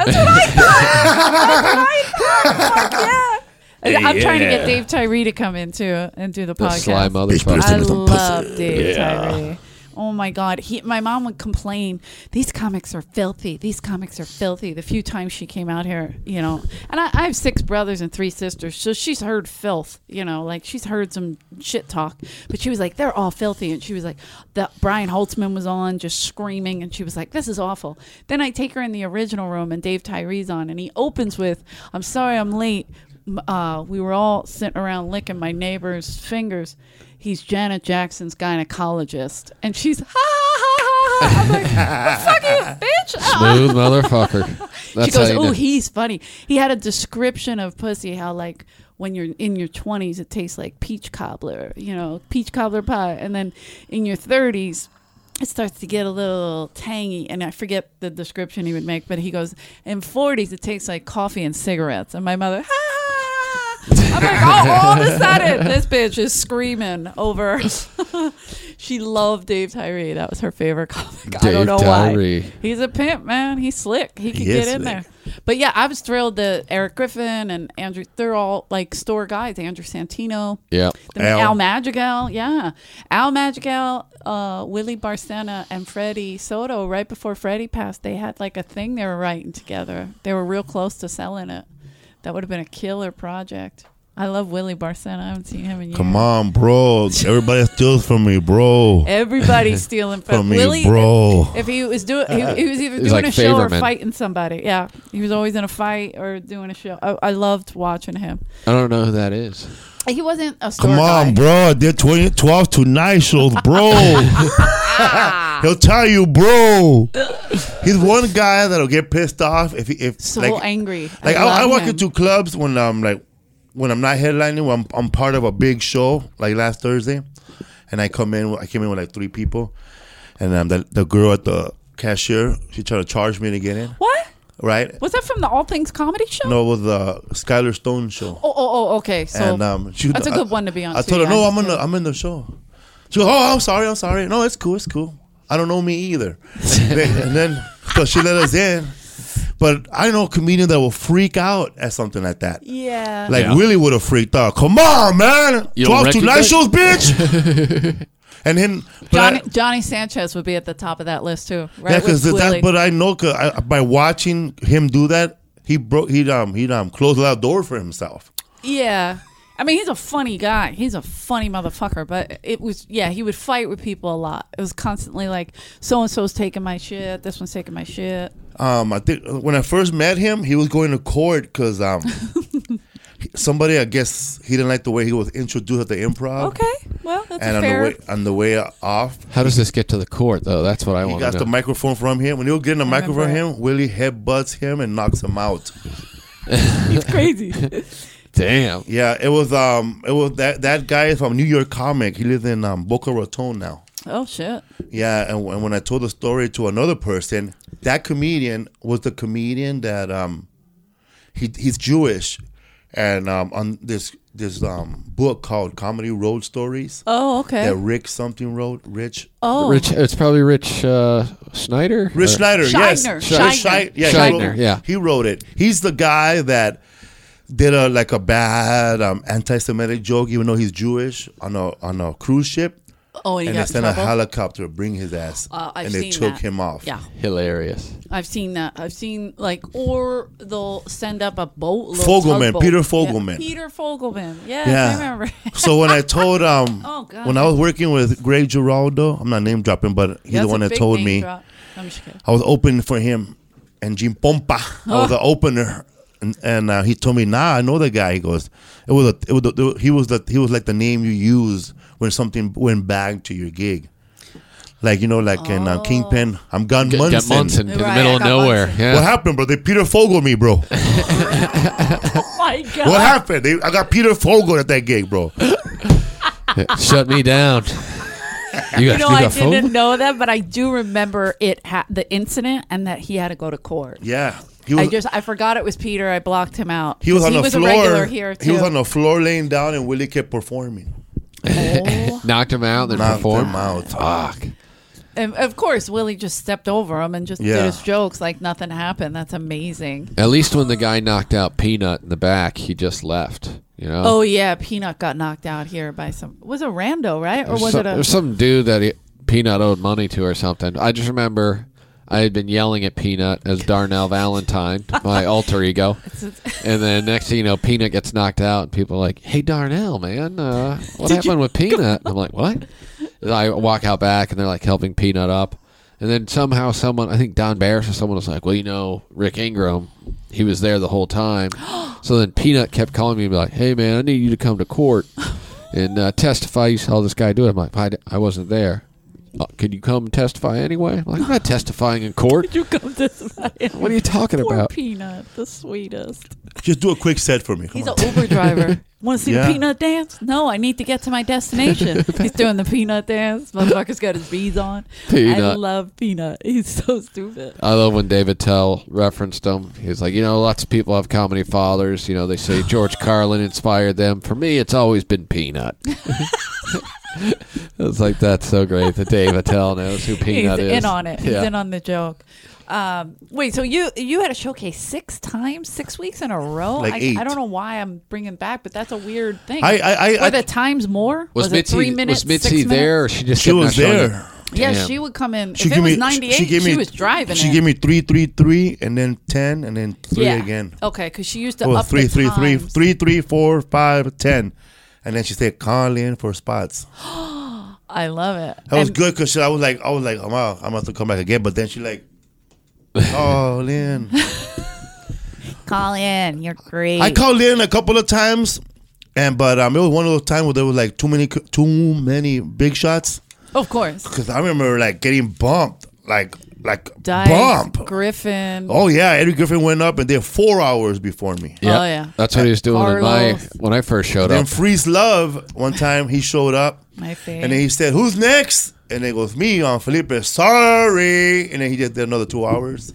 Speaker 2: And I'm trying to get Dave Tyree to come in too and do the
Speaker 4: the
Speaker 2: podcast.
Speaker 4: sly
Speaker 2: I
Speaker 4: motherfucker.
Speaker 2: love Dave Tyree. Oh my God. He, my mom would complain, these comics are filthy. These comics are filthy. The few times she came out here, you know, and I, I have six brothers and three sisters. So she's heard filth, you know, like she's heard some shit talk. But she was like, they're all filthy. And she was like, that Brian Holtzman was on just screaming. And she was like, this is awful. Then I take her in the original room and Dave Tyree's on. And he opens with, I'm sorry I'm late. M- Uh, we were all sitting around licking my neighbor's fingers he's Janet Jackson's gynecologist. And she's, ha, ha, ha, ha. I'm like, fucking bitch. Uh-uh.
Speaker 4: Smooth motherfucker. That's
Speaker 2: She goes,
Speaker 4: how you
Speaker 2: oh,
Speaker 4: know.
Speaker 2: he's funny. He had a description of pussy, how like when you're in your 20s, it tastes like peach cobbler, you know, peach cobbler pie. And then in your 30s, it starts to get a little tangy, and I forget the description he would make, but he goes, In 40s, it tastes like coffee and cigarettes. And my mother, "Ah." I'm like, oh, all of a sudden, this bitch is screaming over. she loved Dave Tyree. That was her favorite comic. I
Speaker 4: Dave
Speaker 2: don't know
Speaker 4: Tyree.
Speaker 2: why. He's a pimp, man. He's slick. He could
Speaker 3: He is
Speaker 2: get in
Speaker 3: slick.
Speaker 2: there. But yeah, I was thrilled that Eric Griffin and Andrew, they're all like store guys. Andrew Santino.
Speaker 4: Yeah.
Speaker 2: The-
Speaker 3: Al.
Speaker 2: Al. Madrigal, yeah. Al Madrigal, uh, Willie Barcena, and Freddie Soto, right before Freddie passed, they had like a thing they were writing together. They were real close to selling it. That would have been a killer project. I love Willie Barcena. I haven't seen him in years.
Speaker 3: Come on, bro. Everybody steals from me, bro.
Speaker 2: Everybody's stealing from,
Speaker 3: From me,
Speaker 2: Willie.
Speaker 3: bro.
Speaker 2: If he was doing,
Speaker 3: Uh,
Speaker 2: he, he was either
Speaker 4: He's
Speaker 2: doing
Speaker 4: like
Speaker 2: a show or
Speaker 4: Favorman.
Speaker 2: fighting somebody. Yeah, he was always in a fight or doing a show. I, I loved watching him.
Speaker 4: I don't know who that is.
Speaker 2: He wasn't a store
Speaker 3: Come
Speaker 2: guy.
Speaker 3: on, bro. I did 20, 12 to 9 shows, bro. He'll tell you, bro. He's one guy that'll get pissed off if he, if
Speaker 2: So
Speaker 3: like,
Speaker 2: angry.
Speaker 3: Like I,
Speaker 2: love
Speaker 3: I, walk
Speaker 2: him.
Speaker 3: into clubs when I'm like when I'm not headlining, when I'm, I'm part of a big show like last Thursday, and I come in. I came in with like three people, and um, the the girl at the cashier she tried to charge me to get in.
Speaker 2: what?
Speaker 3: Right?
Speaker 2: Was that from the All Things Comedy Show?
Speaker 3: No, it was the Skylar Stone show.
Speaker 2: Oh, oh, oh, okay. So
Speaker 3: and um, she,
Speaker 2: that's a
Speaker 3: I-
Speaker 2: good one to be on.
Speaker 3: I
Speaker 2: too,
Speaker 3: told her,
Speaker 2: yeah.
Speaker 3: no, I'm on the I'm in the show. She goes, oh, I'm sorry, I'm sorry. No, it's cool, it's cool. I don't know me either. And then, and then so she let us in. But I know a comedian that will freak out at something like that.
Speaker 2: Yeah.
Speaker 3: Like
Speaker 4: Yeah.
Speaker 3: Willie would have freaked out. Come on, man.
Speaker 4: You don't
Speaker 3: Twelve to night
Speaker 4: recognize-
Speaker 3: shows, bitch. and then, but
Speaker 2: Johnny,
Speaker 3: I,
Speaker 2: Johnny Sanchez would be at the top of that list too. Right?
Speaker 3: yeah,
Speaker 2: with
Speaker 3: because that.
Speaker 2: Willie.
Speaker 3: But I know 'cause I, by watching him do that, he broke. He um he um closed a lot of doors for himself.
Speaker 2: Yeah. I mean, he's a funny guy. He's a funny motherfucker. But it was, yeah, he would fight with people a lot. It was constantly like, so and so's taking my shit. This one's taking my shit.
Speaker 3: Um, I think when I first met him, he was going to court because um. Somebody, I guess he didn't like the way he was introduced at the improv.
Speaker 5: Okay. Well, that's
Speaker 3: And
Speaker 5: a
Speaker 3: on the
Speaker 5: fair.
Speaker 3: way on the way off,
Speaker 4: How does this get to the court, though? That's what I
Speaker 3: he
Speaker 4: want
Speaker 3: got
Speaker 4: to
Speaker 3: the
Speaker 4: know.
Speaker 3: microphone from him. When he was getting the microphone from
Speaker 2: remember
Speaker 3: him, Willie headbutts him and knocks him out.
Speaker 2: He's crazy.
Speaker 4: Damn.
Speaker 3: Yeah, it was um it was that that guy is from New York comic. He lives in um, Boca Raton now.
Speaker 2: oh, shit.
Speaker 3: Yeah, and, w- and when I told the story to another person, that comedian was the comedian that um he he's Jewish and um on this this um book called Comedy Road Stories
Speaker 2: Oh, okay.
Speaker 3: that Rick something wrote, Rich
Speaker 2: oh,
Speaker 4: Rich, it's probably Rich uh, Snyder.
Speaker 3: Rich
Speaker 4: Or-
Speaker 3: Schneider, yes.
Speaker 2: Scheidner,
Speaker 3: Rich
Speaker 2: Scheidner.
Speaker 3: Scheid- yeah,
Speaker 4: Uh, Scheidner,
Speaker 3: he wrote,
Speaker 4: yeah.
Speaker 3: He wrote it. He's the guy that did a like a bad um, anti-Semitic joke, even though he's Jewish, on a on a cruise ship,
Speaker 2: oh, and he
Speaker 3: and they
Speaker 2: got in
Speaker 3: sent a
Speaker 2: trouble.
Speaker 3: helicopter to bring his ass,
Speaker 2: Uh, I've
Speaker 3: and
Speaker 2: seen
Speaker 3: they took
Speaker 2: that.
Speaker 3: him off.
Speaker 2: Yeah,
Speaker 4: Hilarious.
Speaker 2: I've seen that. I've seen like, or they'll send up a boat.
Speaker 3: Fogelman, Peter
Speaker 2: Yeah.
Speaker 3: Fogelman.
Speaker 2: Peter Fogelman. Yes,
Speaker 3: Yeah.
Speaker 2: I remember.
Speaker 3: So when I told um,
Speaker 2: Oh, God.
Speaker 3: when I was working with Greg Giraldo, I'm not name dropping, but he's
Speaker 2: That's
Speaker 3: the
Speaker 2: a
Speaker 3: one that
Speaker 2: big
Speaker 3: told
Speaker 2: name
Speaker 3: me.
Speaker 2: drop. I'm just kidding.
Speaker 3: I was opening for him and Jim Pompa. I was the
Speaker 2: Oh.
Speaker 3: opener, and, and uh, he told me, "Nah, I know the guy." He goes, "It was a, it was the, he was the, he was like the name you use when something went back to your gig, like you know, like in uh, Kingpin,
Speaker 2: Oh.
Speaker 3: I'm Gun
Speaker 4: Get,
Speaker 3: Munson.
Speaker 4: get Munson in the
Speaker 2: Right,
Speaker 4: middle
Speaker 2: I
Speaker 4: of
Speaker 2: got
Speaker 4: nowhere.
Speaker 2: Munson.
Speaker 3: What
Speaker 4: Yeah.
Speaker 3: happened, bro? They Peter Fogel me, bro. What
Speaker 2: Oh my God.
Speaker 3: happened? They, I got Peter Fogel at that gig, bro.
Speaker 4: Shut me down. You got, you
Speaker 2: You know, I
Speaker 4: got
Speaker 2: didn't
Speaker 4: phone?
Speaker 2: know that, but I do remember it ha- the incident and that he had to go to court.
Speaker 3: Yeah, he was.
Speaker 2: I just I forgot it was Peter. I blocked him out.
Speaker 3: he was on
Speaker 2: he
Speaker 3: the
Speaker 2: was
Speaker 3: floor.
Speaker 2: a regular here too.
Speaker 3: He was on the floor laying down, and Willie kept performing.
Speaker 2: Oh.
Speaker 4: Knocked him out and then
Speaker 3: Knocked
Speaker 4: performed.
Speaker 3: him out.
Speaker 4: Fuck.
Speaker 2: and of course, Willie just stepped over him and just
Speaker 3: Yeah.
Speaker 2: did his jokes like nothing happened. That's amazing.
Speaker 4: At least when the guy knocked out Peanut in the back, he just left. You know.
Speaker 2: Oh yeah, Peanut got knocked out here by some was it Rando right or
Speaker 4: There's
Speaker 2: was
Speaker 4: some,
Speaker 2: it a
Speaker 4: there's some dude that he, Peanut owed money to or something. I just remember I had been yelling at Peanut as Darnell Valentine, my alter ego. And then next thing you know, Peanut gets knocked out, and people are like, "Hey, Darnell, man, uh, what happened with Peanut?" And I'm like, "What?" And I walk out back, and they're like helping Peanut up. And then somehow someone, I think Don Barris or someone was like, "Well, you know, Rick Ingram, he was there the whole time." so then Peanut kept calling me and be like, "Hey, man, I need you to come to court." and uh, testify. You saw this guy do it. I'm like, I, I wasn't there. Uh, could you come testify anyway? I'm like, I'm not testifying in court.
Speaker 2: you come this way?
Speaker 4: What are you talking
Speaker 2: Poor
Speaker 4: about?
Speaker 2: Peanut, the sweetest.
Speaker 3: Just do a quick set for me. Come
Speaker 2: He's
Speaker 3: on.
Speaker 2: an Uber driver. Want to see
Speaker 3: Yeah.
Speaker 2: the peanut dance? No, I need to get to my destination. He's doing the peanut dance. Motherfucker's got his beads on. I
Speaker 4: Peanut.
Speaker 2: love peanut. He's so stupid.
Speaker 4: I love when David Tell referenced him. He's like, you know, lots of people have comedy fathers. You know, they say George Carlin inspired them. For me, it's always been Peanut. it's like that's so great that David Tell knows who Peanut
Speaker 2: He's
Speaker 4: is.
Speaker 2: in on it. He's
Speaker 4: Yeah.
Speaker 2: in on the joke. Um, wait, so you you had a showcase six times, six weeks in a row?
Speaker 3: Like
Speaker 2: I,
Speaker 3: eight.
Speaker 2: I don't know why I'm bringing back, but that's a weird thing.
Speaker 3: I- I- I-
Speaker 2: Were
Speaker 3: I-
Speaker 2: the times more?
Speaker 4: was,
Speaker 2: it
Speaker 4: Mitzi
Speaker 2: three minutes?
Speaker 4: was Mitzi
Speaker 2: six minutes?
Speaker 4: there? Or she just
Speaker 3: She
Speaker 4: kept
Speaker 3: was
Speaker 4: not showing
Speaker 3: there.
Speaker 4: up?
Speaker 2: Yeah,
Speaker 4: Damn.
Speaker 2: she would come in. if
Speaker 3: She gave
Speaker 2: it was
Speaker 3: me-
Speaker 2: 98, she,
Speaker 3: gave me-
Speaker 2: was driving
Speaker 3: She
Speaker 2: it.
Speaker 3: gave me three, three, three, and then ten, and then three
Speaker 2: yeah.
Speaker 3: again.
Speaker 2: Okay, because she used to
Speaker 3: Oh,
Speaker 2: up
Speaker 3: three,
Speaker 2: the
Speaker 3: three, three,
Speaker 2: times.
Speaker 3: three, three, four, five, ten, and then she said, "Call in for spots."
Speaker 2: I love it.
Speaker 3: That was
Speaker 2: And-
Speaker 3: good because I was like, I was like, oh, wow, I'm about to come back again. But then she like, call in.
Speaker 2: Call in. You're great.
Speaker 3: I called in a couple of times, and but um, it was one of those times where there was like too many, too many big shots.
Speaker 2: of course.
Speaker 3: Because I remember like getting bumped, like like
Speaker 2: Dice,
Speaker 3: bump.
Speaker 2: Griffin.
Speaker 3: Oh yeah, Eddie Griffin went up, and they're four hours before me.
Speaker 2: Oh, yeah.
Speaker 4: That's what he was doing in my
Speaker 2: Carlos.
Speaker 4: when I first showed
Speaker 3: Then
Speaker 4: up.
Speaker 3: Freeze Love, one time he showed up,
Speaker 2: My favorite.
Speaker 3: and then he said, "Who's next?" And then goes me on Felipe. Sorry, and then he just did another two hours.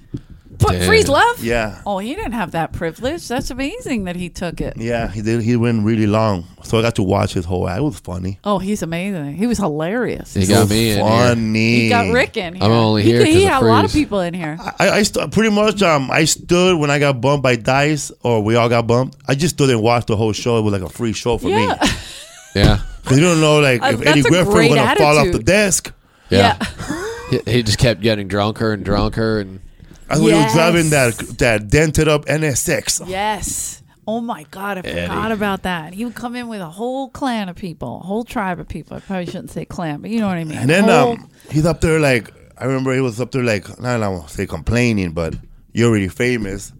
Speaker 2: But
Speaker 4: Damn.
Speaker 2: Freeze Love?
Speaker 3: Yeah.
Speaker 2: Oh, he didn't have that privilege. That's amazing that he took it.
Speaker 3: Yeah, he did. He went really long, so I got to watch his whole. act. It was funny.
Speaker 2: Oh, he's amazing. He was hilarious.
Speaker 4: He got me in here.
Speaker 3: funny.
Speaker 2: He got Rick in here.
Speaker 4: I'm only here
Speaker 2: He,
Speaker 4: 'cause
Speaker 2: he
Speaker 4: of
Speaker 2: had a lot of
Speaker 4: Freeze.
Speaker 2: people in here.
Speaker 3: I, I st- pretty much um I stood when I got bumped by Dice or we all got bumped. I just stood and watched the whole show. It was like a free show for me.
Speaker 2: Yeah.
Speaker 3: 'Cause
Speaker 4: Yeah.
Speaker 3: you don't know like
Speaker 2: Uh,
Speaker 3: if
Speaker 2: that's
Speaker 3: Eddie
Speaker 2: a
Speaker 3: Griffin
Speaker 2: great
Speaker 3: gonna fall off the
Speaker 2: attitude.
Speaker 3: desk.
Speaker 4: Yeah. He- he just kept getting drunker and drunker and
Speaker 3: I thought he
Speaker 2: Yes.
Speaker 3: was driving that that dented up NSX.
Speaker 2: Yes. Oh my God, I forgot about that. He would come in with a whole clan of people, a whole tribe of people. I probably shouldn't say clan, but you know what I mean.
Speaker 3: And then
Speaker 2: Whole-
Speaker 3: um he's up there like I remember he was up there like not I won't say complaining, but you're already famous.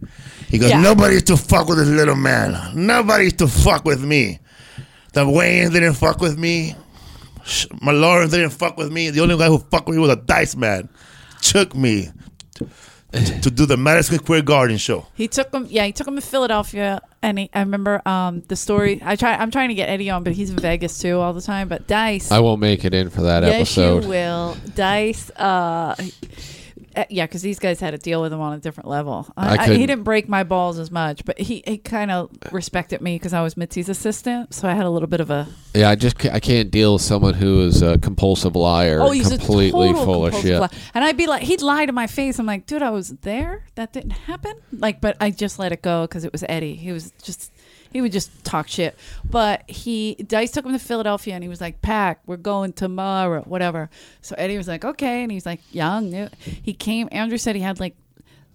Speaker 3: He goes,
Speaker 2: Yeah.
Speaker 3: Nobody's to fuck with this little man. Nobody's to fuck with me. The Wayans didn't fuck with me. Sh- My Lawrence didn't fuck with me. The only guy who fucked with me was a dice man. Took me to, to do the Madison Square Garden show.
Speaker 2: he took him. Yeah, he took him to Philadelphia, and he, I remember um, the story. I try. I'm trying to get Eddie on, but he's in Vegas too all the time. But Dice.
Speaker 4: I won't make it in for that
Speaker 2: yes,
Speaker 4: episode.
Speaker 2: you will. Dice. Uh, uh, yeah, because these guys had to deal with him on a different level. I,
Speaker 4: I
Speaker 2: I- he
Speaker 4: couldn't-
Speaker 2: didn't break my balls as much, but he, he kind of respected me because I was Mitzi's assistant, so I had a little bit of a
Speaker 4: Yeah, I just ca- I can't deal with someone who is a compulsive liar,
Speaker 2: oh, he's
Speaker 4: completely
Speaker 2: a total
Speaker 4: full of
Speaker 2: compulsive
Speaker 4: shit.
Speaker 2: liar. And I'd be like, he'd lie to my face. I'm like, dude, I was there. That didn't happen. Like, but I just let it go because it was Eddie. He was just, he would just talk shit. But he, Dice took him to Philadelphia and he was like, pack, we're going tomorrow, whatever. So Eddie was like, okay. And he's like, young. He came, Andrew said he had like,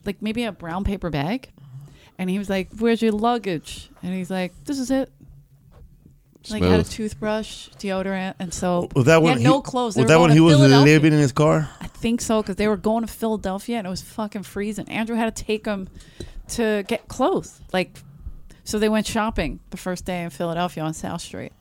Speaker 2: like maybe a brown paper bag. And he was like, where's your luggage? And he's like, this is it. Like had a
Speaker 4: Smooth.
Speaker 2: toothbrush, deodorant, and soap.
Speaker 3: Was that
Speaker 2: he
Speaker 3: when
Speaker 2: had no clothes. They
Speaker 3: Was
Speaker 2: were
Speaker 3: that
Speaker 2: going
Speaker 3: when
Speaker 2: to
Speaker 3: he was
Speaker 2: Philadelphia.
Speaker 3: living in his car?
Speaker 2: I think so because they were going to Philadelphia and it was fucking freezing. Andrew had to take him to get clothes, like so they went shopping the first day in Philadelphia on South Street.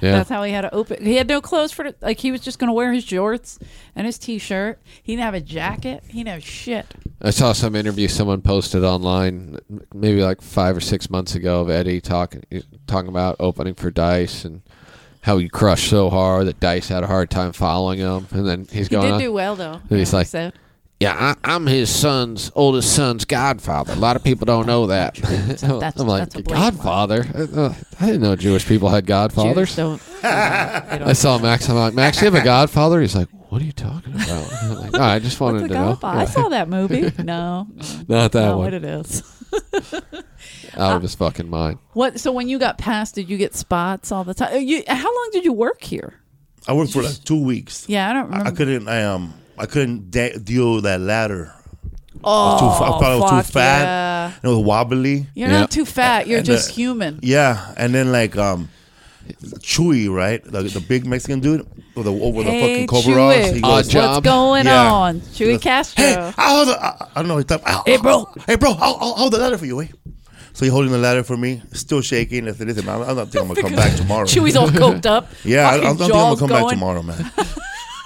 Speaker 4: Yeah.
Speaker 2: That's how he had to open. He had no clothes for it. Like he was just gonna wear his jorts and his t-shirt. He didn't have a jacket. He didn't have shit.
Speaker 4: I saw some interview someone posted online, m- maybe like five or six months ago, of Eddie talking eh, talking about opening for Dice and how he crushed so hard that Dice had a hard time following him, and then he's
Speaker 2: He
Speaker 4: going,
Speaker 2: did
Speaker 4: on,
Speaker 2: do well though.
Speaker 4: He's
Speaker 2: yeah,
Speaker 4: like-
Speaker 2: said.
Speaker 4: "Yeah, I, I'm his son's oldest son's godfather." A lot of people don't know that. I'm
Speaker 2: That's-
Speaker 4: like,
Speaker 2: that's a blatant lie.
Speaker 4: "Godfather? Uh, uh, I didn't know Jewish people had godfathers."
Speaker 2: Jews don't- they don't-
Speaker 4: I saw Max. I'm like, Max, you have a godfather? He's like, what are you talking about? I'm like, "No, I just wanted
Speaker 2: What's a
Speaker 4: to know.
Speaker 2: godfather? I saw that movie. No,
Speaker 4: Not that
Speaker 2: not
Speaker 4: one.
Speaker 2: what it is.
Speaker 4: Out of his fucking mind.
Speaker 2: What? So when you got passed, did you get spots all the time? You, how long did you work here?
Speaker 3: I worked for like two weeks.
Speaker 2: Yeah, I don't
Speaker 3: I,
Speaker 2: remember.
Speaker 3: I couldn't. I um. I couldn't de- deal with that ladder.
Speaker 2: oh,
Speaker 3: I was too, fa- I thought I was too
Speaker 2: fuck
Speaker 3: fat.
Speaker 2: yeah.
Speaker 3: and It was wobbly.
Speaker 2: You're
Speaker 4: Yeah.
Speaker 2: not too fat. You're
Speaker 3: And,
Speaker 2: just
Speaker 3: uh,
Speaker 2: human.
Speaker 3: Yeah, and then like um, Chewy, right? The, the big Mexican dude with the over the
Speaker 2: Hey,
Speaker 3: fucking coveralls.
Speaker 2: Chewy.
Speaker 3: He
Speaker 4: Odd
Speaker 3: goes,
Speaker 4: job.
Speaker 2: What's going
Speaker 3: Yeah.
Speaker 2: on,
Speaker 3: he
Speaker 2: Chewy
Speaker 3: goes,
Speaker 2: Castro?
Speaker 3: Hey, I hold the. I, I don't know. He's like, "Ow,
Speaker 2: Hey,
Speaker 3: ow,
Speaker 2: bro.
Speaker 3: ow, Hey, bro. I'll, I'll hold the ladder for you. Eh? So he's holding the ladder for me, still shaking. I said, "Listen, man, I don't think I'm gonna come back tomorrow."
Speaker 2: Chewy's all coked up.
Speaker 3: yeah, I, I
Speaker 2: fucking
Speaker 3: don't think I'm gonna
Speaker 2: jaw's
Speaker 3: come back
Speaker 2: going.
Speaker 3: tomorrow, man.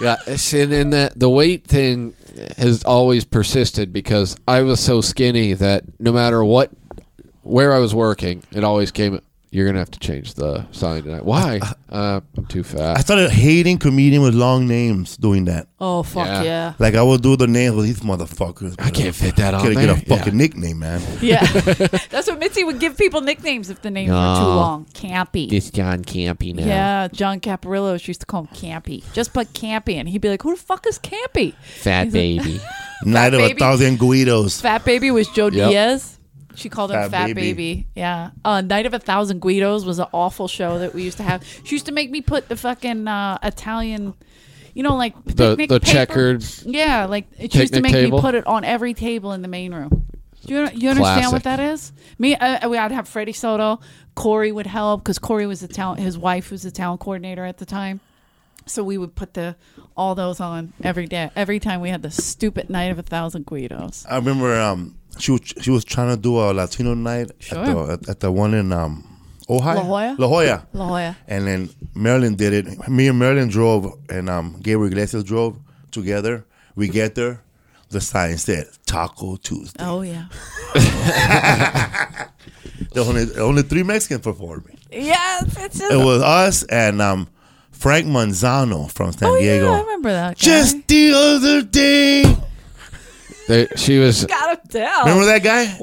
Speaker 4: Yeah, it's- and then the, the weight thing has always persisted because I was so skinny that no matter what, where I was working, it always came. You're gonna have to change the sign tonight. Why? Uh, I'm too
Speaker 3: I
Speaker 4: fat.
Speaker 3: started hating comedian with long names doing that.
Speaker 2: Oh fuck
Speaker 4: Yeah.
Speaker 2: yeah,
Speaker 3: Like I will do the names with these motherfuckers.
Speaker 4: I can't fit that on
Speaker 3: Gotta
Speaker 4: there.
Speaker 3: get a fucking nickname, man.
Speaker 2: yeah. That's what Mitzi would give people nicknames if the names were too
Speaker 4: No.
Speaker 2: long. Campy.
Speaker 4: This John Campy now.
Speaker 2: yeah, John Caparillo she used to call him Campy. Just put Campy, and he'd be like, "Who the fuck is Campy?"
Speaker 4: Fat baby.
Speaker 3: Night of a
Speaker 2: baby.
Speaker 3: thousand Guidos.
Speaker 2: Fat Baby was Joe
Speaker 4: Yep.
Speaker 2: Diaz. She called him Fat,
Speaker 3: Fat
Speaker 2: Baby.
Speaker 3: Baby.
Speaker 2: Yeah. Uh, Night of a Thousand Guidos was an awful show that we used to have. She used to make me put the fucking uh, Italian. you know, like
Speaker 4: The
Speaker 2: picnic
Speaker 4: the
Speaker 2: paper.
Speaker 4: checkered.
Speaker 2: Yeah, like it used to
Speaker 4: Picnic
Speaker 2: make
Speaker 4: table?
Speaker 2: me put it on every table in the main room. Do you, you understand
Speaker 4: Classic.
Speaker 2: what that is? Me, I, I- I'd have Freddie Soto. Corey would help because Corey was the talent. His wife was the talent coordinator at the time, so we would put the all those on every day. Every time we had the stupid night of a thousand Guidos.
Speaker 3: I remember um, she was, she was trying to do a Latino night at,
Speaker 2: Sure.
Speaker 3: the, at, at the one in um, Ohio.
Speaker 2: La Jolla?
Speaker 3: La Jolla.
Speaker 2: La Jolla.
Speaker 3: And then Marilyn did it. Me and Marilyn drove, and um, Gabriel Iglesias drove together. We get there. The sign said Taco Tuesday.
Speaker 2: Oh yeah,
Speaker 3: There were only, only three Mexicans performing.
Speaker 2: yes, it's just.
Speaker 3: It was us and um, Frank Manzano from San
Speaker 2: oh
Speaker 3: Diego.
Speaker 2: yeah, I remember that. Guy.
Speaker 3: Just the other day.
Speaker 4: They, she was
Speaker 5: Gotta tell.
Speaker 3: Remember that
Speaker 2: Oh,
Speaker 3: guy?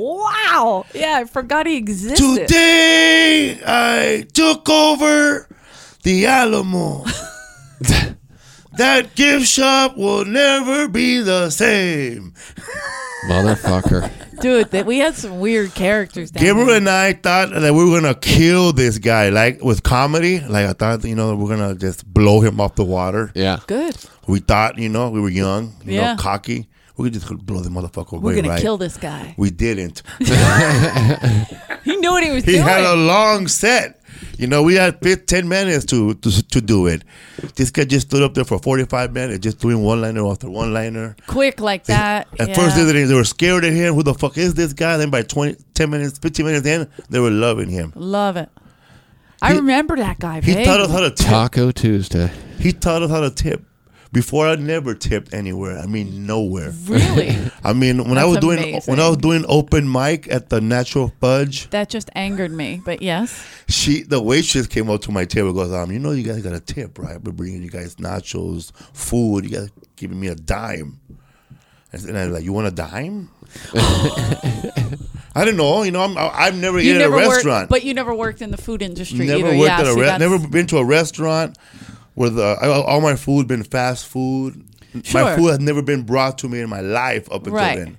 Speaker 5: Wow. Yeah, I forgot he existed.
Speaker 3: Today I took over the Alamo. that gift shop will never be the same.
Speaker 4: motherfucker.
Speaker 2: dude, that we had some weird characters. Down
Speaker 3: Gabriel
Speaker 2: there.
Speaker 3: and I thought that we were gonna kill this guy, like with comedy. Like I thought, you know, we're gonna just blow him off the water.
Speaker 4: Yeah.
Speaker 2: Good.
Speaker 3: We thought, you know, we were young, you
Speaker 2: Yeah.
Speaker 3: know, cocky. We could just blow the motherfucker away,
Speaker 2: We're gonna
Speaker 3: right?
Speaker 2: kill this guy.
Speaker 3: we didn't.
Speaker 2: He knew what he was
Speaker 3: He
Speaker 2: doing.
Speaker 3: had a long set. You know, we had fif- 10 minutes to, to to do it. This guy just stood up there for 45 minutes, just doing one liner after one liner.
Speaker 2: Quick like that.
Speaker 3: At
Speaker 2: yeah.
Speaker 3: first, they, didn't- they were scared at him. Who the fuck is this guy? Then by 20, 10 minutes, 15 minutes in, they were loving him.
Speaker 2: Love it. I
Speaker 3: He-
Speaker 2: remember that guy.
Speaker 3: He
Speaker 2: vaguely.
Speaker 3: taught us how to tip.
Speaker 4: Taco Tuesday.
Speaker 3: He taught us how to tip. Before I never tipped anywhere. I mean nowhere.
Speaker 2: Really?
Speaker 3: I mean when I
Speaker 2: That's
Speaker 3: was doing when I
Speaker 2: amazing.
Speaker 3: was doing open mic at the Natural Fudge,
Speaker 2: that just angered me. But yes.
Speaker 3: she the waitress came up to my table and goes, um, you know you guys got a tip, right? We're bringing you guys nachos, food. You guys giving me a dime. And s- And I'm like, you want a dime? I don't know. You know, I'm, I- I've never
Speaker 2: You
Speaker 3: eaten at a
Speaker 2: never
Speaker 3: restaurant.
Speaker 2: worked but you never worked in the food industry
Speaker 3: never
Speaker 2: either.
Speaker 3: worked
Speaker 2: yeah,
Speaker 3: at a
Speaker 2: see,
Speaker 3: re-
Speaker 2: that's-
Speaker 3: never been to a restaurant where the I- all my food been fast food. My
Speaker 2: Sure.
Speaker 3: food has never been brought to me in my life up until
Speaker 2: Right.
Speaker 3: then.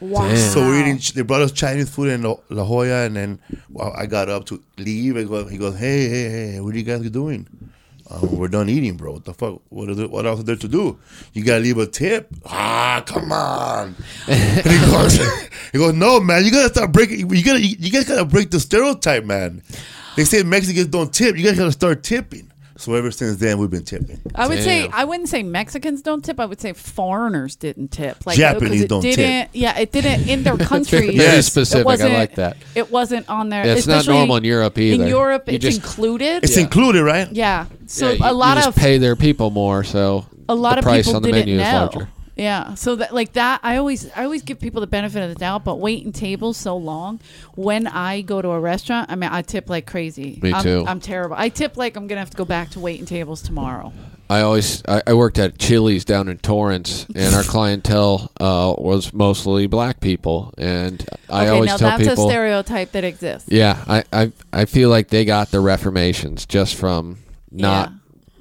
Speaker 2: wow.
Speaker 3: So we're eating. They brought us Chinese food in La La Jolla, and then well, I got up to leave. And go- he goes, "Hey, hey, hey, what are you guys doing? Um, we're done eating, bro. What the fuck? What, is it, what else is there to do? You gotta leave a tip. Ah, come on." and he goes, "He goes, no, man. You gotta start breaking. You gotta. You, you guys gotta break the stereotype, man. They say Mexicans don't tip. You guys gotta start tipping." So ever since then, we've been tipping.
Speaker 2: I would say
Speaker 4: Damn.
Speaker 2: I wouldn't say Mexicans don't tip. I would say foreigners didn't tip. Like
Speaker 3: Japanese
Speaker 2: because it
Speaker 3: don't tip.
Speaker 2: didn't, Yeah, it didn't in their country.
Speaker 4: Very
Speaker 3: Yes.
Speaker 4: specific. I
Speaker 2: wasn't-
Speaker 4: like that.
Speaker 2: It wasn't on there.
Speaker 4: Yeah, it's not
Speaker 2: especially
Speaker 4: normal in Europe either.
Speaker 2: In Europe,
Speaker 4: You
Speaker 2: it's
Speaker 4: just-
Speaker 2: included.
Speaker 3: It's
Speaker 4: Yeah.
Speaker 3: included, right?
Speaker 2: yeah. So
Speaker 4: Yeah, you-
Speaker 2: a lot
Speaker 4: you just
Speaker 2: of
Speaker 4: pay their people more, so
Speaker 2: a lot
Speaker 4: the
Speaker 2: of
Speaker 4: price
Speaker 2: people
Speaker 4: on the
Speaker 2: didn't
Speaker 4: menu
Speaker 2: know.
Speaker 4: is larger.
Speaker 2: Yeah, so that like that, I always I always give people the benefit of the doubt, but waiting tables so long. When I go to a restaurant, I mean I tip like crazy.
Speaker 4: Me
Speaker 2: I'm,
Speaker 4: too.
Speaker 2: I'm terrible. I tip like I'm gonna have to go back to waiting tables tomorrow.
Speaker 4: I always I, I worked at Chili's down in Torrance, and our clientele uh, was mostly black people, and I
Speaker 2: okay,
Speaker 4: always
Speaker 2: now
Speaker 4: tell
Speaker 2: that's
Speaker 4: people,
Speaker 2: a stereotype that exists.
Speaker 4: yeah, I, I I feel like they got the reformations just from not
Speaker 2: Yeah.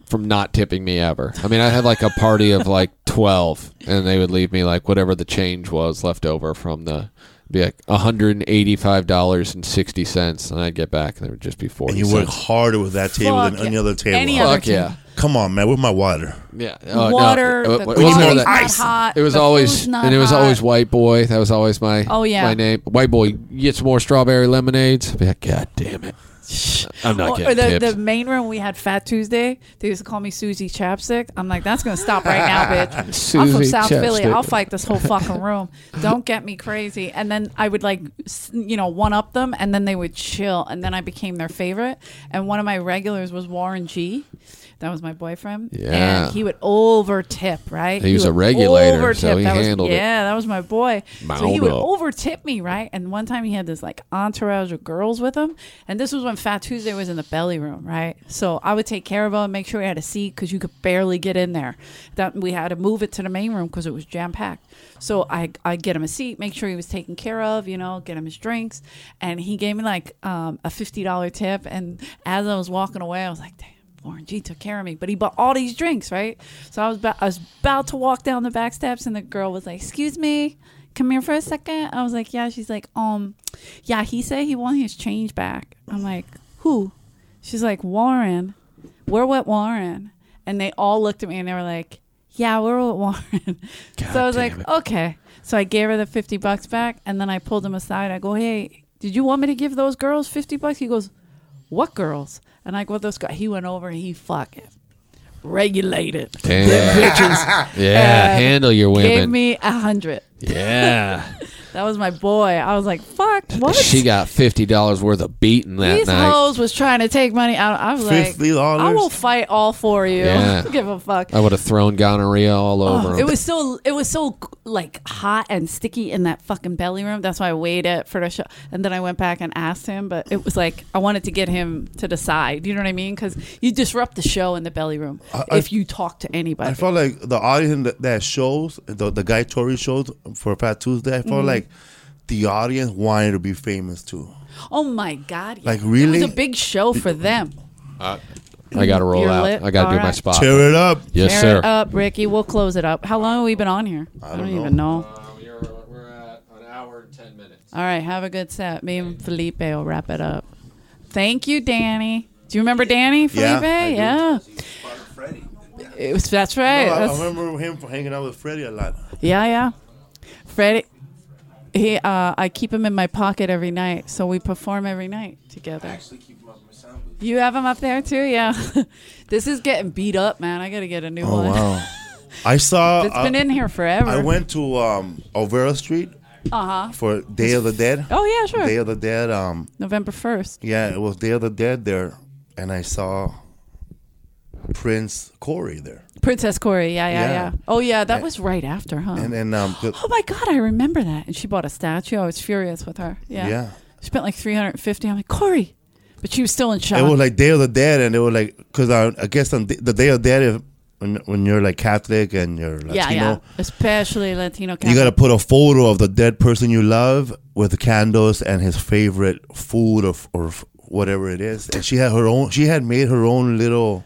Speaker 4: from not tipping me ever. I mean, I had like a party of like twelve, and they would leave me like whatever the change was left over from the. Be like one hundred and eighty-five dollars and sixty cents, and I'd get back, and there would just be forty.
Speaker 3: And you work
Speaker 4: cents.
Speaker 3: harder with that table than
Speaker 2: Fuck
Speaker 3: any
Speaker 2: yeah.
Speaker 3: other table.
Speaker 2: Any
Speaker 3: huh?
Speaker 2: other
Speaker 4: Fuck yeah.
Speaker 3: Come on, man. With my water.
Speaker 4: Yeah, Oh,
Speaker 2: Water, the
Speaker 4: it,
Speaker 2: coffee's
Speaker 3: more
Speaker 4: was,
Speaker 3: than-
Speaker 2: not
Speaker 3: ice.
Speaker 2: hot.
Speaker 4: it was
Speaker 2: the
Speaker 4: always
Speaker 2: food's not
Speaker 4: and it was
Speaker 2: hot.
Speaker 4: always white boy. That was always my
Speaker 2: Oh, yeah.
Speaker 4: my name. White boy gets more strawberry lemonades. I'd be like, God damn it, I'm not
Speaker 2: or
Speaker 4: getting
Speaker 2: the,
Speaker 4: tipped.
Speaker 2: the main room we had Fat Tuesday. They used to call me Susie Chapstick. I'm like, that's gonna stop right now, bitch. I'm from
Speaker 4: Susie
Speaker 2: South Philly.
Speaker 4: Chapstick.
Speaker 2: I'll fight this whole fucking room. Don't get me crazy. And then I would like, s- you know, one up them, and then they would chill, and then I became their favorite. And one of my regulars was Warren G. That was my boyfriend.
Speaker 4: Yeah.
Speaker 2: and he would over tip, right?
Speaker 4: He was a regulator,
Speaker 2: over
Speaker 4: so he
Speaker 2: that was,
Speaker 4: handled it.
Speaker 2: Yeah, that was my boy. so he
Speaker 4: Mount
Speaker 2: would
Speaker 4: up.
Speaker 2: overtip me, right? And one time he had this like entourage of girls with him. And this was when Fat Tuesday was in the belly room, right? So I would take care of him, make sure he had a seat because you could barely get in there. That we had to move it to the main room because it was jam packed. So I I get him a seat, make sure he was taken care of, you know, get him his drinks, and he gave me like um, a fifty dollar tip. And as I was walking away, I was like, damn. Warren G took care of me, but he bought all these drinks, right? So I was about, I was about to walk down the back steps, and the girl was like, "Excuse me, come here for a second. I was like, "Yeah." She's like, "Um, yeah." He said he wanted his change back. I'm like, "Who?" She's like, "Warren." We're with Warren, and they all looked at me and they were like, "Yeah, we're with Warren." so I was like,
Speaker 4: damn it.
Speaker 2: "Okay." So I gave her the fifty bucks back, and then I pulled him aside. I go, "Hey, did you want me to give those girls fifty bucks?" He goes, "What girls?" And I go, "Those girls." He went over and he fucking regulated.
Speaker 4: Damn.
Speaker 2: Bitches
Speaker 4: Yeah,
Speaker 2: And
Speaker 4: handle your
Speaker 2: Uh, gave
Speaker 4: women.
Speaker 2: me a hundred.
Speaker 4: yeah.
Speaker 2: That was my boy. I was like, "Fuck what?"
Speaker 4: She got $50 worth of beating that
Speaker 2: These
Speaker 4: night.
Speaker 2: hoes was trying to take money out. I was like,
Speaker 3: $50?
Speaker 2: I will fight all for you.
Speaker 4: Yeah.
Speaker 2: Give a fuck.
Speaker 4: I would have thrown gonorrhea all over him.
Speaker 2: Oh, It was so it was so like hot and sticky in that fucking belly room. That's why I waited for the show, and then I went back and asked him. But it was like I wanted to get him to the side. You know what I mean? Because you disrupt the show in the belly room
Speaker 3: I-
Speaker 2: if you talk to anybody.
Speaker 3: I felt like the audience that, that shows, the, the guy Tori shows for Fat Tuesday, I felt
Speaker 2: Mm-hmm.
Speaker 3: like the audience wanted to be famous too.
Speaker 2: oh my god! yeah.
Speaker 3: Like, really?
Speaker 2: it was a big show for them.
Speaker 4: I got to roll
Speaker 2: You're
Speaker 4: out.
Speaker 2: lit?
Speaker 4: I got to
Speaker 2: All
Speaker 4: do my
Speaker 2: right.
Speaker 4: spot.
Speaker 3: Tear it up.
Speaker 4: Yes,
Speaker 2: Tear
Speaker 4: sir.
Speaker 2: it up, Ricky. We'll close it up. How long have we been on here? I don't, even know.
Speaker 4: we're at an hour and 10 minutes.
Speaker 2: All right, have a good set. Me and Felipe will wrap it up. Thank you, Danny. Do you remember Danny
Speaker 3: Yeah,
Speaker 2: Felipe?
Speaker 3: I do.
Speaker 2: Yeah,
Speaker 3: Freddie.
Speaker 2: It was- that's right.
Speaker 3: I,
Speaker 2: That's-
Speaker 3: I remember him from hanging out with Freddie a lot.
Speaker 2: yeah, yeah. Freddie, he, uh, I keep him in my pocket every night, so we perform every night together. You have him up there too, yeah. this is getting beat up, man. I gotta get a new one.
Speaker 3: I saw.
Speaker 2: It's
Speaker 3: I-
Speaker 2: been in here forever.
Speaker 3: Oh, Uh, I went to um, Overa Street
Speaker 2: Uh huh.
Speaker 3: for Day of the Dead.
Speaker 2: Oh yeah, sure.
Speaker 3: Day of the Dead. Um,
Speaker 2: November first.
Speaker 3: yeah, it was Day of the Dead there, and I saw Prince Corey there,
Speaker 2: Princess Corey. Yeah, yeah,
Speaker 3: Yeah.
Speaker 2: yeah. Oh yeah, that
Speaker 3: And-
Speaker 2: was right after, huh?
Speaker 3: and then um, the-
Speaker 2: Oh my God, I remember that. And she bought a statue. I was furious with her. Yeah.
Speaker 3: Yeah.
Speaker 2: She spent like 350 I'm like, Corey. But she was still in shock.
Speaker 3: it was like Day of the Dead, and it was like because I, I guess on the the Day of the Dead, if, when when you're like Catholic and you're Latino,
Speaker 2: yeah, yeah. Especially Latino
Speaker 3: you
Speaker 2: Catholic.
Speaker 3: gotta put a photo of the dead person you love with the candles and his favorite food or, or f- whatever it is. And she had her own. She had made her own little,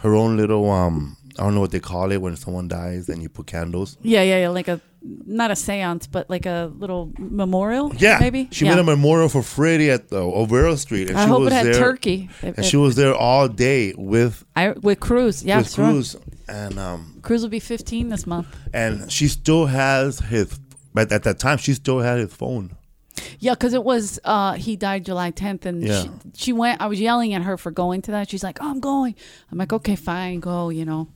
Speaker 3: her own little. Um, I don't know what they call it when someone dies and you put candles.
Speaker 2: yeah, yeah, yeah. Like a, not a seance, but like a little memorial.
Speaker 3: Yeah,
Speaker 2: Maybe.
Speaker 3: she
Speaker 2: yeah.
Speaker 3: made a memorial for Freddie at the Overo Street, and
Speaker 2: I
Speaker 3: she
Speaker 2: hope it
Speaker 3: was
Speaker 2: had
Speaker 3: there.
Speaker 2: turkey. It-
Speaker 3: And
Speaker 2: it-
Speaker 3: she was there all day with
Speaker 2: I, with Cruz. Yeah,
Speaker 3: with
Speaker 2: sure. Cruz.
Speaker 3: Cruz, and um,
Speaker 2: will be 15 this month.
Speaker 3: and she still has his. But at that time, she still had his phone.
Speaker 2: Yeah, because it was uh, he died July 10th, and
Speaker 3: Yeah.
Speaker 2: she, she went. I was yelling at her for going to that. She's like, "Oh, I'm going." I'm like, "Okay, fine, go." You know.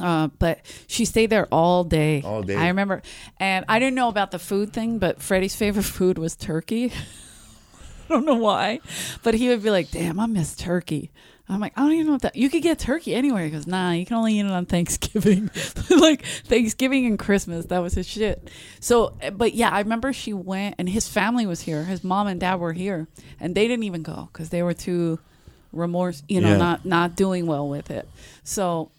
Speaker 2: Uh, but she stayed there all day.
Speaker 3: All day.
Speaker 2: I remember, and I didn't know about the food thing, but Freddie's favorite food was turkey. I don't know why, but he would be like, "Damn, I miss turkey." I'm like, I don't even know what that. You could get turkey anywhere. He goes, Nah, you can only eat it on Thanksgiving, like Thanksgiving and Christmas. That was his shit. So, eh, but yeah, I remember she went, and his family was here. His mom and dad were here, and they didn't even go because they were too remorse, you know,
Speaker 3: Yeah.
Speaker 2: not not doing well with it. So.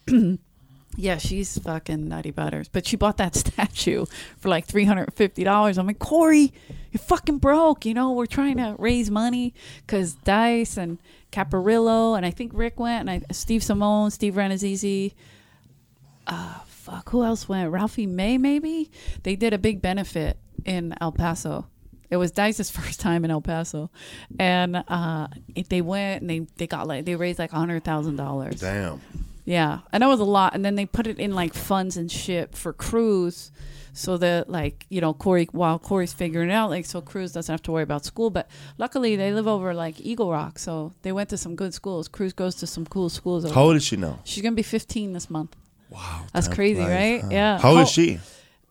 Speaker 2: Yeah, she's fucking nutty butters. But she bought that statue for like three hundred and fifty dollars. I'm like, Corey, you're fucking broke. You know, we're trying to raise money because Dice and Caparillo and I think Rick went and I, Steve Simone, Steve Renazizi. Uh, fuck, who else went? Ralphie May, maybe. They did a big benefit in El Paso. It was Dice's first time in El Paso, and uh, it, they went and they, they got like they raised like hundred thousand dollars.
Speaker 3: Damn.
Speaker 2: Yeah, and that was a lot. And then they put it in like funds and shit for Cruz, so that like you know Corey while Corey's figuring it out, like so Cruz doesn't have to worry about school. But luckily they live over like Eagle Rock, so they went to some good schools. Cruz goes to some cool schools. Over.
Speaker 3: How old is she now?
Speaker 2: She's gonna be 15 this month. Wow, that's crazy, right?
Speaker 3: Huh.
Speaker 2: Yeah.
Speaker 3: How old is
Speaker 2: Oh,
Speaker 3: she?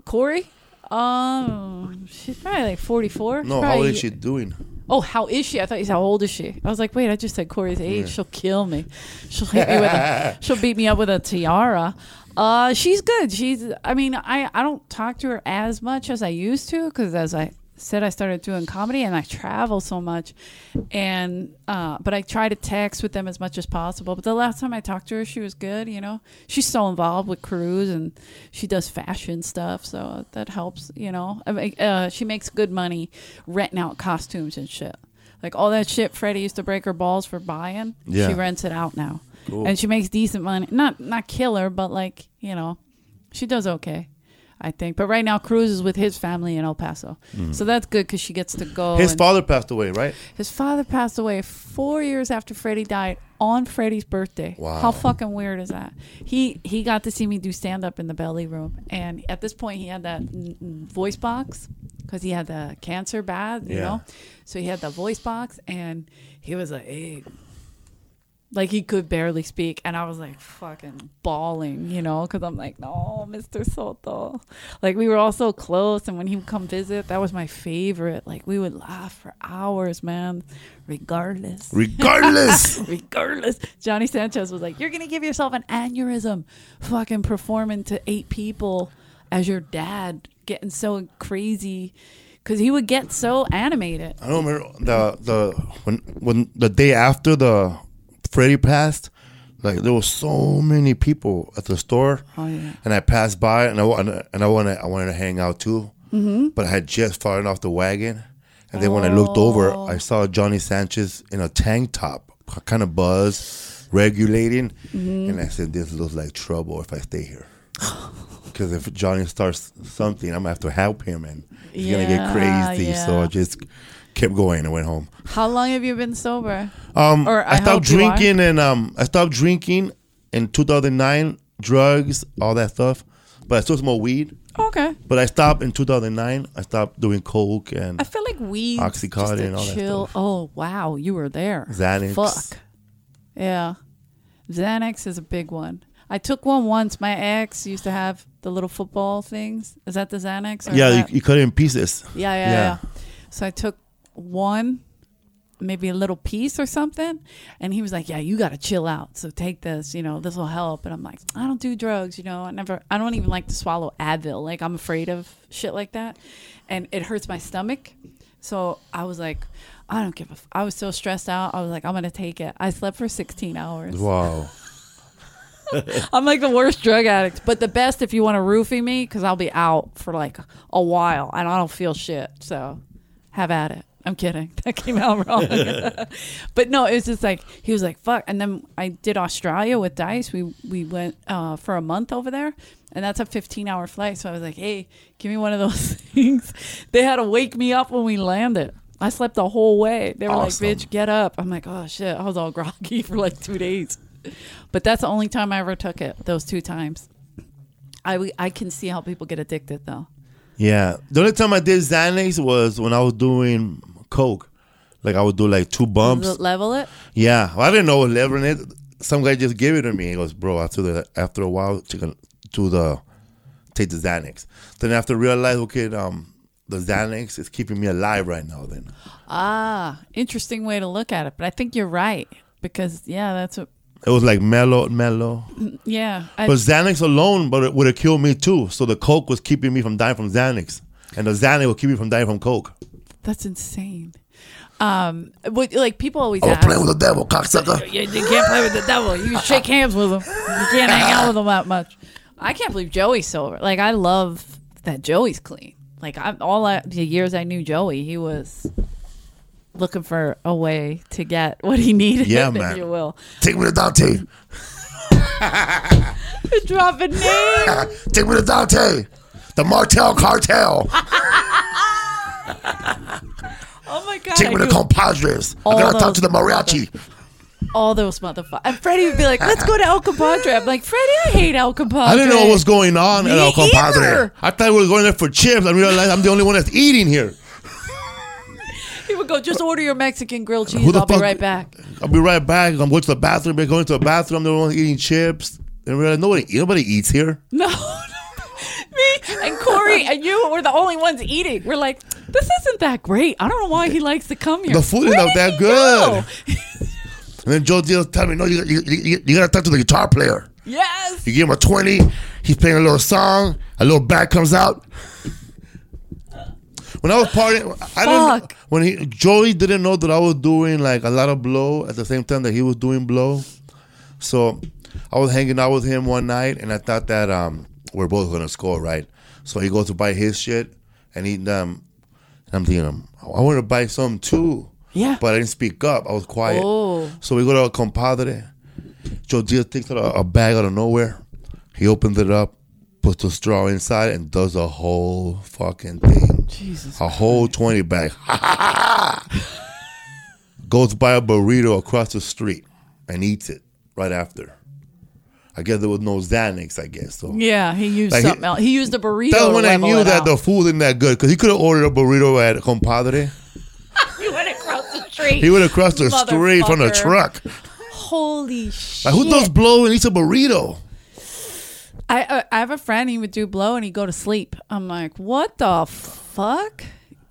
Speaker 2: Corey? Um, she's probably like 44.
Speaker 3: No, how
Speaker 2: Probably-
Speaker 3: old is she doing?
Speaker 2: Oh, how is she? I thought you said how old is she? I was like, wait, I just said Corey's age. She'll kill me. She'll hit me with a. She'll beat me up with a tiara. Uh, she's good. She's. I mean, I I don't talk to her as much as I used to because as I said, I started doing comedy and I travel so much, and uh, but I try to text with them as much as possible. But the last time I talked to her, she was good. You know, she's so involved with crews and she does fashion stuff, so that helps. You know, I mean, uh, she makes good money renting out costumes and shit. Like all that shit Freddie used to break her balls for buying.
Speaker 3: Yeah.
Speaker 2: She rents it out now. And she makes decent money. Not not killer, but like, you know, she does okay, I think. But right now Cruz is with his family in El Paso. So that's good cuz she gets to go
Speaker 3: Hmm. His
Speaker 2: and-
Speaker 3: father passed away, right?
Speaker 2: his father passed away 4 years after Freddie died on Freddie's birthday.
Speaker 3: Wow.
Speaker 2: How fucking weird is that? He he got to see me do stand up in the belly room, and at this point he had that n- n- voice box because he had the cancer bad, you
Speaker 3: Yeah.
Speaker 2: know. So he had the voice box, and he was like, "Hey." Like he could barely speak, and I was like fucking bawling, you know, because I'm like, no, Mr. Soto. Like we were all so close, and when he would come visit, that was my favorite. Like we would laugh for hours, man, regardless
Speaker 3: Regardless.
Speaker 2: regardless. Johnny Sanchez was like, "You're gonna give yourself an aneurysm, fucking performing to eight people as your dad, getting so crazy." Because he would get so animated.
Speaker 3: I don't remember the the when when the day after the Freddy passed, like there was so many people at the store,
Speaker 2: Oh, yeah.
Speaker 3: and I passed by and I wa- and I- and I wanted I wanted to hang out too, mm-hmm. but I had just fallen off the wagon, and then when I looked over, I
Speaker 2: Oh.
Speaker 3: saw Johnny Sanchez in a tank top, kind of buzz, regulating,
Speaker 2: Mm-hmm.
Speaker 3: and I said, "This looks like trouble if I stay here." Because if Johnny starts something, I'm gonna have to help him, and he's
Speaker 2: Yeah,
Speaker 3: gonna get crazy. So
Speaker 2: yeah.
Speaker 3: I just kept going and went home.
Speaker 2: How long have you been sober?
Speaker 3: Um,
Speaker 2: Or I
Speaker 3: I,
Speaker 2: hope
Speaker 3: stopped
Speaker 2: you are.
Speaker 3: drinking and um, I stopped drinking in 2009, drugs, all that stuff. But I still smoke weed.
Speaker 2: Okay.
Speaker 3: But I stopped in 2009. I stopped doing coke and
Speaker 2: I feel like we
Speaker 3: Oxycontin and all that
Speaker 2: chill.
Speaker 3: stuff.
Speaker 2: Oh wow, you were there.
Speaker 3: Xanax.
Speaker 2: Fuck. Yeah, Xanax is a big one. I took one once. My ex used to have the little football things. Is that the Xanax? Or is
Speaker 3: yeah, you,
Speaker 2: that-
Speaker 3: you cut it in pieces.
Speaker 2: Yeah, yeah,
Speaker 3: Yeah.
Speaker 2: yeah, So I took one, maybe a little piece or something, and he was like, "Yeah, you got to chill out. So take this. You know, this will help." And I'm like, "I don't do drugs. You know, I never. I don't even like to swallow Advil. Like I'm afraid of shit like that, and it hurts my stomach." So I was like, "I don't give a." F-. I was so stressed out. I was like, "I'm gonna take it." I slept for 16 hours.
Speaker 3: Wow.
Speaker 2: I'm like the worst drug addict, but the best if you want to roofie me because I'll be out for like a while and I don't feel shit. So have at it. I'm kidding. That came out wrong. but no, it was just like he was like fuck. And then I did Australia with Dice. We we went uh, for a month over there, and that's a 15 hour flight. So I was like, hey, give me one of those things. They had to wake me up when we landed. I slept the whole way. They were
Speaker 3: Awesome.
Speaker 2: like, bitch, get up. I'm like, oh shit. I was all groggy for like two days. But that's the only time I ever took it. Those two times. I w- I can see how people get addicted though.
Speaker 3: Yeah. The only time I did Xanax was when I was doing coke. Like I would do like two bumps.
Speaker 2: Does it level it.
Speaker 3: Yeah, well, I didn't know what leveling it. Some guy just gave it to me. He goes, bro. After the after a while, to con- to the take the Xanax. Then after I realized, okay, um, the Xanax is keeping me alive right now. Then
Speaker 2: Ah, interesting way to look at it. But I think you're right because yeah, that's what.
Speaker 3: it was like mellow, mellow.
Speaker 2: Yeah, I,
Speaker 3: But Xanax alone, but it would have killed me too. So the coke was keeping me from dying from Xanax, and the Xanax would keep me from dying from coke.
Speaker 2: that's insane. Um, what, like people always
Speaker 3: I was
Speaker 2: ask,
Speaker 3: playing with the devil, cocksucker.
Speaker 2: you, you can't play with the devil. You shake hands with him. You can't hang out with him that much. I can't believe Joey's sober. Like I love that Joey's clean. Like I, all I, the years I knew Joey, he was looking for a way to get what he needed.
Speaker 3: Yeah,
Speaker 2: if
Speaker 3: man.
Speaker 2: you will.
Speaker 3: Take me to Dante.
Speaker 2: Drop a name.
Speaker 3: Take me to Dante. The Martel Cartel.
Speaker 2: Oh my god.
Speaker 3: Take
Speaker 2: I
Speaker 3: me to
Speaker 2: do
Speaker 3: compadres. I
Speaker 2: All
Speaker 3: gotta talk
Speaker 2: those-
Speaker 3: to the mariachi.
Speaker 2: all those motherfuckers. And Freddie would be like, "Let's go to El Compadre." I'm like, "Freddie, I hate El Compadre."
Speaker 3: I didn't know what was going on at
Speaker 2: Me
Speaker 3: El Compadre.
Speaker 2: either.
Speaker 3: I thought we were going there for chips. I realized I'm the only one that's eating here.
Speaker 2: He would go, "Just order your Mexican grilled cheese.
Speaker 3: Who the
Speaker 2: I'll be
Speaker 3: fuck-
Speaker 2: right back."
Speaker 3: I'll be right back. I'm going to the bathroom. Been going to the bathroom. I'm the only one eating chips. And realized nobody, nobody eats here.
Speaker 2: No, me and Corey and you were the only ones eating. We're like, this isn't that great. I don't know why he likes to come here.
Speaker 3: The food is
Speaker 2: Where
Speaker 3: not
Speaker 2: did
Speaker 3: that
Speaker 2: he
Speaker 3: good.
Speaker 2: go?
Speaker 3: And then Joe Diaz tell me, no, you, you, you, you gotta talk to the guitar player.
Speaker 2: Yes,
Speaker 3: You give him a 20. He's playing a little song. A little bag comes out. When I was partying, I didn't.
Speaker 2: Fuck.
Speaker 3: When he Joey didn't know that I was doing like a lot of blow at the same time that he was doing blow, so I was hanging out with him one night, and I thought that um we're both gonna score, right? So he goes to buy his shit, and he um, and I'm thinking, um, I want to buy some too.
Speaker 2: Yeah.
Speaker 3: But I didn't speak up. I was quiet.
Speaker 2: Oh.
Speaker 3: So we go to a compadre. Joe Diaz takes out a, a bag out of nowhere. He opens it up, puts the straw inside, and does a whole fucking thing. Jesus. A whole 20 bag. Goes by a burrito across the street. and eats it right after. I guess there was no Xanax. I guess so.
Speaker 2: Yeah, he used
Speaker 3: Like, he-
Speaker 2: something else. He used a burrito.
Speaker 3: That's
Speaker 2: to
Speaker 3: when I
Speaker 2: level
Speaker 3: knew
Speaker 2: it
Speaker 3: that
Speaker 2: out.
Speaker 3: the food isn't that good because he could have ordered a burrito at Compadre.
Speaker 5: You went across the street.
Speaker 3: He would have crossed the street from the
Speaker 5: Motherfucker.
Speaker 3: truck.
Speaker 2: holy shit.
Speaker 3: Like who does blow and eats a burrito?
Speaker 2: I uh, I have a friend. He would do blow and he'd go to sleep. I'm like, what the fuck?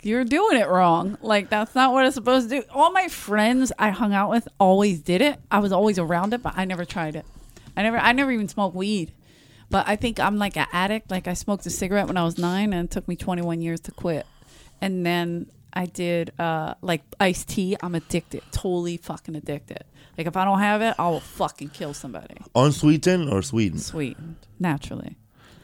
Speaker 2: You're doing it wrong. Like that's not what it's supposed to do. All my friends I hung out with always did it. I was always around it, but I never tried it. I never I never even smoked weed. But I think I'm like an addict. Like I smoked a cigarette when I was nine, and it took me 21 years to quit. And then I did uh, like iced tea. I'm addicted, totally fucking addicted. Like if I don't have it, I will fucking kill somebody.
Speaker 3: Unsweetened or sweetened?
Speaker 2: Sweetened naturally.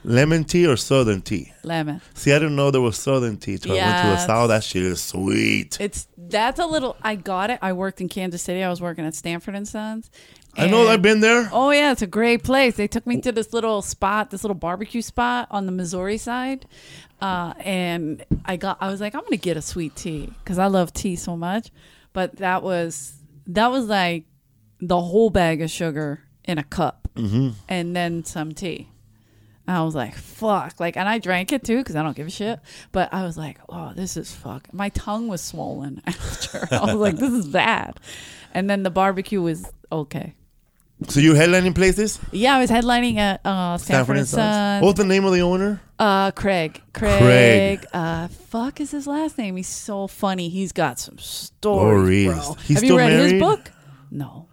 Speaker 3: Lemon tea or southern tea?
Speaker 2: Lemon.
Speaker 3: See, I didn't know there was southern tea. till I went to the
Speaker 2: Yes.
Speaker 3: south. That shit is sweet.
Speaker 2: It's that's a little. I got it. I worked in Kansas City. I was working at Stanford and Sons.
Speaker 3: I know.
Speaker 2: and-
Speaker 3: I've been there.
Speaker 2: Oh yeah, it's a great place. They took me to this little spot, this little barbecue spot on the Missouri side, uh, and I got. I was like, I'm gonna get a sweet tea because I love tea so much. But that was that was like the whole bag of sugar in a cup, and then some tea. I was like, fuck. Like, and I drank it too because I don't give a shit. But I was like, oh, this is fuck. My tongue was swollen after. I was like, this is bad. And then the barbecue was okay.
Speaker 3: So you headlining places?
Speaker 2: Yeah, I was headlining at uh, Stanford, and Sons.
Speaker 3: What's the name of the owner?
Speaker 2: Uh, Craig. Craig.
Speaker 3: Craig.
Speaker 2: Uh, fuck is his last name. He's so funny. He's got some stories,
Speaker 3: Stories.
Speaker 2: bro.
Speaker 3: He's
Speaker 2: Have
Speaker 3: still
Speaker 2: you read
Speaker 3: married?
Speaker 2: his book? No.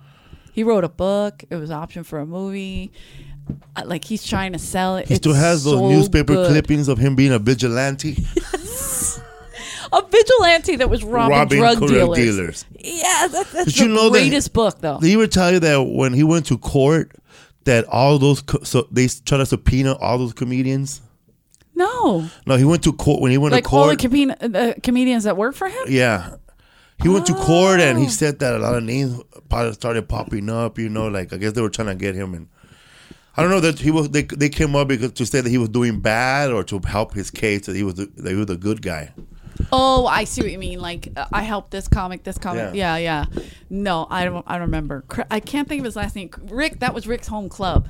Speaker 2: He wrote a book. It was an option for a movie. Uh, like he's trying to sell it.
Speaker 3: He still
Speaker 2: It's
Speaker 3: has those
Speaker 2: so
Speaker 3: newspaper
Speaker 2: good.
Speaker 3: clippings of him being a vigilante,
Speaker 2: A vigilante that was robbing,
Speaker 3: robbing
Speaker 2: drug
Speaker 3: drug
Speaker 2: dealers.
Speaker 3: dealers.
Speaker 2: Yeah, that's, that's
Speaker 3: Did
Speaker 2: the
Speaker 3: you know that-
Speaker 2: greatest book though.
Speaker 3: Did he ever tell you that when he went to court, that all those co- so they try to subpoena all those comedians?
Speaker 2: no,
Speaker 3: No, he went to court when he went
Speaker 2: like
Speaker 3: to
Speaker 2: all the
Speaker 3: court.
Speaker 2: com- uh, comedians that work for him.
Speaker 3: yeah, he went to court and
Speaker 2: Oh.
Speaker 3: he said that a lot of names probably started popping up. You know, like I guess they were trying to get him and. I don't know that he was. They, they came up because to say that he was doing bad or to help his case that he was that he was a good guy.
Speaker 2: Oh, I see what you mean. Like uh, I helped this comic, this comic.
Speaker 3: Yeah.
Speaker 2: Yeah, yeah. No, I don't. I don't remember. Cr- I can't think of his last name. Rick. That was Rick's home club.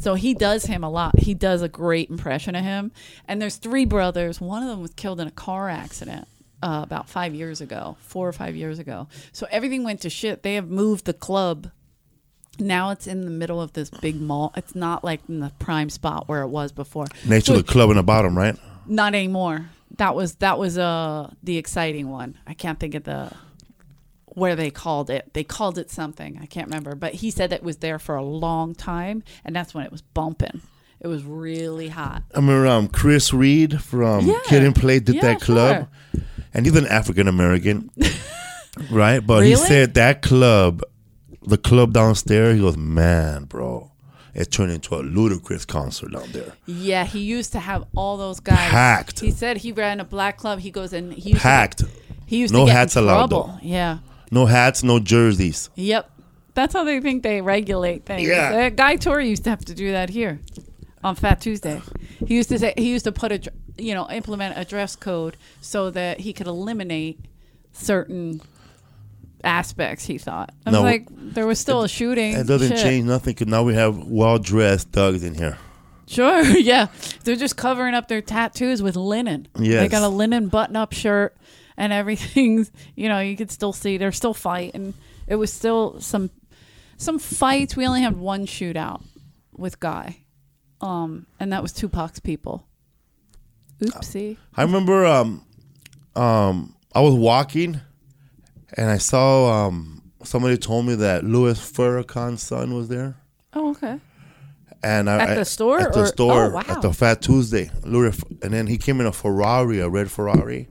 Speaker 2: So he does him a lot. He does a great impression of him. And there's three brothers. One of them was killed in a car accident. Uh, about five years ago, four or five years ago. So everything went to shit. They have moved the club now it's in the middle of this big mall. It's not like in the prime spot where it was before.
Speaker 3: Nature
Speaker 2: So
Speaker 3: the club in the bottom, right?
Speaker 2: not anymore. That was that was uh the exciting one. I can't think of the where they called it. They called it something. I can't remember. But he said it was there for a long time, and that's when it was bumping. It was really hot.
Speaker 3: I remember um, Chris Reed from
Speaker 2: Yeah.
Speaker 3: Kid and Play did
Speaker 2: Yeah,
Speaker 3: that club, and he's an African American, right? But he
Speaker 2: Really?
Speaker 3: said that club, the club downstairs, he goes, "Man, bro, it turned into a ludicrous concert down there."
Speaker 2: Yeah, he used to have all those guys
Speaker 3: Packed.
Speaker 2: He said he ran a black club. He goes and he used
Speaker 3: Packed,
Speaker 2: To, he used
Speaker 3: No
Speaker 2: to get
Speaker 3: hats
Speaker 2: in
Speaker 3: allowed,
Speaker 2: trouble. Yeah.
Speaker 3: no hats, no jerseys.
Speaker 2: Yep. That's how they think they regulate things.
Speaker 3: Yeah.
Speaker 2: Uh, Guy Tori used to have to do that here on Fat Tuesday. He used to say he used to put a dr- you know implement a dress code so that he could eliminate certain aspects. He thought. I was
Speaker 3: No.
Speaker 2: like, there was still a shooting.
Speaker 3: It doesn't
Speaker 2: Shit.
Speaker 3: change nothing because now we have well dressed thugs in here.
Speaker 2: Sure. Yeah. They're just covering up their tattoos with linen. They
Speaker 3: Yes.
Speaker 2: got a linen button up shirt and everything's you know, you could still see they're still fighting. It was still some some fights. We only had one shootout with Guy. Um, and that was Tupac's people. Oopsie.
Speaker 3: I remember um um I was walking and I saw um somebody told me that Louis Farrakhan's son was there.
Speaker 2: Oh, okay.
Speaker 3: And I,
Speaker 2: At the
Speaker 3: I-
Speaker 2: store
Speaker 3: at the
Speaker 2: or-
Speaker 3: store,
Speaker 2: oh, wow.
Speaker 3: at the Fat Tuesday, Louis, and then he came in a Ferrari, a red Ferrari,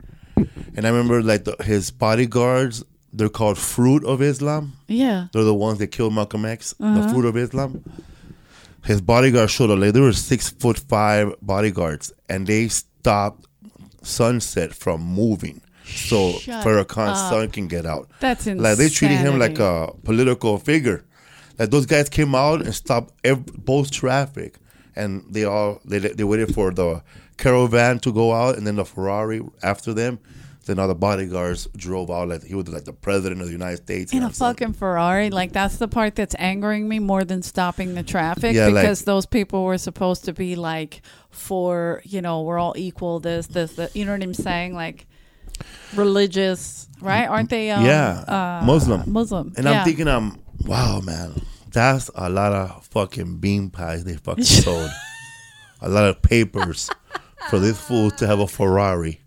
Speaker 3: and I remember like the, his bodyguards. They're called Fruit of Islam.
Speaker 2: Yeah.
Speaker 3: They're the ones that killed Malcolm X, the
Speaker 2: Mm-hmm.
Speaker 3: Fruit of Islam. His bodyguards showed up. Like they were six foot five bodyguards, and they stopped Sunset from moving, so
Speaker 2: Shut
Speaker 3: Farrakhan's son can get out.
Speaker 2: That's
Speaker 3: Like they treated him like
Speaker 2: insanity.
Speaker 3: a political figure. Like those guys came out and stopped ev- both traffic, and they all they they waited for the caravan to go out, and then the Ferrari after them. Then all the bodyguards drove out like he was like the president of the United States.
Speaker 2: in
Speaker 3: and
Speaker 2: a
Speaker 3: I'm saying-
Speaker 2: fucking Ferrari. Like that's the part that's angering me more than stopping the traffic
Speaker 3: Yeah, like-
Speaker 2: because those people were supposed to be like for you know we're all equal. This this that, you know what I'm saying? Like religious, right? Aren't they? Um,
Speaker 3: yeah,
Speaker 2: uh,
Speaker 3: Muslim.
Speaker 2: Muslim.
Speaker 3: And
Speaker 2: yeah.
Speaker 3: I'm thinking, I'm wow, man, that's a lot of fucking bean pies they fucking sold, a lot of papers for this fool to have a Ferrari.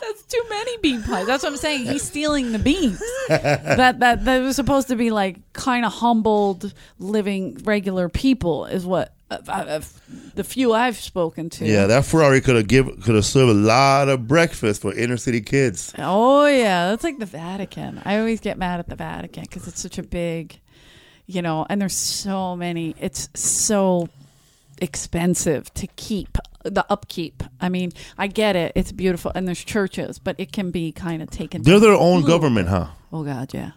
Speaker 2: That's too many bean pies. That's what I'm saying. He's stealing the beans. that that that was supposed to be like kind of humbled, living regular people is what uh, uh, the few I've spoken to.
Speaker 3: Yeah, that Ferrari could have give could have served a lot of breakfast for inner city kids.
Speaker 2: Oh yeah, that's like the Vatican. I always get mad at the Vatican because it's such a big, you know, and there's so many. It's so expensive to keep the upkeep. I mean, I get it. It's beautiful, and there's churches, but it can be kind of taken.
Speaker 3: They're their own
Speaker 2: Ooh.
Speaker 3: government, huh?
Speaker 2: oh God, yeah.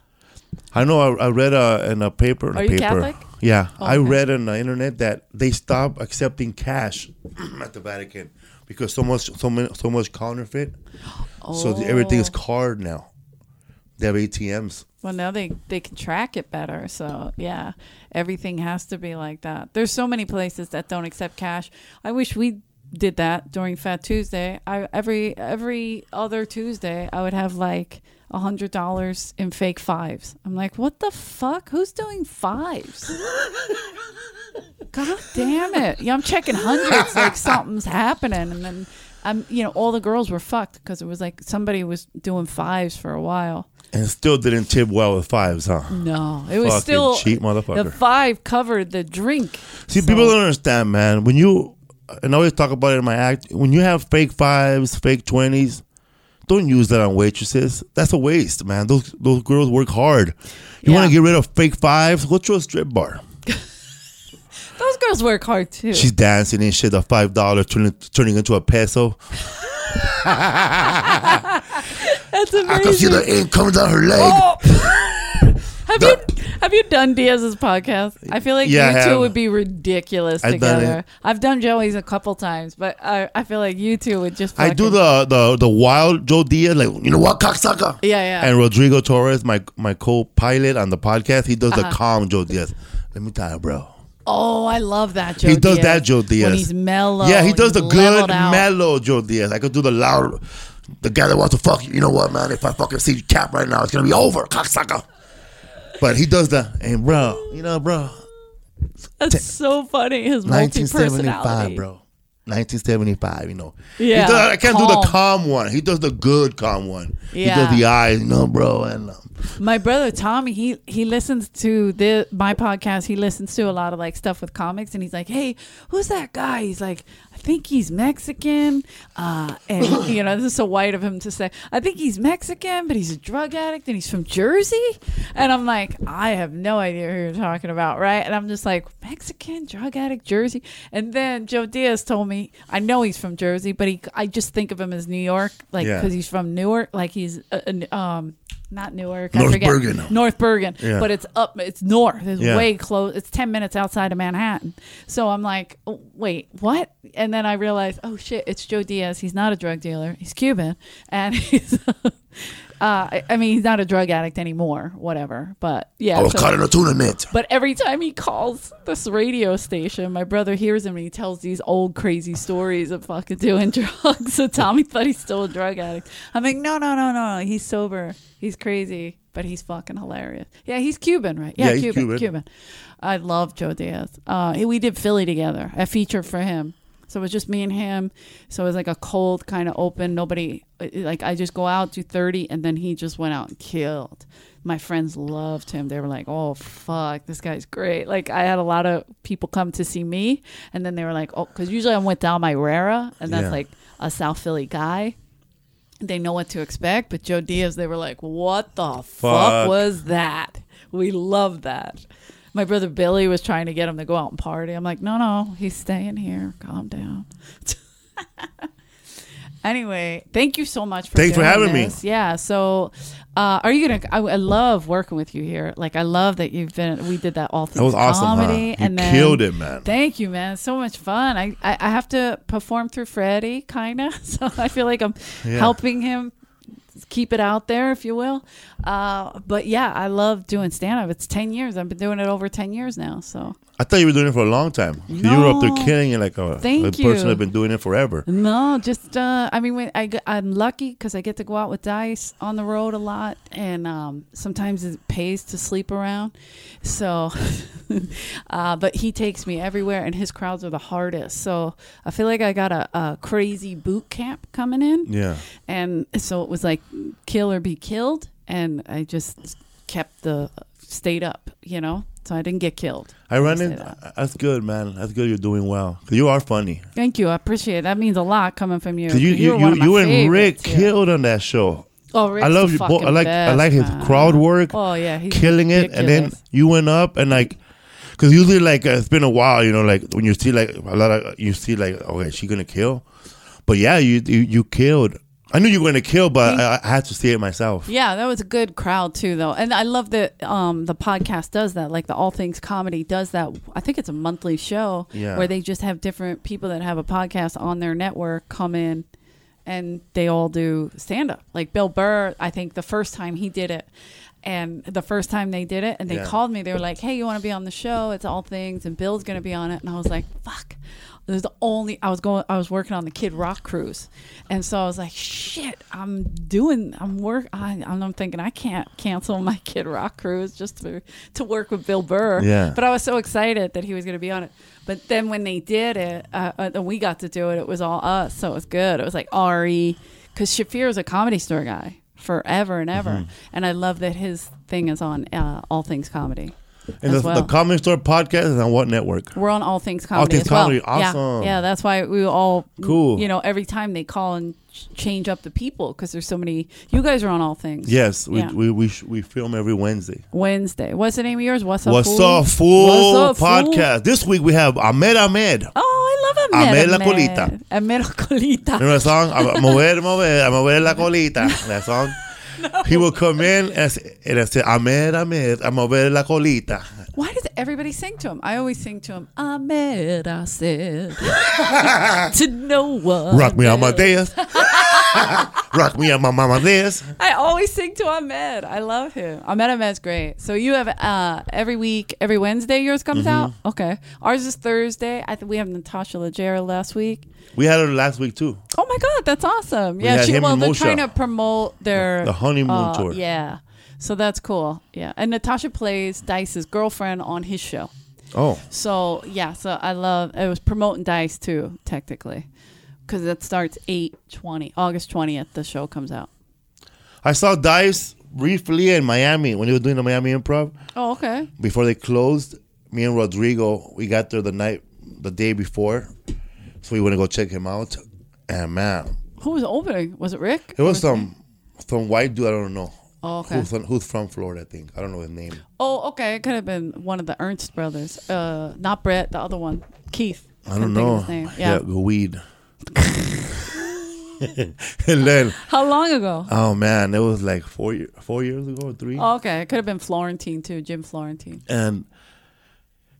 Speaker 3: I know. I, I read uh, in a paper. in a
Speaker 2: Are you
Speaker 3: paper.
Speaker 2: Catholic? Oh,
Speaker 3: Yeah, I
Speaker 2: okay.
Speaker 3: read on the internet that they stopped accepting cash at the Vatican because so much, so many, so much counterfeit. So the, everything is
Speaker 2: Oh.
Speaker 3: card now. They have ATMs.
Speaker 2: Well, now they they can track it better. So yeah, everything has to be like that. There's so many places that don't accept cash. I wish we did that during Fat Tuesday. I every every other Tuesday I would have like a hundred dollars in fake fives. I'm like, what the fuck? Who's doing fives? God damn it! Yeah, I'm checking hundreds like something's happening, and then. I'm, you know, all the girls were fucked because it was like somebody was doing fives for a while.
Speaker 3: And still didn't tip well with fives, huh?
Speaker 2: No, it was
Speaker 3: Fucking
Speaker 2: still
Speaker 3: cheap motherfucker.
Speaker 2: The five covered the drink.
Speaker 3: See,
Speaker 2: So-
Speaker 3: people don't understand, man. When you, and I always talk about it in my act, when you have fake fives, fake 20s, don't use that on waitresses. That's a waste, man. Those those girls work hard. You want
Speaker 2: Yeah.
Speaker 3: to get rid of fake fives? Go to a strip bar.
Speaker 2: Those girls work hard too.
Speaker 3: She's dancing and shit. The five dollar turning turning into a peso.
Speaker 2: That's
Speaker 3: I can see
Speaker 2: amazing.
Speaker 3: the ink coming down her leg.
Speaker 2: Oh. have you have you done Diaz's podcast? I feel like
Speaker 3: Yeah,
Speaker 2: you
Speaker 3: I
Speaker 2: two
Speaker 3: have.
Speaker 2: would be ridiculous
Speaker 3: I've done
Speaker 2: together.
Speaker 3: it.
Speaker 2: I've done Joey's a couple times, but I, I feel like you two would just.
Speaker 3: I do
Speaker 2: fucking-
Speaker 3: the the the wild Joe Diaz, like you know what, cocksucker.
Speaker 2: Yeah, yeah.
Speaker 3: And Rodrigo Torres, my my co-pilot on the podcast, he does
Speaker 2: Uh-huh.
Speaker 3: the calm Joe Diaz. Let me tell you, bro.
Speaker 2: Oh, I love that. Joe
Speaker 3: He does
Speaker 2: Diaz.
Speaker 3: that, Joe Diaz.
Speaker 2: When he's mellow.
Speaker 3: Yeah, he does
Speaker 2: he's
Speaker 3: the good
Speaker 2: leveled out.
Speaker 3: mellow Joe Diaz. I could do the loud, the guy that wants to fuck you. You know what, man? If I fucking see you cap right now, it's gonna be over, cocksucker. But he does the and bro, you know, bro,
Speaker 2: That's so funny. His multi
Speaker 3: 1975,
Speaker 2: personality,
Speaker 3: bro. 1975, you know.
Speaker 2: Yeah,
Speaker 3: He does, I can't do the
Speaker 2: calm.
Speaker 3: calm one. He does the good calm one. He
Speaker 2: Yeah.
Speaker 3: does the eyes, you know, bro. And um,
Speaker 2: My brother Tommy, he he listens to the my podcast. He listens to a lot of like stuff with comics, and he's like, "Hey, who's that guy?" He's like, "I think he's Mexican," uh, and you know, this is so white of him to say. I think he's Mexican, but he's a drug addict, and he's from Jersey. And I'm like, I have no idea who you're talking about, right? And I'm just like, Mexican drug addict, Jersey. And then Joe Diaz told me, I know he's from Jersey, but he I just think of him as New York, like
Speaker 3: Yeah.
Speaker 2: because he's from Newark, like he's uh, uh, um not Newark. I
Speaker 3: North
Speaker 2: forget.
Speaker 3: Bergen.
Speaker 2: North Bergen.
Speaker 3: Yeah.
Speaker 2: But it's up, it's north. It's
Speaker 3: Yeah.
Speaker 2: way close. It's 10 minutes outside of Manhattan. So I'm like, oh, wait, what? And then I realized, oh shit, it's Joe Diaz. He's not a drug dealer. He's Cuban. And he's, uh, I I mean, he's not a drug addict anymore, whatever. But yeah.
Speaker 3: I was
Speaker 2: so-
Speaker 3: caught in a tournament.
Speaker 2: but every time he calls this radio station, my brother hears him and he tells these old crazy stories of fucking doing drugs. So Tommy thought he's still a drug addict. I'm like, no, no, no, no. He's sober. He's crazy, but he's fucking hilarious. Yeah, he's Cuban, right? Yeah,
Speaker 3: Yeah, he's
Speaker 2: Cuban,
Speaker 3: Cuban.
Speaker 2: Cuban. I love Joe Diaz. Uh, he- we did Philly together, a feature for him. So it was just me and him. So it was like a cold, kind of open. Nobody, uh, like, I just go out, do 30, and then he just went out and killed. My friends loved him. They were like, oh, fuck, this guy's great. Like, I had a lot of people come to see me, and then they were like, oh, because usually I went down my Rara, and that's
Speaker 3: Yeah.
Speaker 2: like a South Philly guy. They know what to expect, but Joe Diaz, they were like, what the fuck
Speaker 3: Fuck.
Speaker 2: was that? We love that. My brother Billy was trying to get him to go out and party. I'm like, no, no, he's staying here. Calm down. anyway, thank you so much for
Speaker 3: Thanks for
Speaker 2: doing
Speaker 3: having me.
Speaker 2: this. Yeah. So, uh, are you gonna? I, I love working with you here. Like, I love that you've been. We did that all things
Speaker 3: That was awesome, huh?
Speaker 2: comedy,
Speaker 3: You
Speaker 2: and then
Speaker 3: killed it, man.
Speaker 2: Thank you, man. So much fun. I, I, I have to perform through Freddie, kind of. So I feel like I'm helping him keep it out there, if you will. Uh, but yeah, I love doing stand up. It's 10 years. I've been doing it over 10 years now. So
Speaker 3: I thought you were doing it for a long time. You were up there killing it like a,
Speaker 2: Thank
Speaker 3: a person
Speaker 2: you.
Speaker 3: that's been doing it forever.
Speaker 2: No, just uh, I mean, when I g- I'm lucky because I get to go out with Dice on the road a lot, and um, sometimes it pays to sleep around. So, uh, but he takes me everywhere, and his crowds are the hardest. So I feel like I got a, a crazy boot camp coming in,
Speaker 3: Yeah.
Speaker 2: and so it was like kill or be killed, and I just kept the stayed up, you know. So I didn't get killed.
Speaker 3: I run
Speaker 2: Say
Speaker 3: in.
Speaker 2: that.
Speaker 3: That's good, man. That's good. You're doing well. 'Cause You are funny.
Speaker 2: Thank you, I appreciate it. That means a lot coming from you.
Speaker 3: 'Cause you,
Speaker 2: You're
Speaker 3: you,
Speaker 2: one of
Speaker 3: you,
Speaker 2: my
Speaker 3: you and Rick
Speaker 2: favorites, yeah.
Speaker 3: killed on that show.
Speaker 2: Oh, Rick's
Speaker 3: I love
Speaker 2: the
Speaker 3: you. Bo- I
Speaker 2: fucking
Speaker 3: like I
Speaker 2: best,
Speaker 3: like his
Speaker 2: man.
Speaker 3: crowd work,
Speaker 2: Oh yeah, he's
Speaker 3: killing it, and then
Speaker 2: ridiculous.
Speaker 3: you went up and like, because usually like uh, it's been a while, you know, like when you see like a lot of you see like okay, she gonna kill, but yeah, you you, you killed. I knew you were gonna kill, but I, I had to see it myself.
Speaker 2: yeah, that was a good crowd too, though, and I love that um, the podcast does that. Like the All Things Comedy does that. I think it's a monthly show
Speaker 3: Yeah.
Speaker 2: where they just have different people that have a podcast on their network come in, and they all do stand up. Like Bill Burr, I think the first time he did it. And the first time they did it, and they
Speaker 3: Yeah.
Speaker 2: called me, they were like, "Hey, you want to be on the show? It's all things, and Bill's going to be on it." And I was like, "Fuck!" This is the only I was going. I was working on the Kid Rock cruise, and so I was like, "Shit, I'm doing. I'm work. I, I'm thinking I can't cancel my Kid Rock cruise just to to work with Bill Burr."
Speaker 3: Yeah.
Speaker 2: But I was so excited that he was going to be on it. But then when they did it, uh, uh, and we got to do it, it was all us, so it was good. It was like Ari, because Shafir is a comedy store guy forever and ever,
Speaker 3: Mm-hmm.
Speaker 2: and I love that his thing is on uh, All Things Comedy.
Speaker 3: and
Speaker 2: as
Speaker 3: the,
Speaker 2: well.
Speaker 3: the Comedy Store podcast is on what network?
Speaker 2: We're on All Things Comedy
Speaker 3: Things
Speaker 2: as well.
Speaker 3: Comedy,
Speaker 2: Yeah.
Speaker 3: awesome.
Speaker 2: Yeah, that's why we all
Speaker 3: Cool.
Speaker 2: You know, every time they call and ch- change up the people because there's so many. You guys are on All Things.
Speaker 3: Yes, we
Speaker 2: Yeah.
Speaker 3: we we, sh- we film every Wednesday.
Speaker 2: Wednesday. What's the name of yours? What's up?
Speaker 3: What's
Speaker 2: fool?
Speaker 3: up, fool?
Speaker 2: What's up, fool?
Speaker 3: podcast. This week we have Ahmed Ahmed.
Speaker 2: Oh, I love
Speaker 3: Ahmed
Speaker 2: Ahmed.
Speaker 3: La
Speaker 2: Ahmed.
Speaker 3: Colita.
Speaker 2: Ahmed La Colita.
Speaker 3: Remember the song? A mover, mover, a mover la colita. That song. He will come in and, say- and I say, Ahmed, Ahmed, a mover la colita.
Speaker 2: Why does everybody sing to him? I always sing to him. Ahmed, I said to no one.
Speaker 3: Rock me on my dance. Rock me on my mama dance.
Speaker 2: I always sing to Ahmed. I love him. Ahmed Ahmed's great. So you have uh, every week, every Wednesday, yours comes out.
Speaker 3: Mm-hmm.
Speaker 2: Okay, ours is Thursday. I think we have Natasha Leggera last week.
Speaker 3: We had her last week too.
Speaker 2: Oh my God, that's awesome! Yeah,
Speaker 3: had
Speaker 2: she,
Speaker 3: him
Speaker 2: well,
Speaker 3: and
Speaker 2: they're
Speaker 3: Moshe.
Speaker 2: trying to promote their
Speaker 3: The honeymoon
Speaker 2: uh,
Speaker 3: tour.
Speaker 2: Yeah, so that's cool. Yeah, and Natasha plays Dice's girlfriend on his show.
Speaker 3: Oh.
Speaker 2: So yeah, so I love it was promoting Dice too, technically, because it starts eight twenty, August twentieth. The show comes out.
Speaker 3: I saw Dice briefly in Miami when he was doing the Miami improv.
Speaker 2: Oh okay.
Speaker 3: before they closed, me and Rodrigo, we got there the night, the day before, so we went to go check him out. And man,
Speaker 2: Who was opening? Was it Rick?
Speaker 3: it was some some white dude I don't know.
Speaker 2: Oh, okay.
Speaker 3: Who's, who's from Florida? I think I don't know his name.
Speaker 2: Oh, okay. It could have been one of the Ernst brothers. Uh, not Brett, the other one, Keith.
Speaker 3: I
Speaker 2: Couldn't
Speaker 3: don't
Speaker 2: think of
Speaker 3: know.
Speaker 2: his name.
Speaker 3: Yeah,
Speaker 2: Yeah.
Speaker 3: weed. and then,
Speaker 2: How long ago?
Speaker 3: oh man, it was like four year, four years ago, three.
Speaker 2: Oh, okay. It could have been Florentine too, Jim Florentine.
Speaker 3: and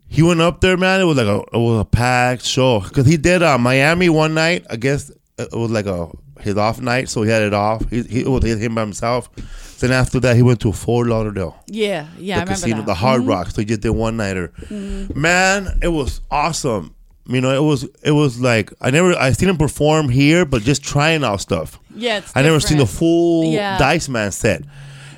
Speaker 3: he went up there, man. It was like a it was a packed show because he did uh, Miami one night. I guess it was like a his off night, so he had it off. He, he it was him by himself. Then after that, he went to Fort Lauderdale,
Speaker 2: Yeah, yeah, I
Speaker 3: the
Speaker 2: remember
Speaker 3: casino,
Speaker 2: that. Mm-hmm.
Speaker 3: the Hard Rock. So he just did one nighter. Man, it was awesome. You know, it was it was like I never I seen him perform here, but just trying out stuff.
Speaker 2: Yeah, it's
Speaker 3: I never seen the
Speaker 2: different.
Speaker 3: full
Speaker 2: Yeah.
Speaker 3: Dice Man set.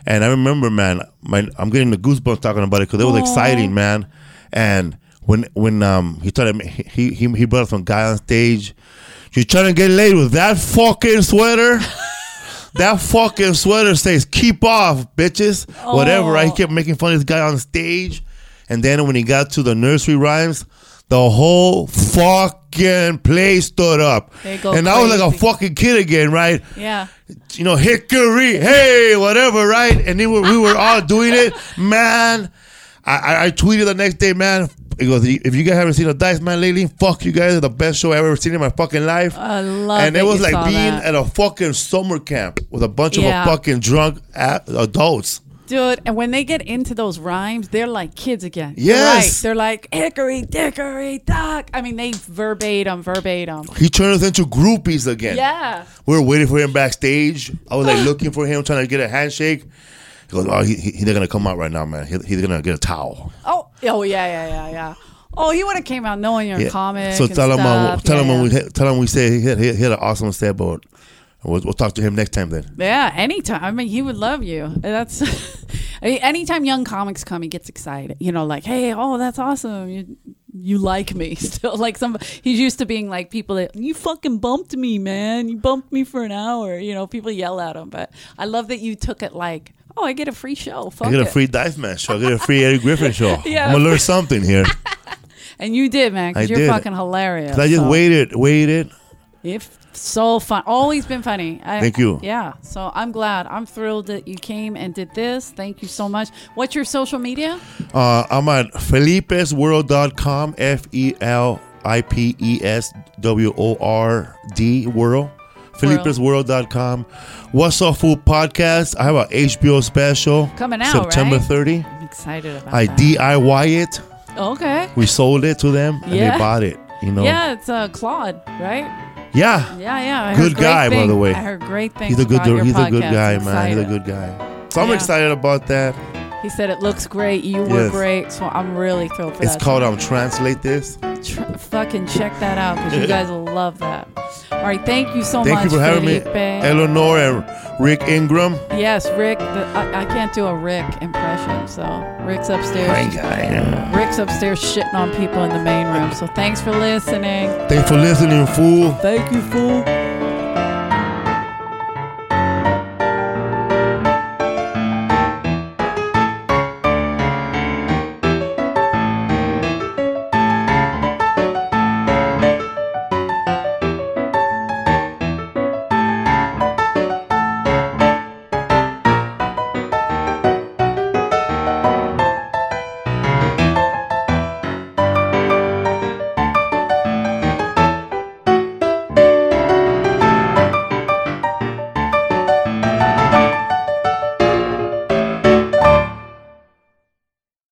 Speaker 3: And I remember, man, my, I'm getting the goosebumps talking about it because it was exciting, man. And when when um he started, he he he brought up some guy on stage. You trying to get laid with that fucking sweater? that fucking sweater says "keep off, bitches." Whatever. I kept making fun of this guy on stage, and then when he got to the nursery rhymes. The whole fucking place stood up,
Speaker 2: They go
Speaker 3: and I was like a
Speaker 2: crazy.
Speaker 3: fucking kid again, right?
Speaker 2: Yeah.
Speaker 3: you know, hickory, hey, whatever, right? And then we we were all doing it, man. I, I, I tweeted the next day, man. It goes, if you guys haven't seen a Dice Man lately, fuck you guys. It's the best show I've ever seen in my fucking life.
Speaker 2: I love
Speaker 3: And it
Speaker 2: that
Speaker 3: was
Speaker 2: you
Speaker 3: like
Speaker 2: saw
Speaker 3: being
Speaker 2: that.
Speaker 3: at a fucking summer camp with a bunch of
Speaker 2: Yeah.
Speaker 3: fucking drunk a- adults.
Speaker 2: Dude, and when they get into those rhymes, they're like kids again. You're
Speaker 3: Yes.
Speaker 2: right. They're like hickory dickory dock. I mean, they verbatim, verbatim.
Speaker 3: He turned us into groupies again.
Speaker 2: Yeah.
Speaker 3: We were waiting for him backstage. I was like looking for him, trying to get a handshake. He goes, "Oh, he, he, he's not gonna come out right now, man. He, he's gonna get a towel."
Speaker 2: Oh, oh yeah, yeah, yeah, yeah. Oh, he would have came out knowing you're
Speaker 3: Yeah.
Speaker 2: a comic.
Speaker 3: So
Speaker 2: and
Speaker 3: tell him, uh,
Speaker 2: stuff.
Speaker 3: tell
Speaker 2: yeah,
Speaker 3: him
Speaker 2: yeah.
Speaker 3: when we tell him we say he had, he had an awesome set, but we'll, we'll talk to him next time then.
Speaker 2: Yeah, anytime. I mean, he would love you. That's I mean, anytime young comics come, he gets excited. You know, like, hey, oh, that's awesome. You you like me still? Like some, he's used to being like people that you fucking bumped me, man. You bumped me for an hour. You know, people yell at him, but I love that you took it like, oh, I get a free show. Fuck
Speaker 3: I get a
Speaker 2: it.
Speaker 3: free Dive Man show. I get a free Eddie Griffin show.
Speaker 2: Yeah.
Speaker 3: I'm gonna learn something here.
Speaker 2: and you did, man,
Speaker 3: I
Speaker 2: because you're
Speaker 3: did.
Speaker 2: fucking hilarious.
Speaker 3: I just
Speaker 2: so.
Speaker 3: waited, waited.
Speaker 2: If so fun, always been funny. I,
Speaker 3: Thank you.
Speaker 2: Yeah, so I'm glad. I'm thrilled that you came and did this. Thank you so much. What's your social media?
Speaker 3: Uh, I'm at felipesworld.com, F E L I P E S W O R D world. Felipesworld.com. What's Up Food Podcast? I have a HBO special
Speaker 2: Coming out,
Speaker 3: September
Speaker 2: right?
Speaker 3: 30.
Speaker 2: I'm excited about
Speaker 3: I
Speaker 2: that.
Speaker 3: DIY it.
Speaker 2: Okay.
Speaker 3: We sold it to them and
Speaker 2: Yeah.
Speaker 3: they bought it. You know?
Speaker 2: Yeah, it's uh, Claude, right? Yeah,
Speaker 3: Yeah.
Speaker 2: yeah. I
Speaker 3: Good
Speaker 2: heard great
Speaker 3: guy, by
Speaker 2: thing-
Speaker 3: the way.
Speaker 2: I heard great things.
Speaker 3: He's a good
Speaker 2: about your
Speaker 3: he's a good
Speaker 2: podcast.
Speaker 3: guy,
Speaker 2: I'm
Speaker 3: man. He's a
Speaker 2: excited.
Speaker 3: good guy. So I'm
Speaker 2: Yeah.
Speaker 3: excited about that.
Speaker 2: He said it looks great. You were
Speaker 3: Yes.
Speaker 2: great. So I'm really thrilled for
Speaker 3: It's
Speaker 2: that. Oh
Speaker 3: called um Translate This.
Speaker 2: Tr- fucking check that out because you guys will love that. All right, thank you so
Speaker 3: Thank
Speaker 2: much,
Speaker 3: you for having me.
Speaker 2: Felipe.
Speaker 3: Eleanor and Rick Ingram.
Speaker 2: Yes, Rick. The, I, I can't do a Rick impression, so Rick's upstairs. Rick's upstairs shitting on people in the main room. So thanks for listening.
Speaker 3: Thanks for listening, fool.
Speaker 2: Thank you, fool.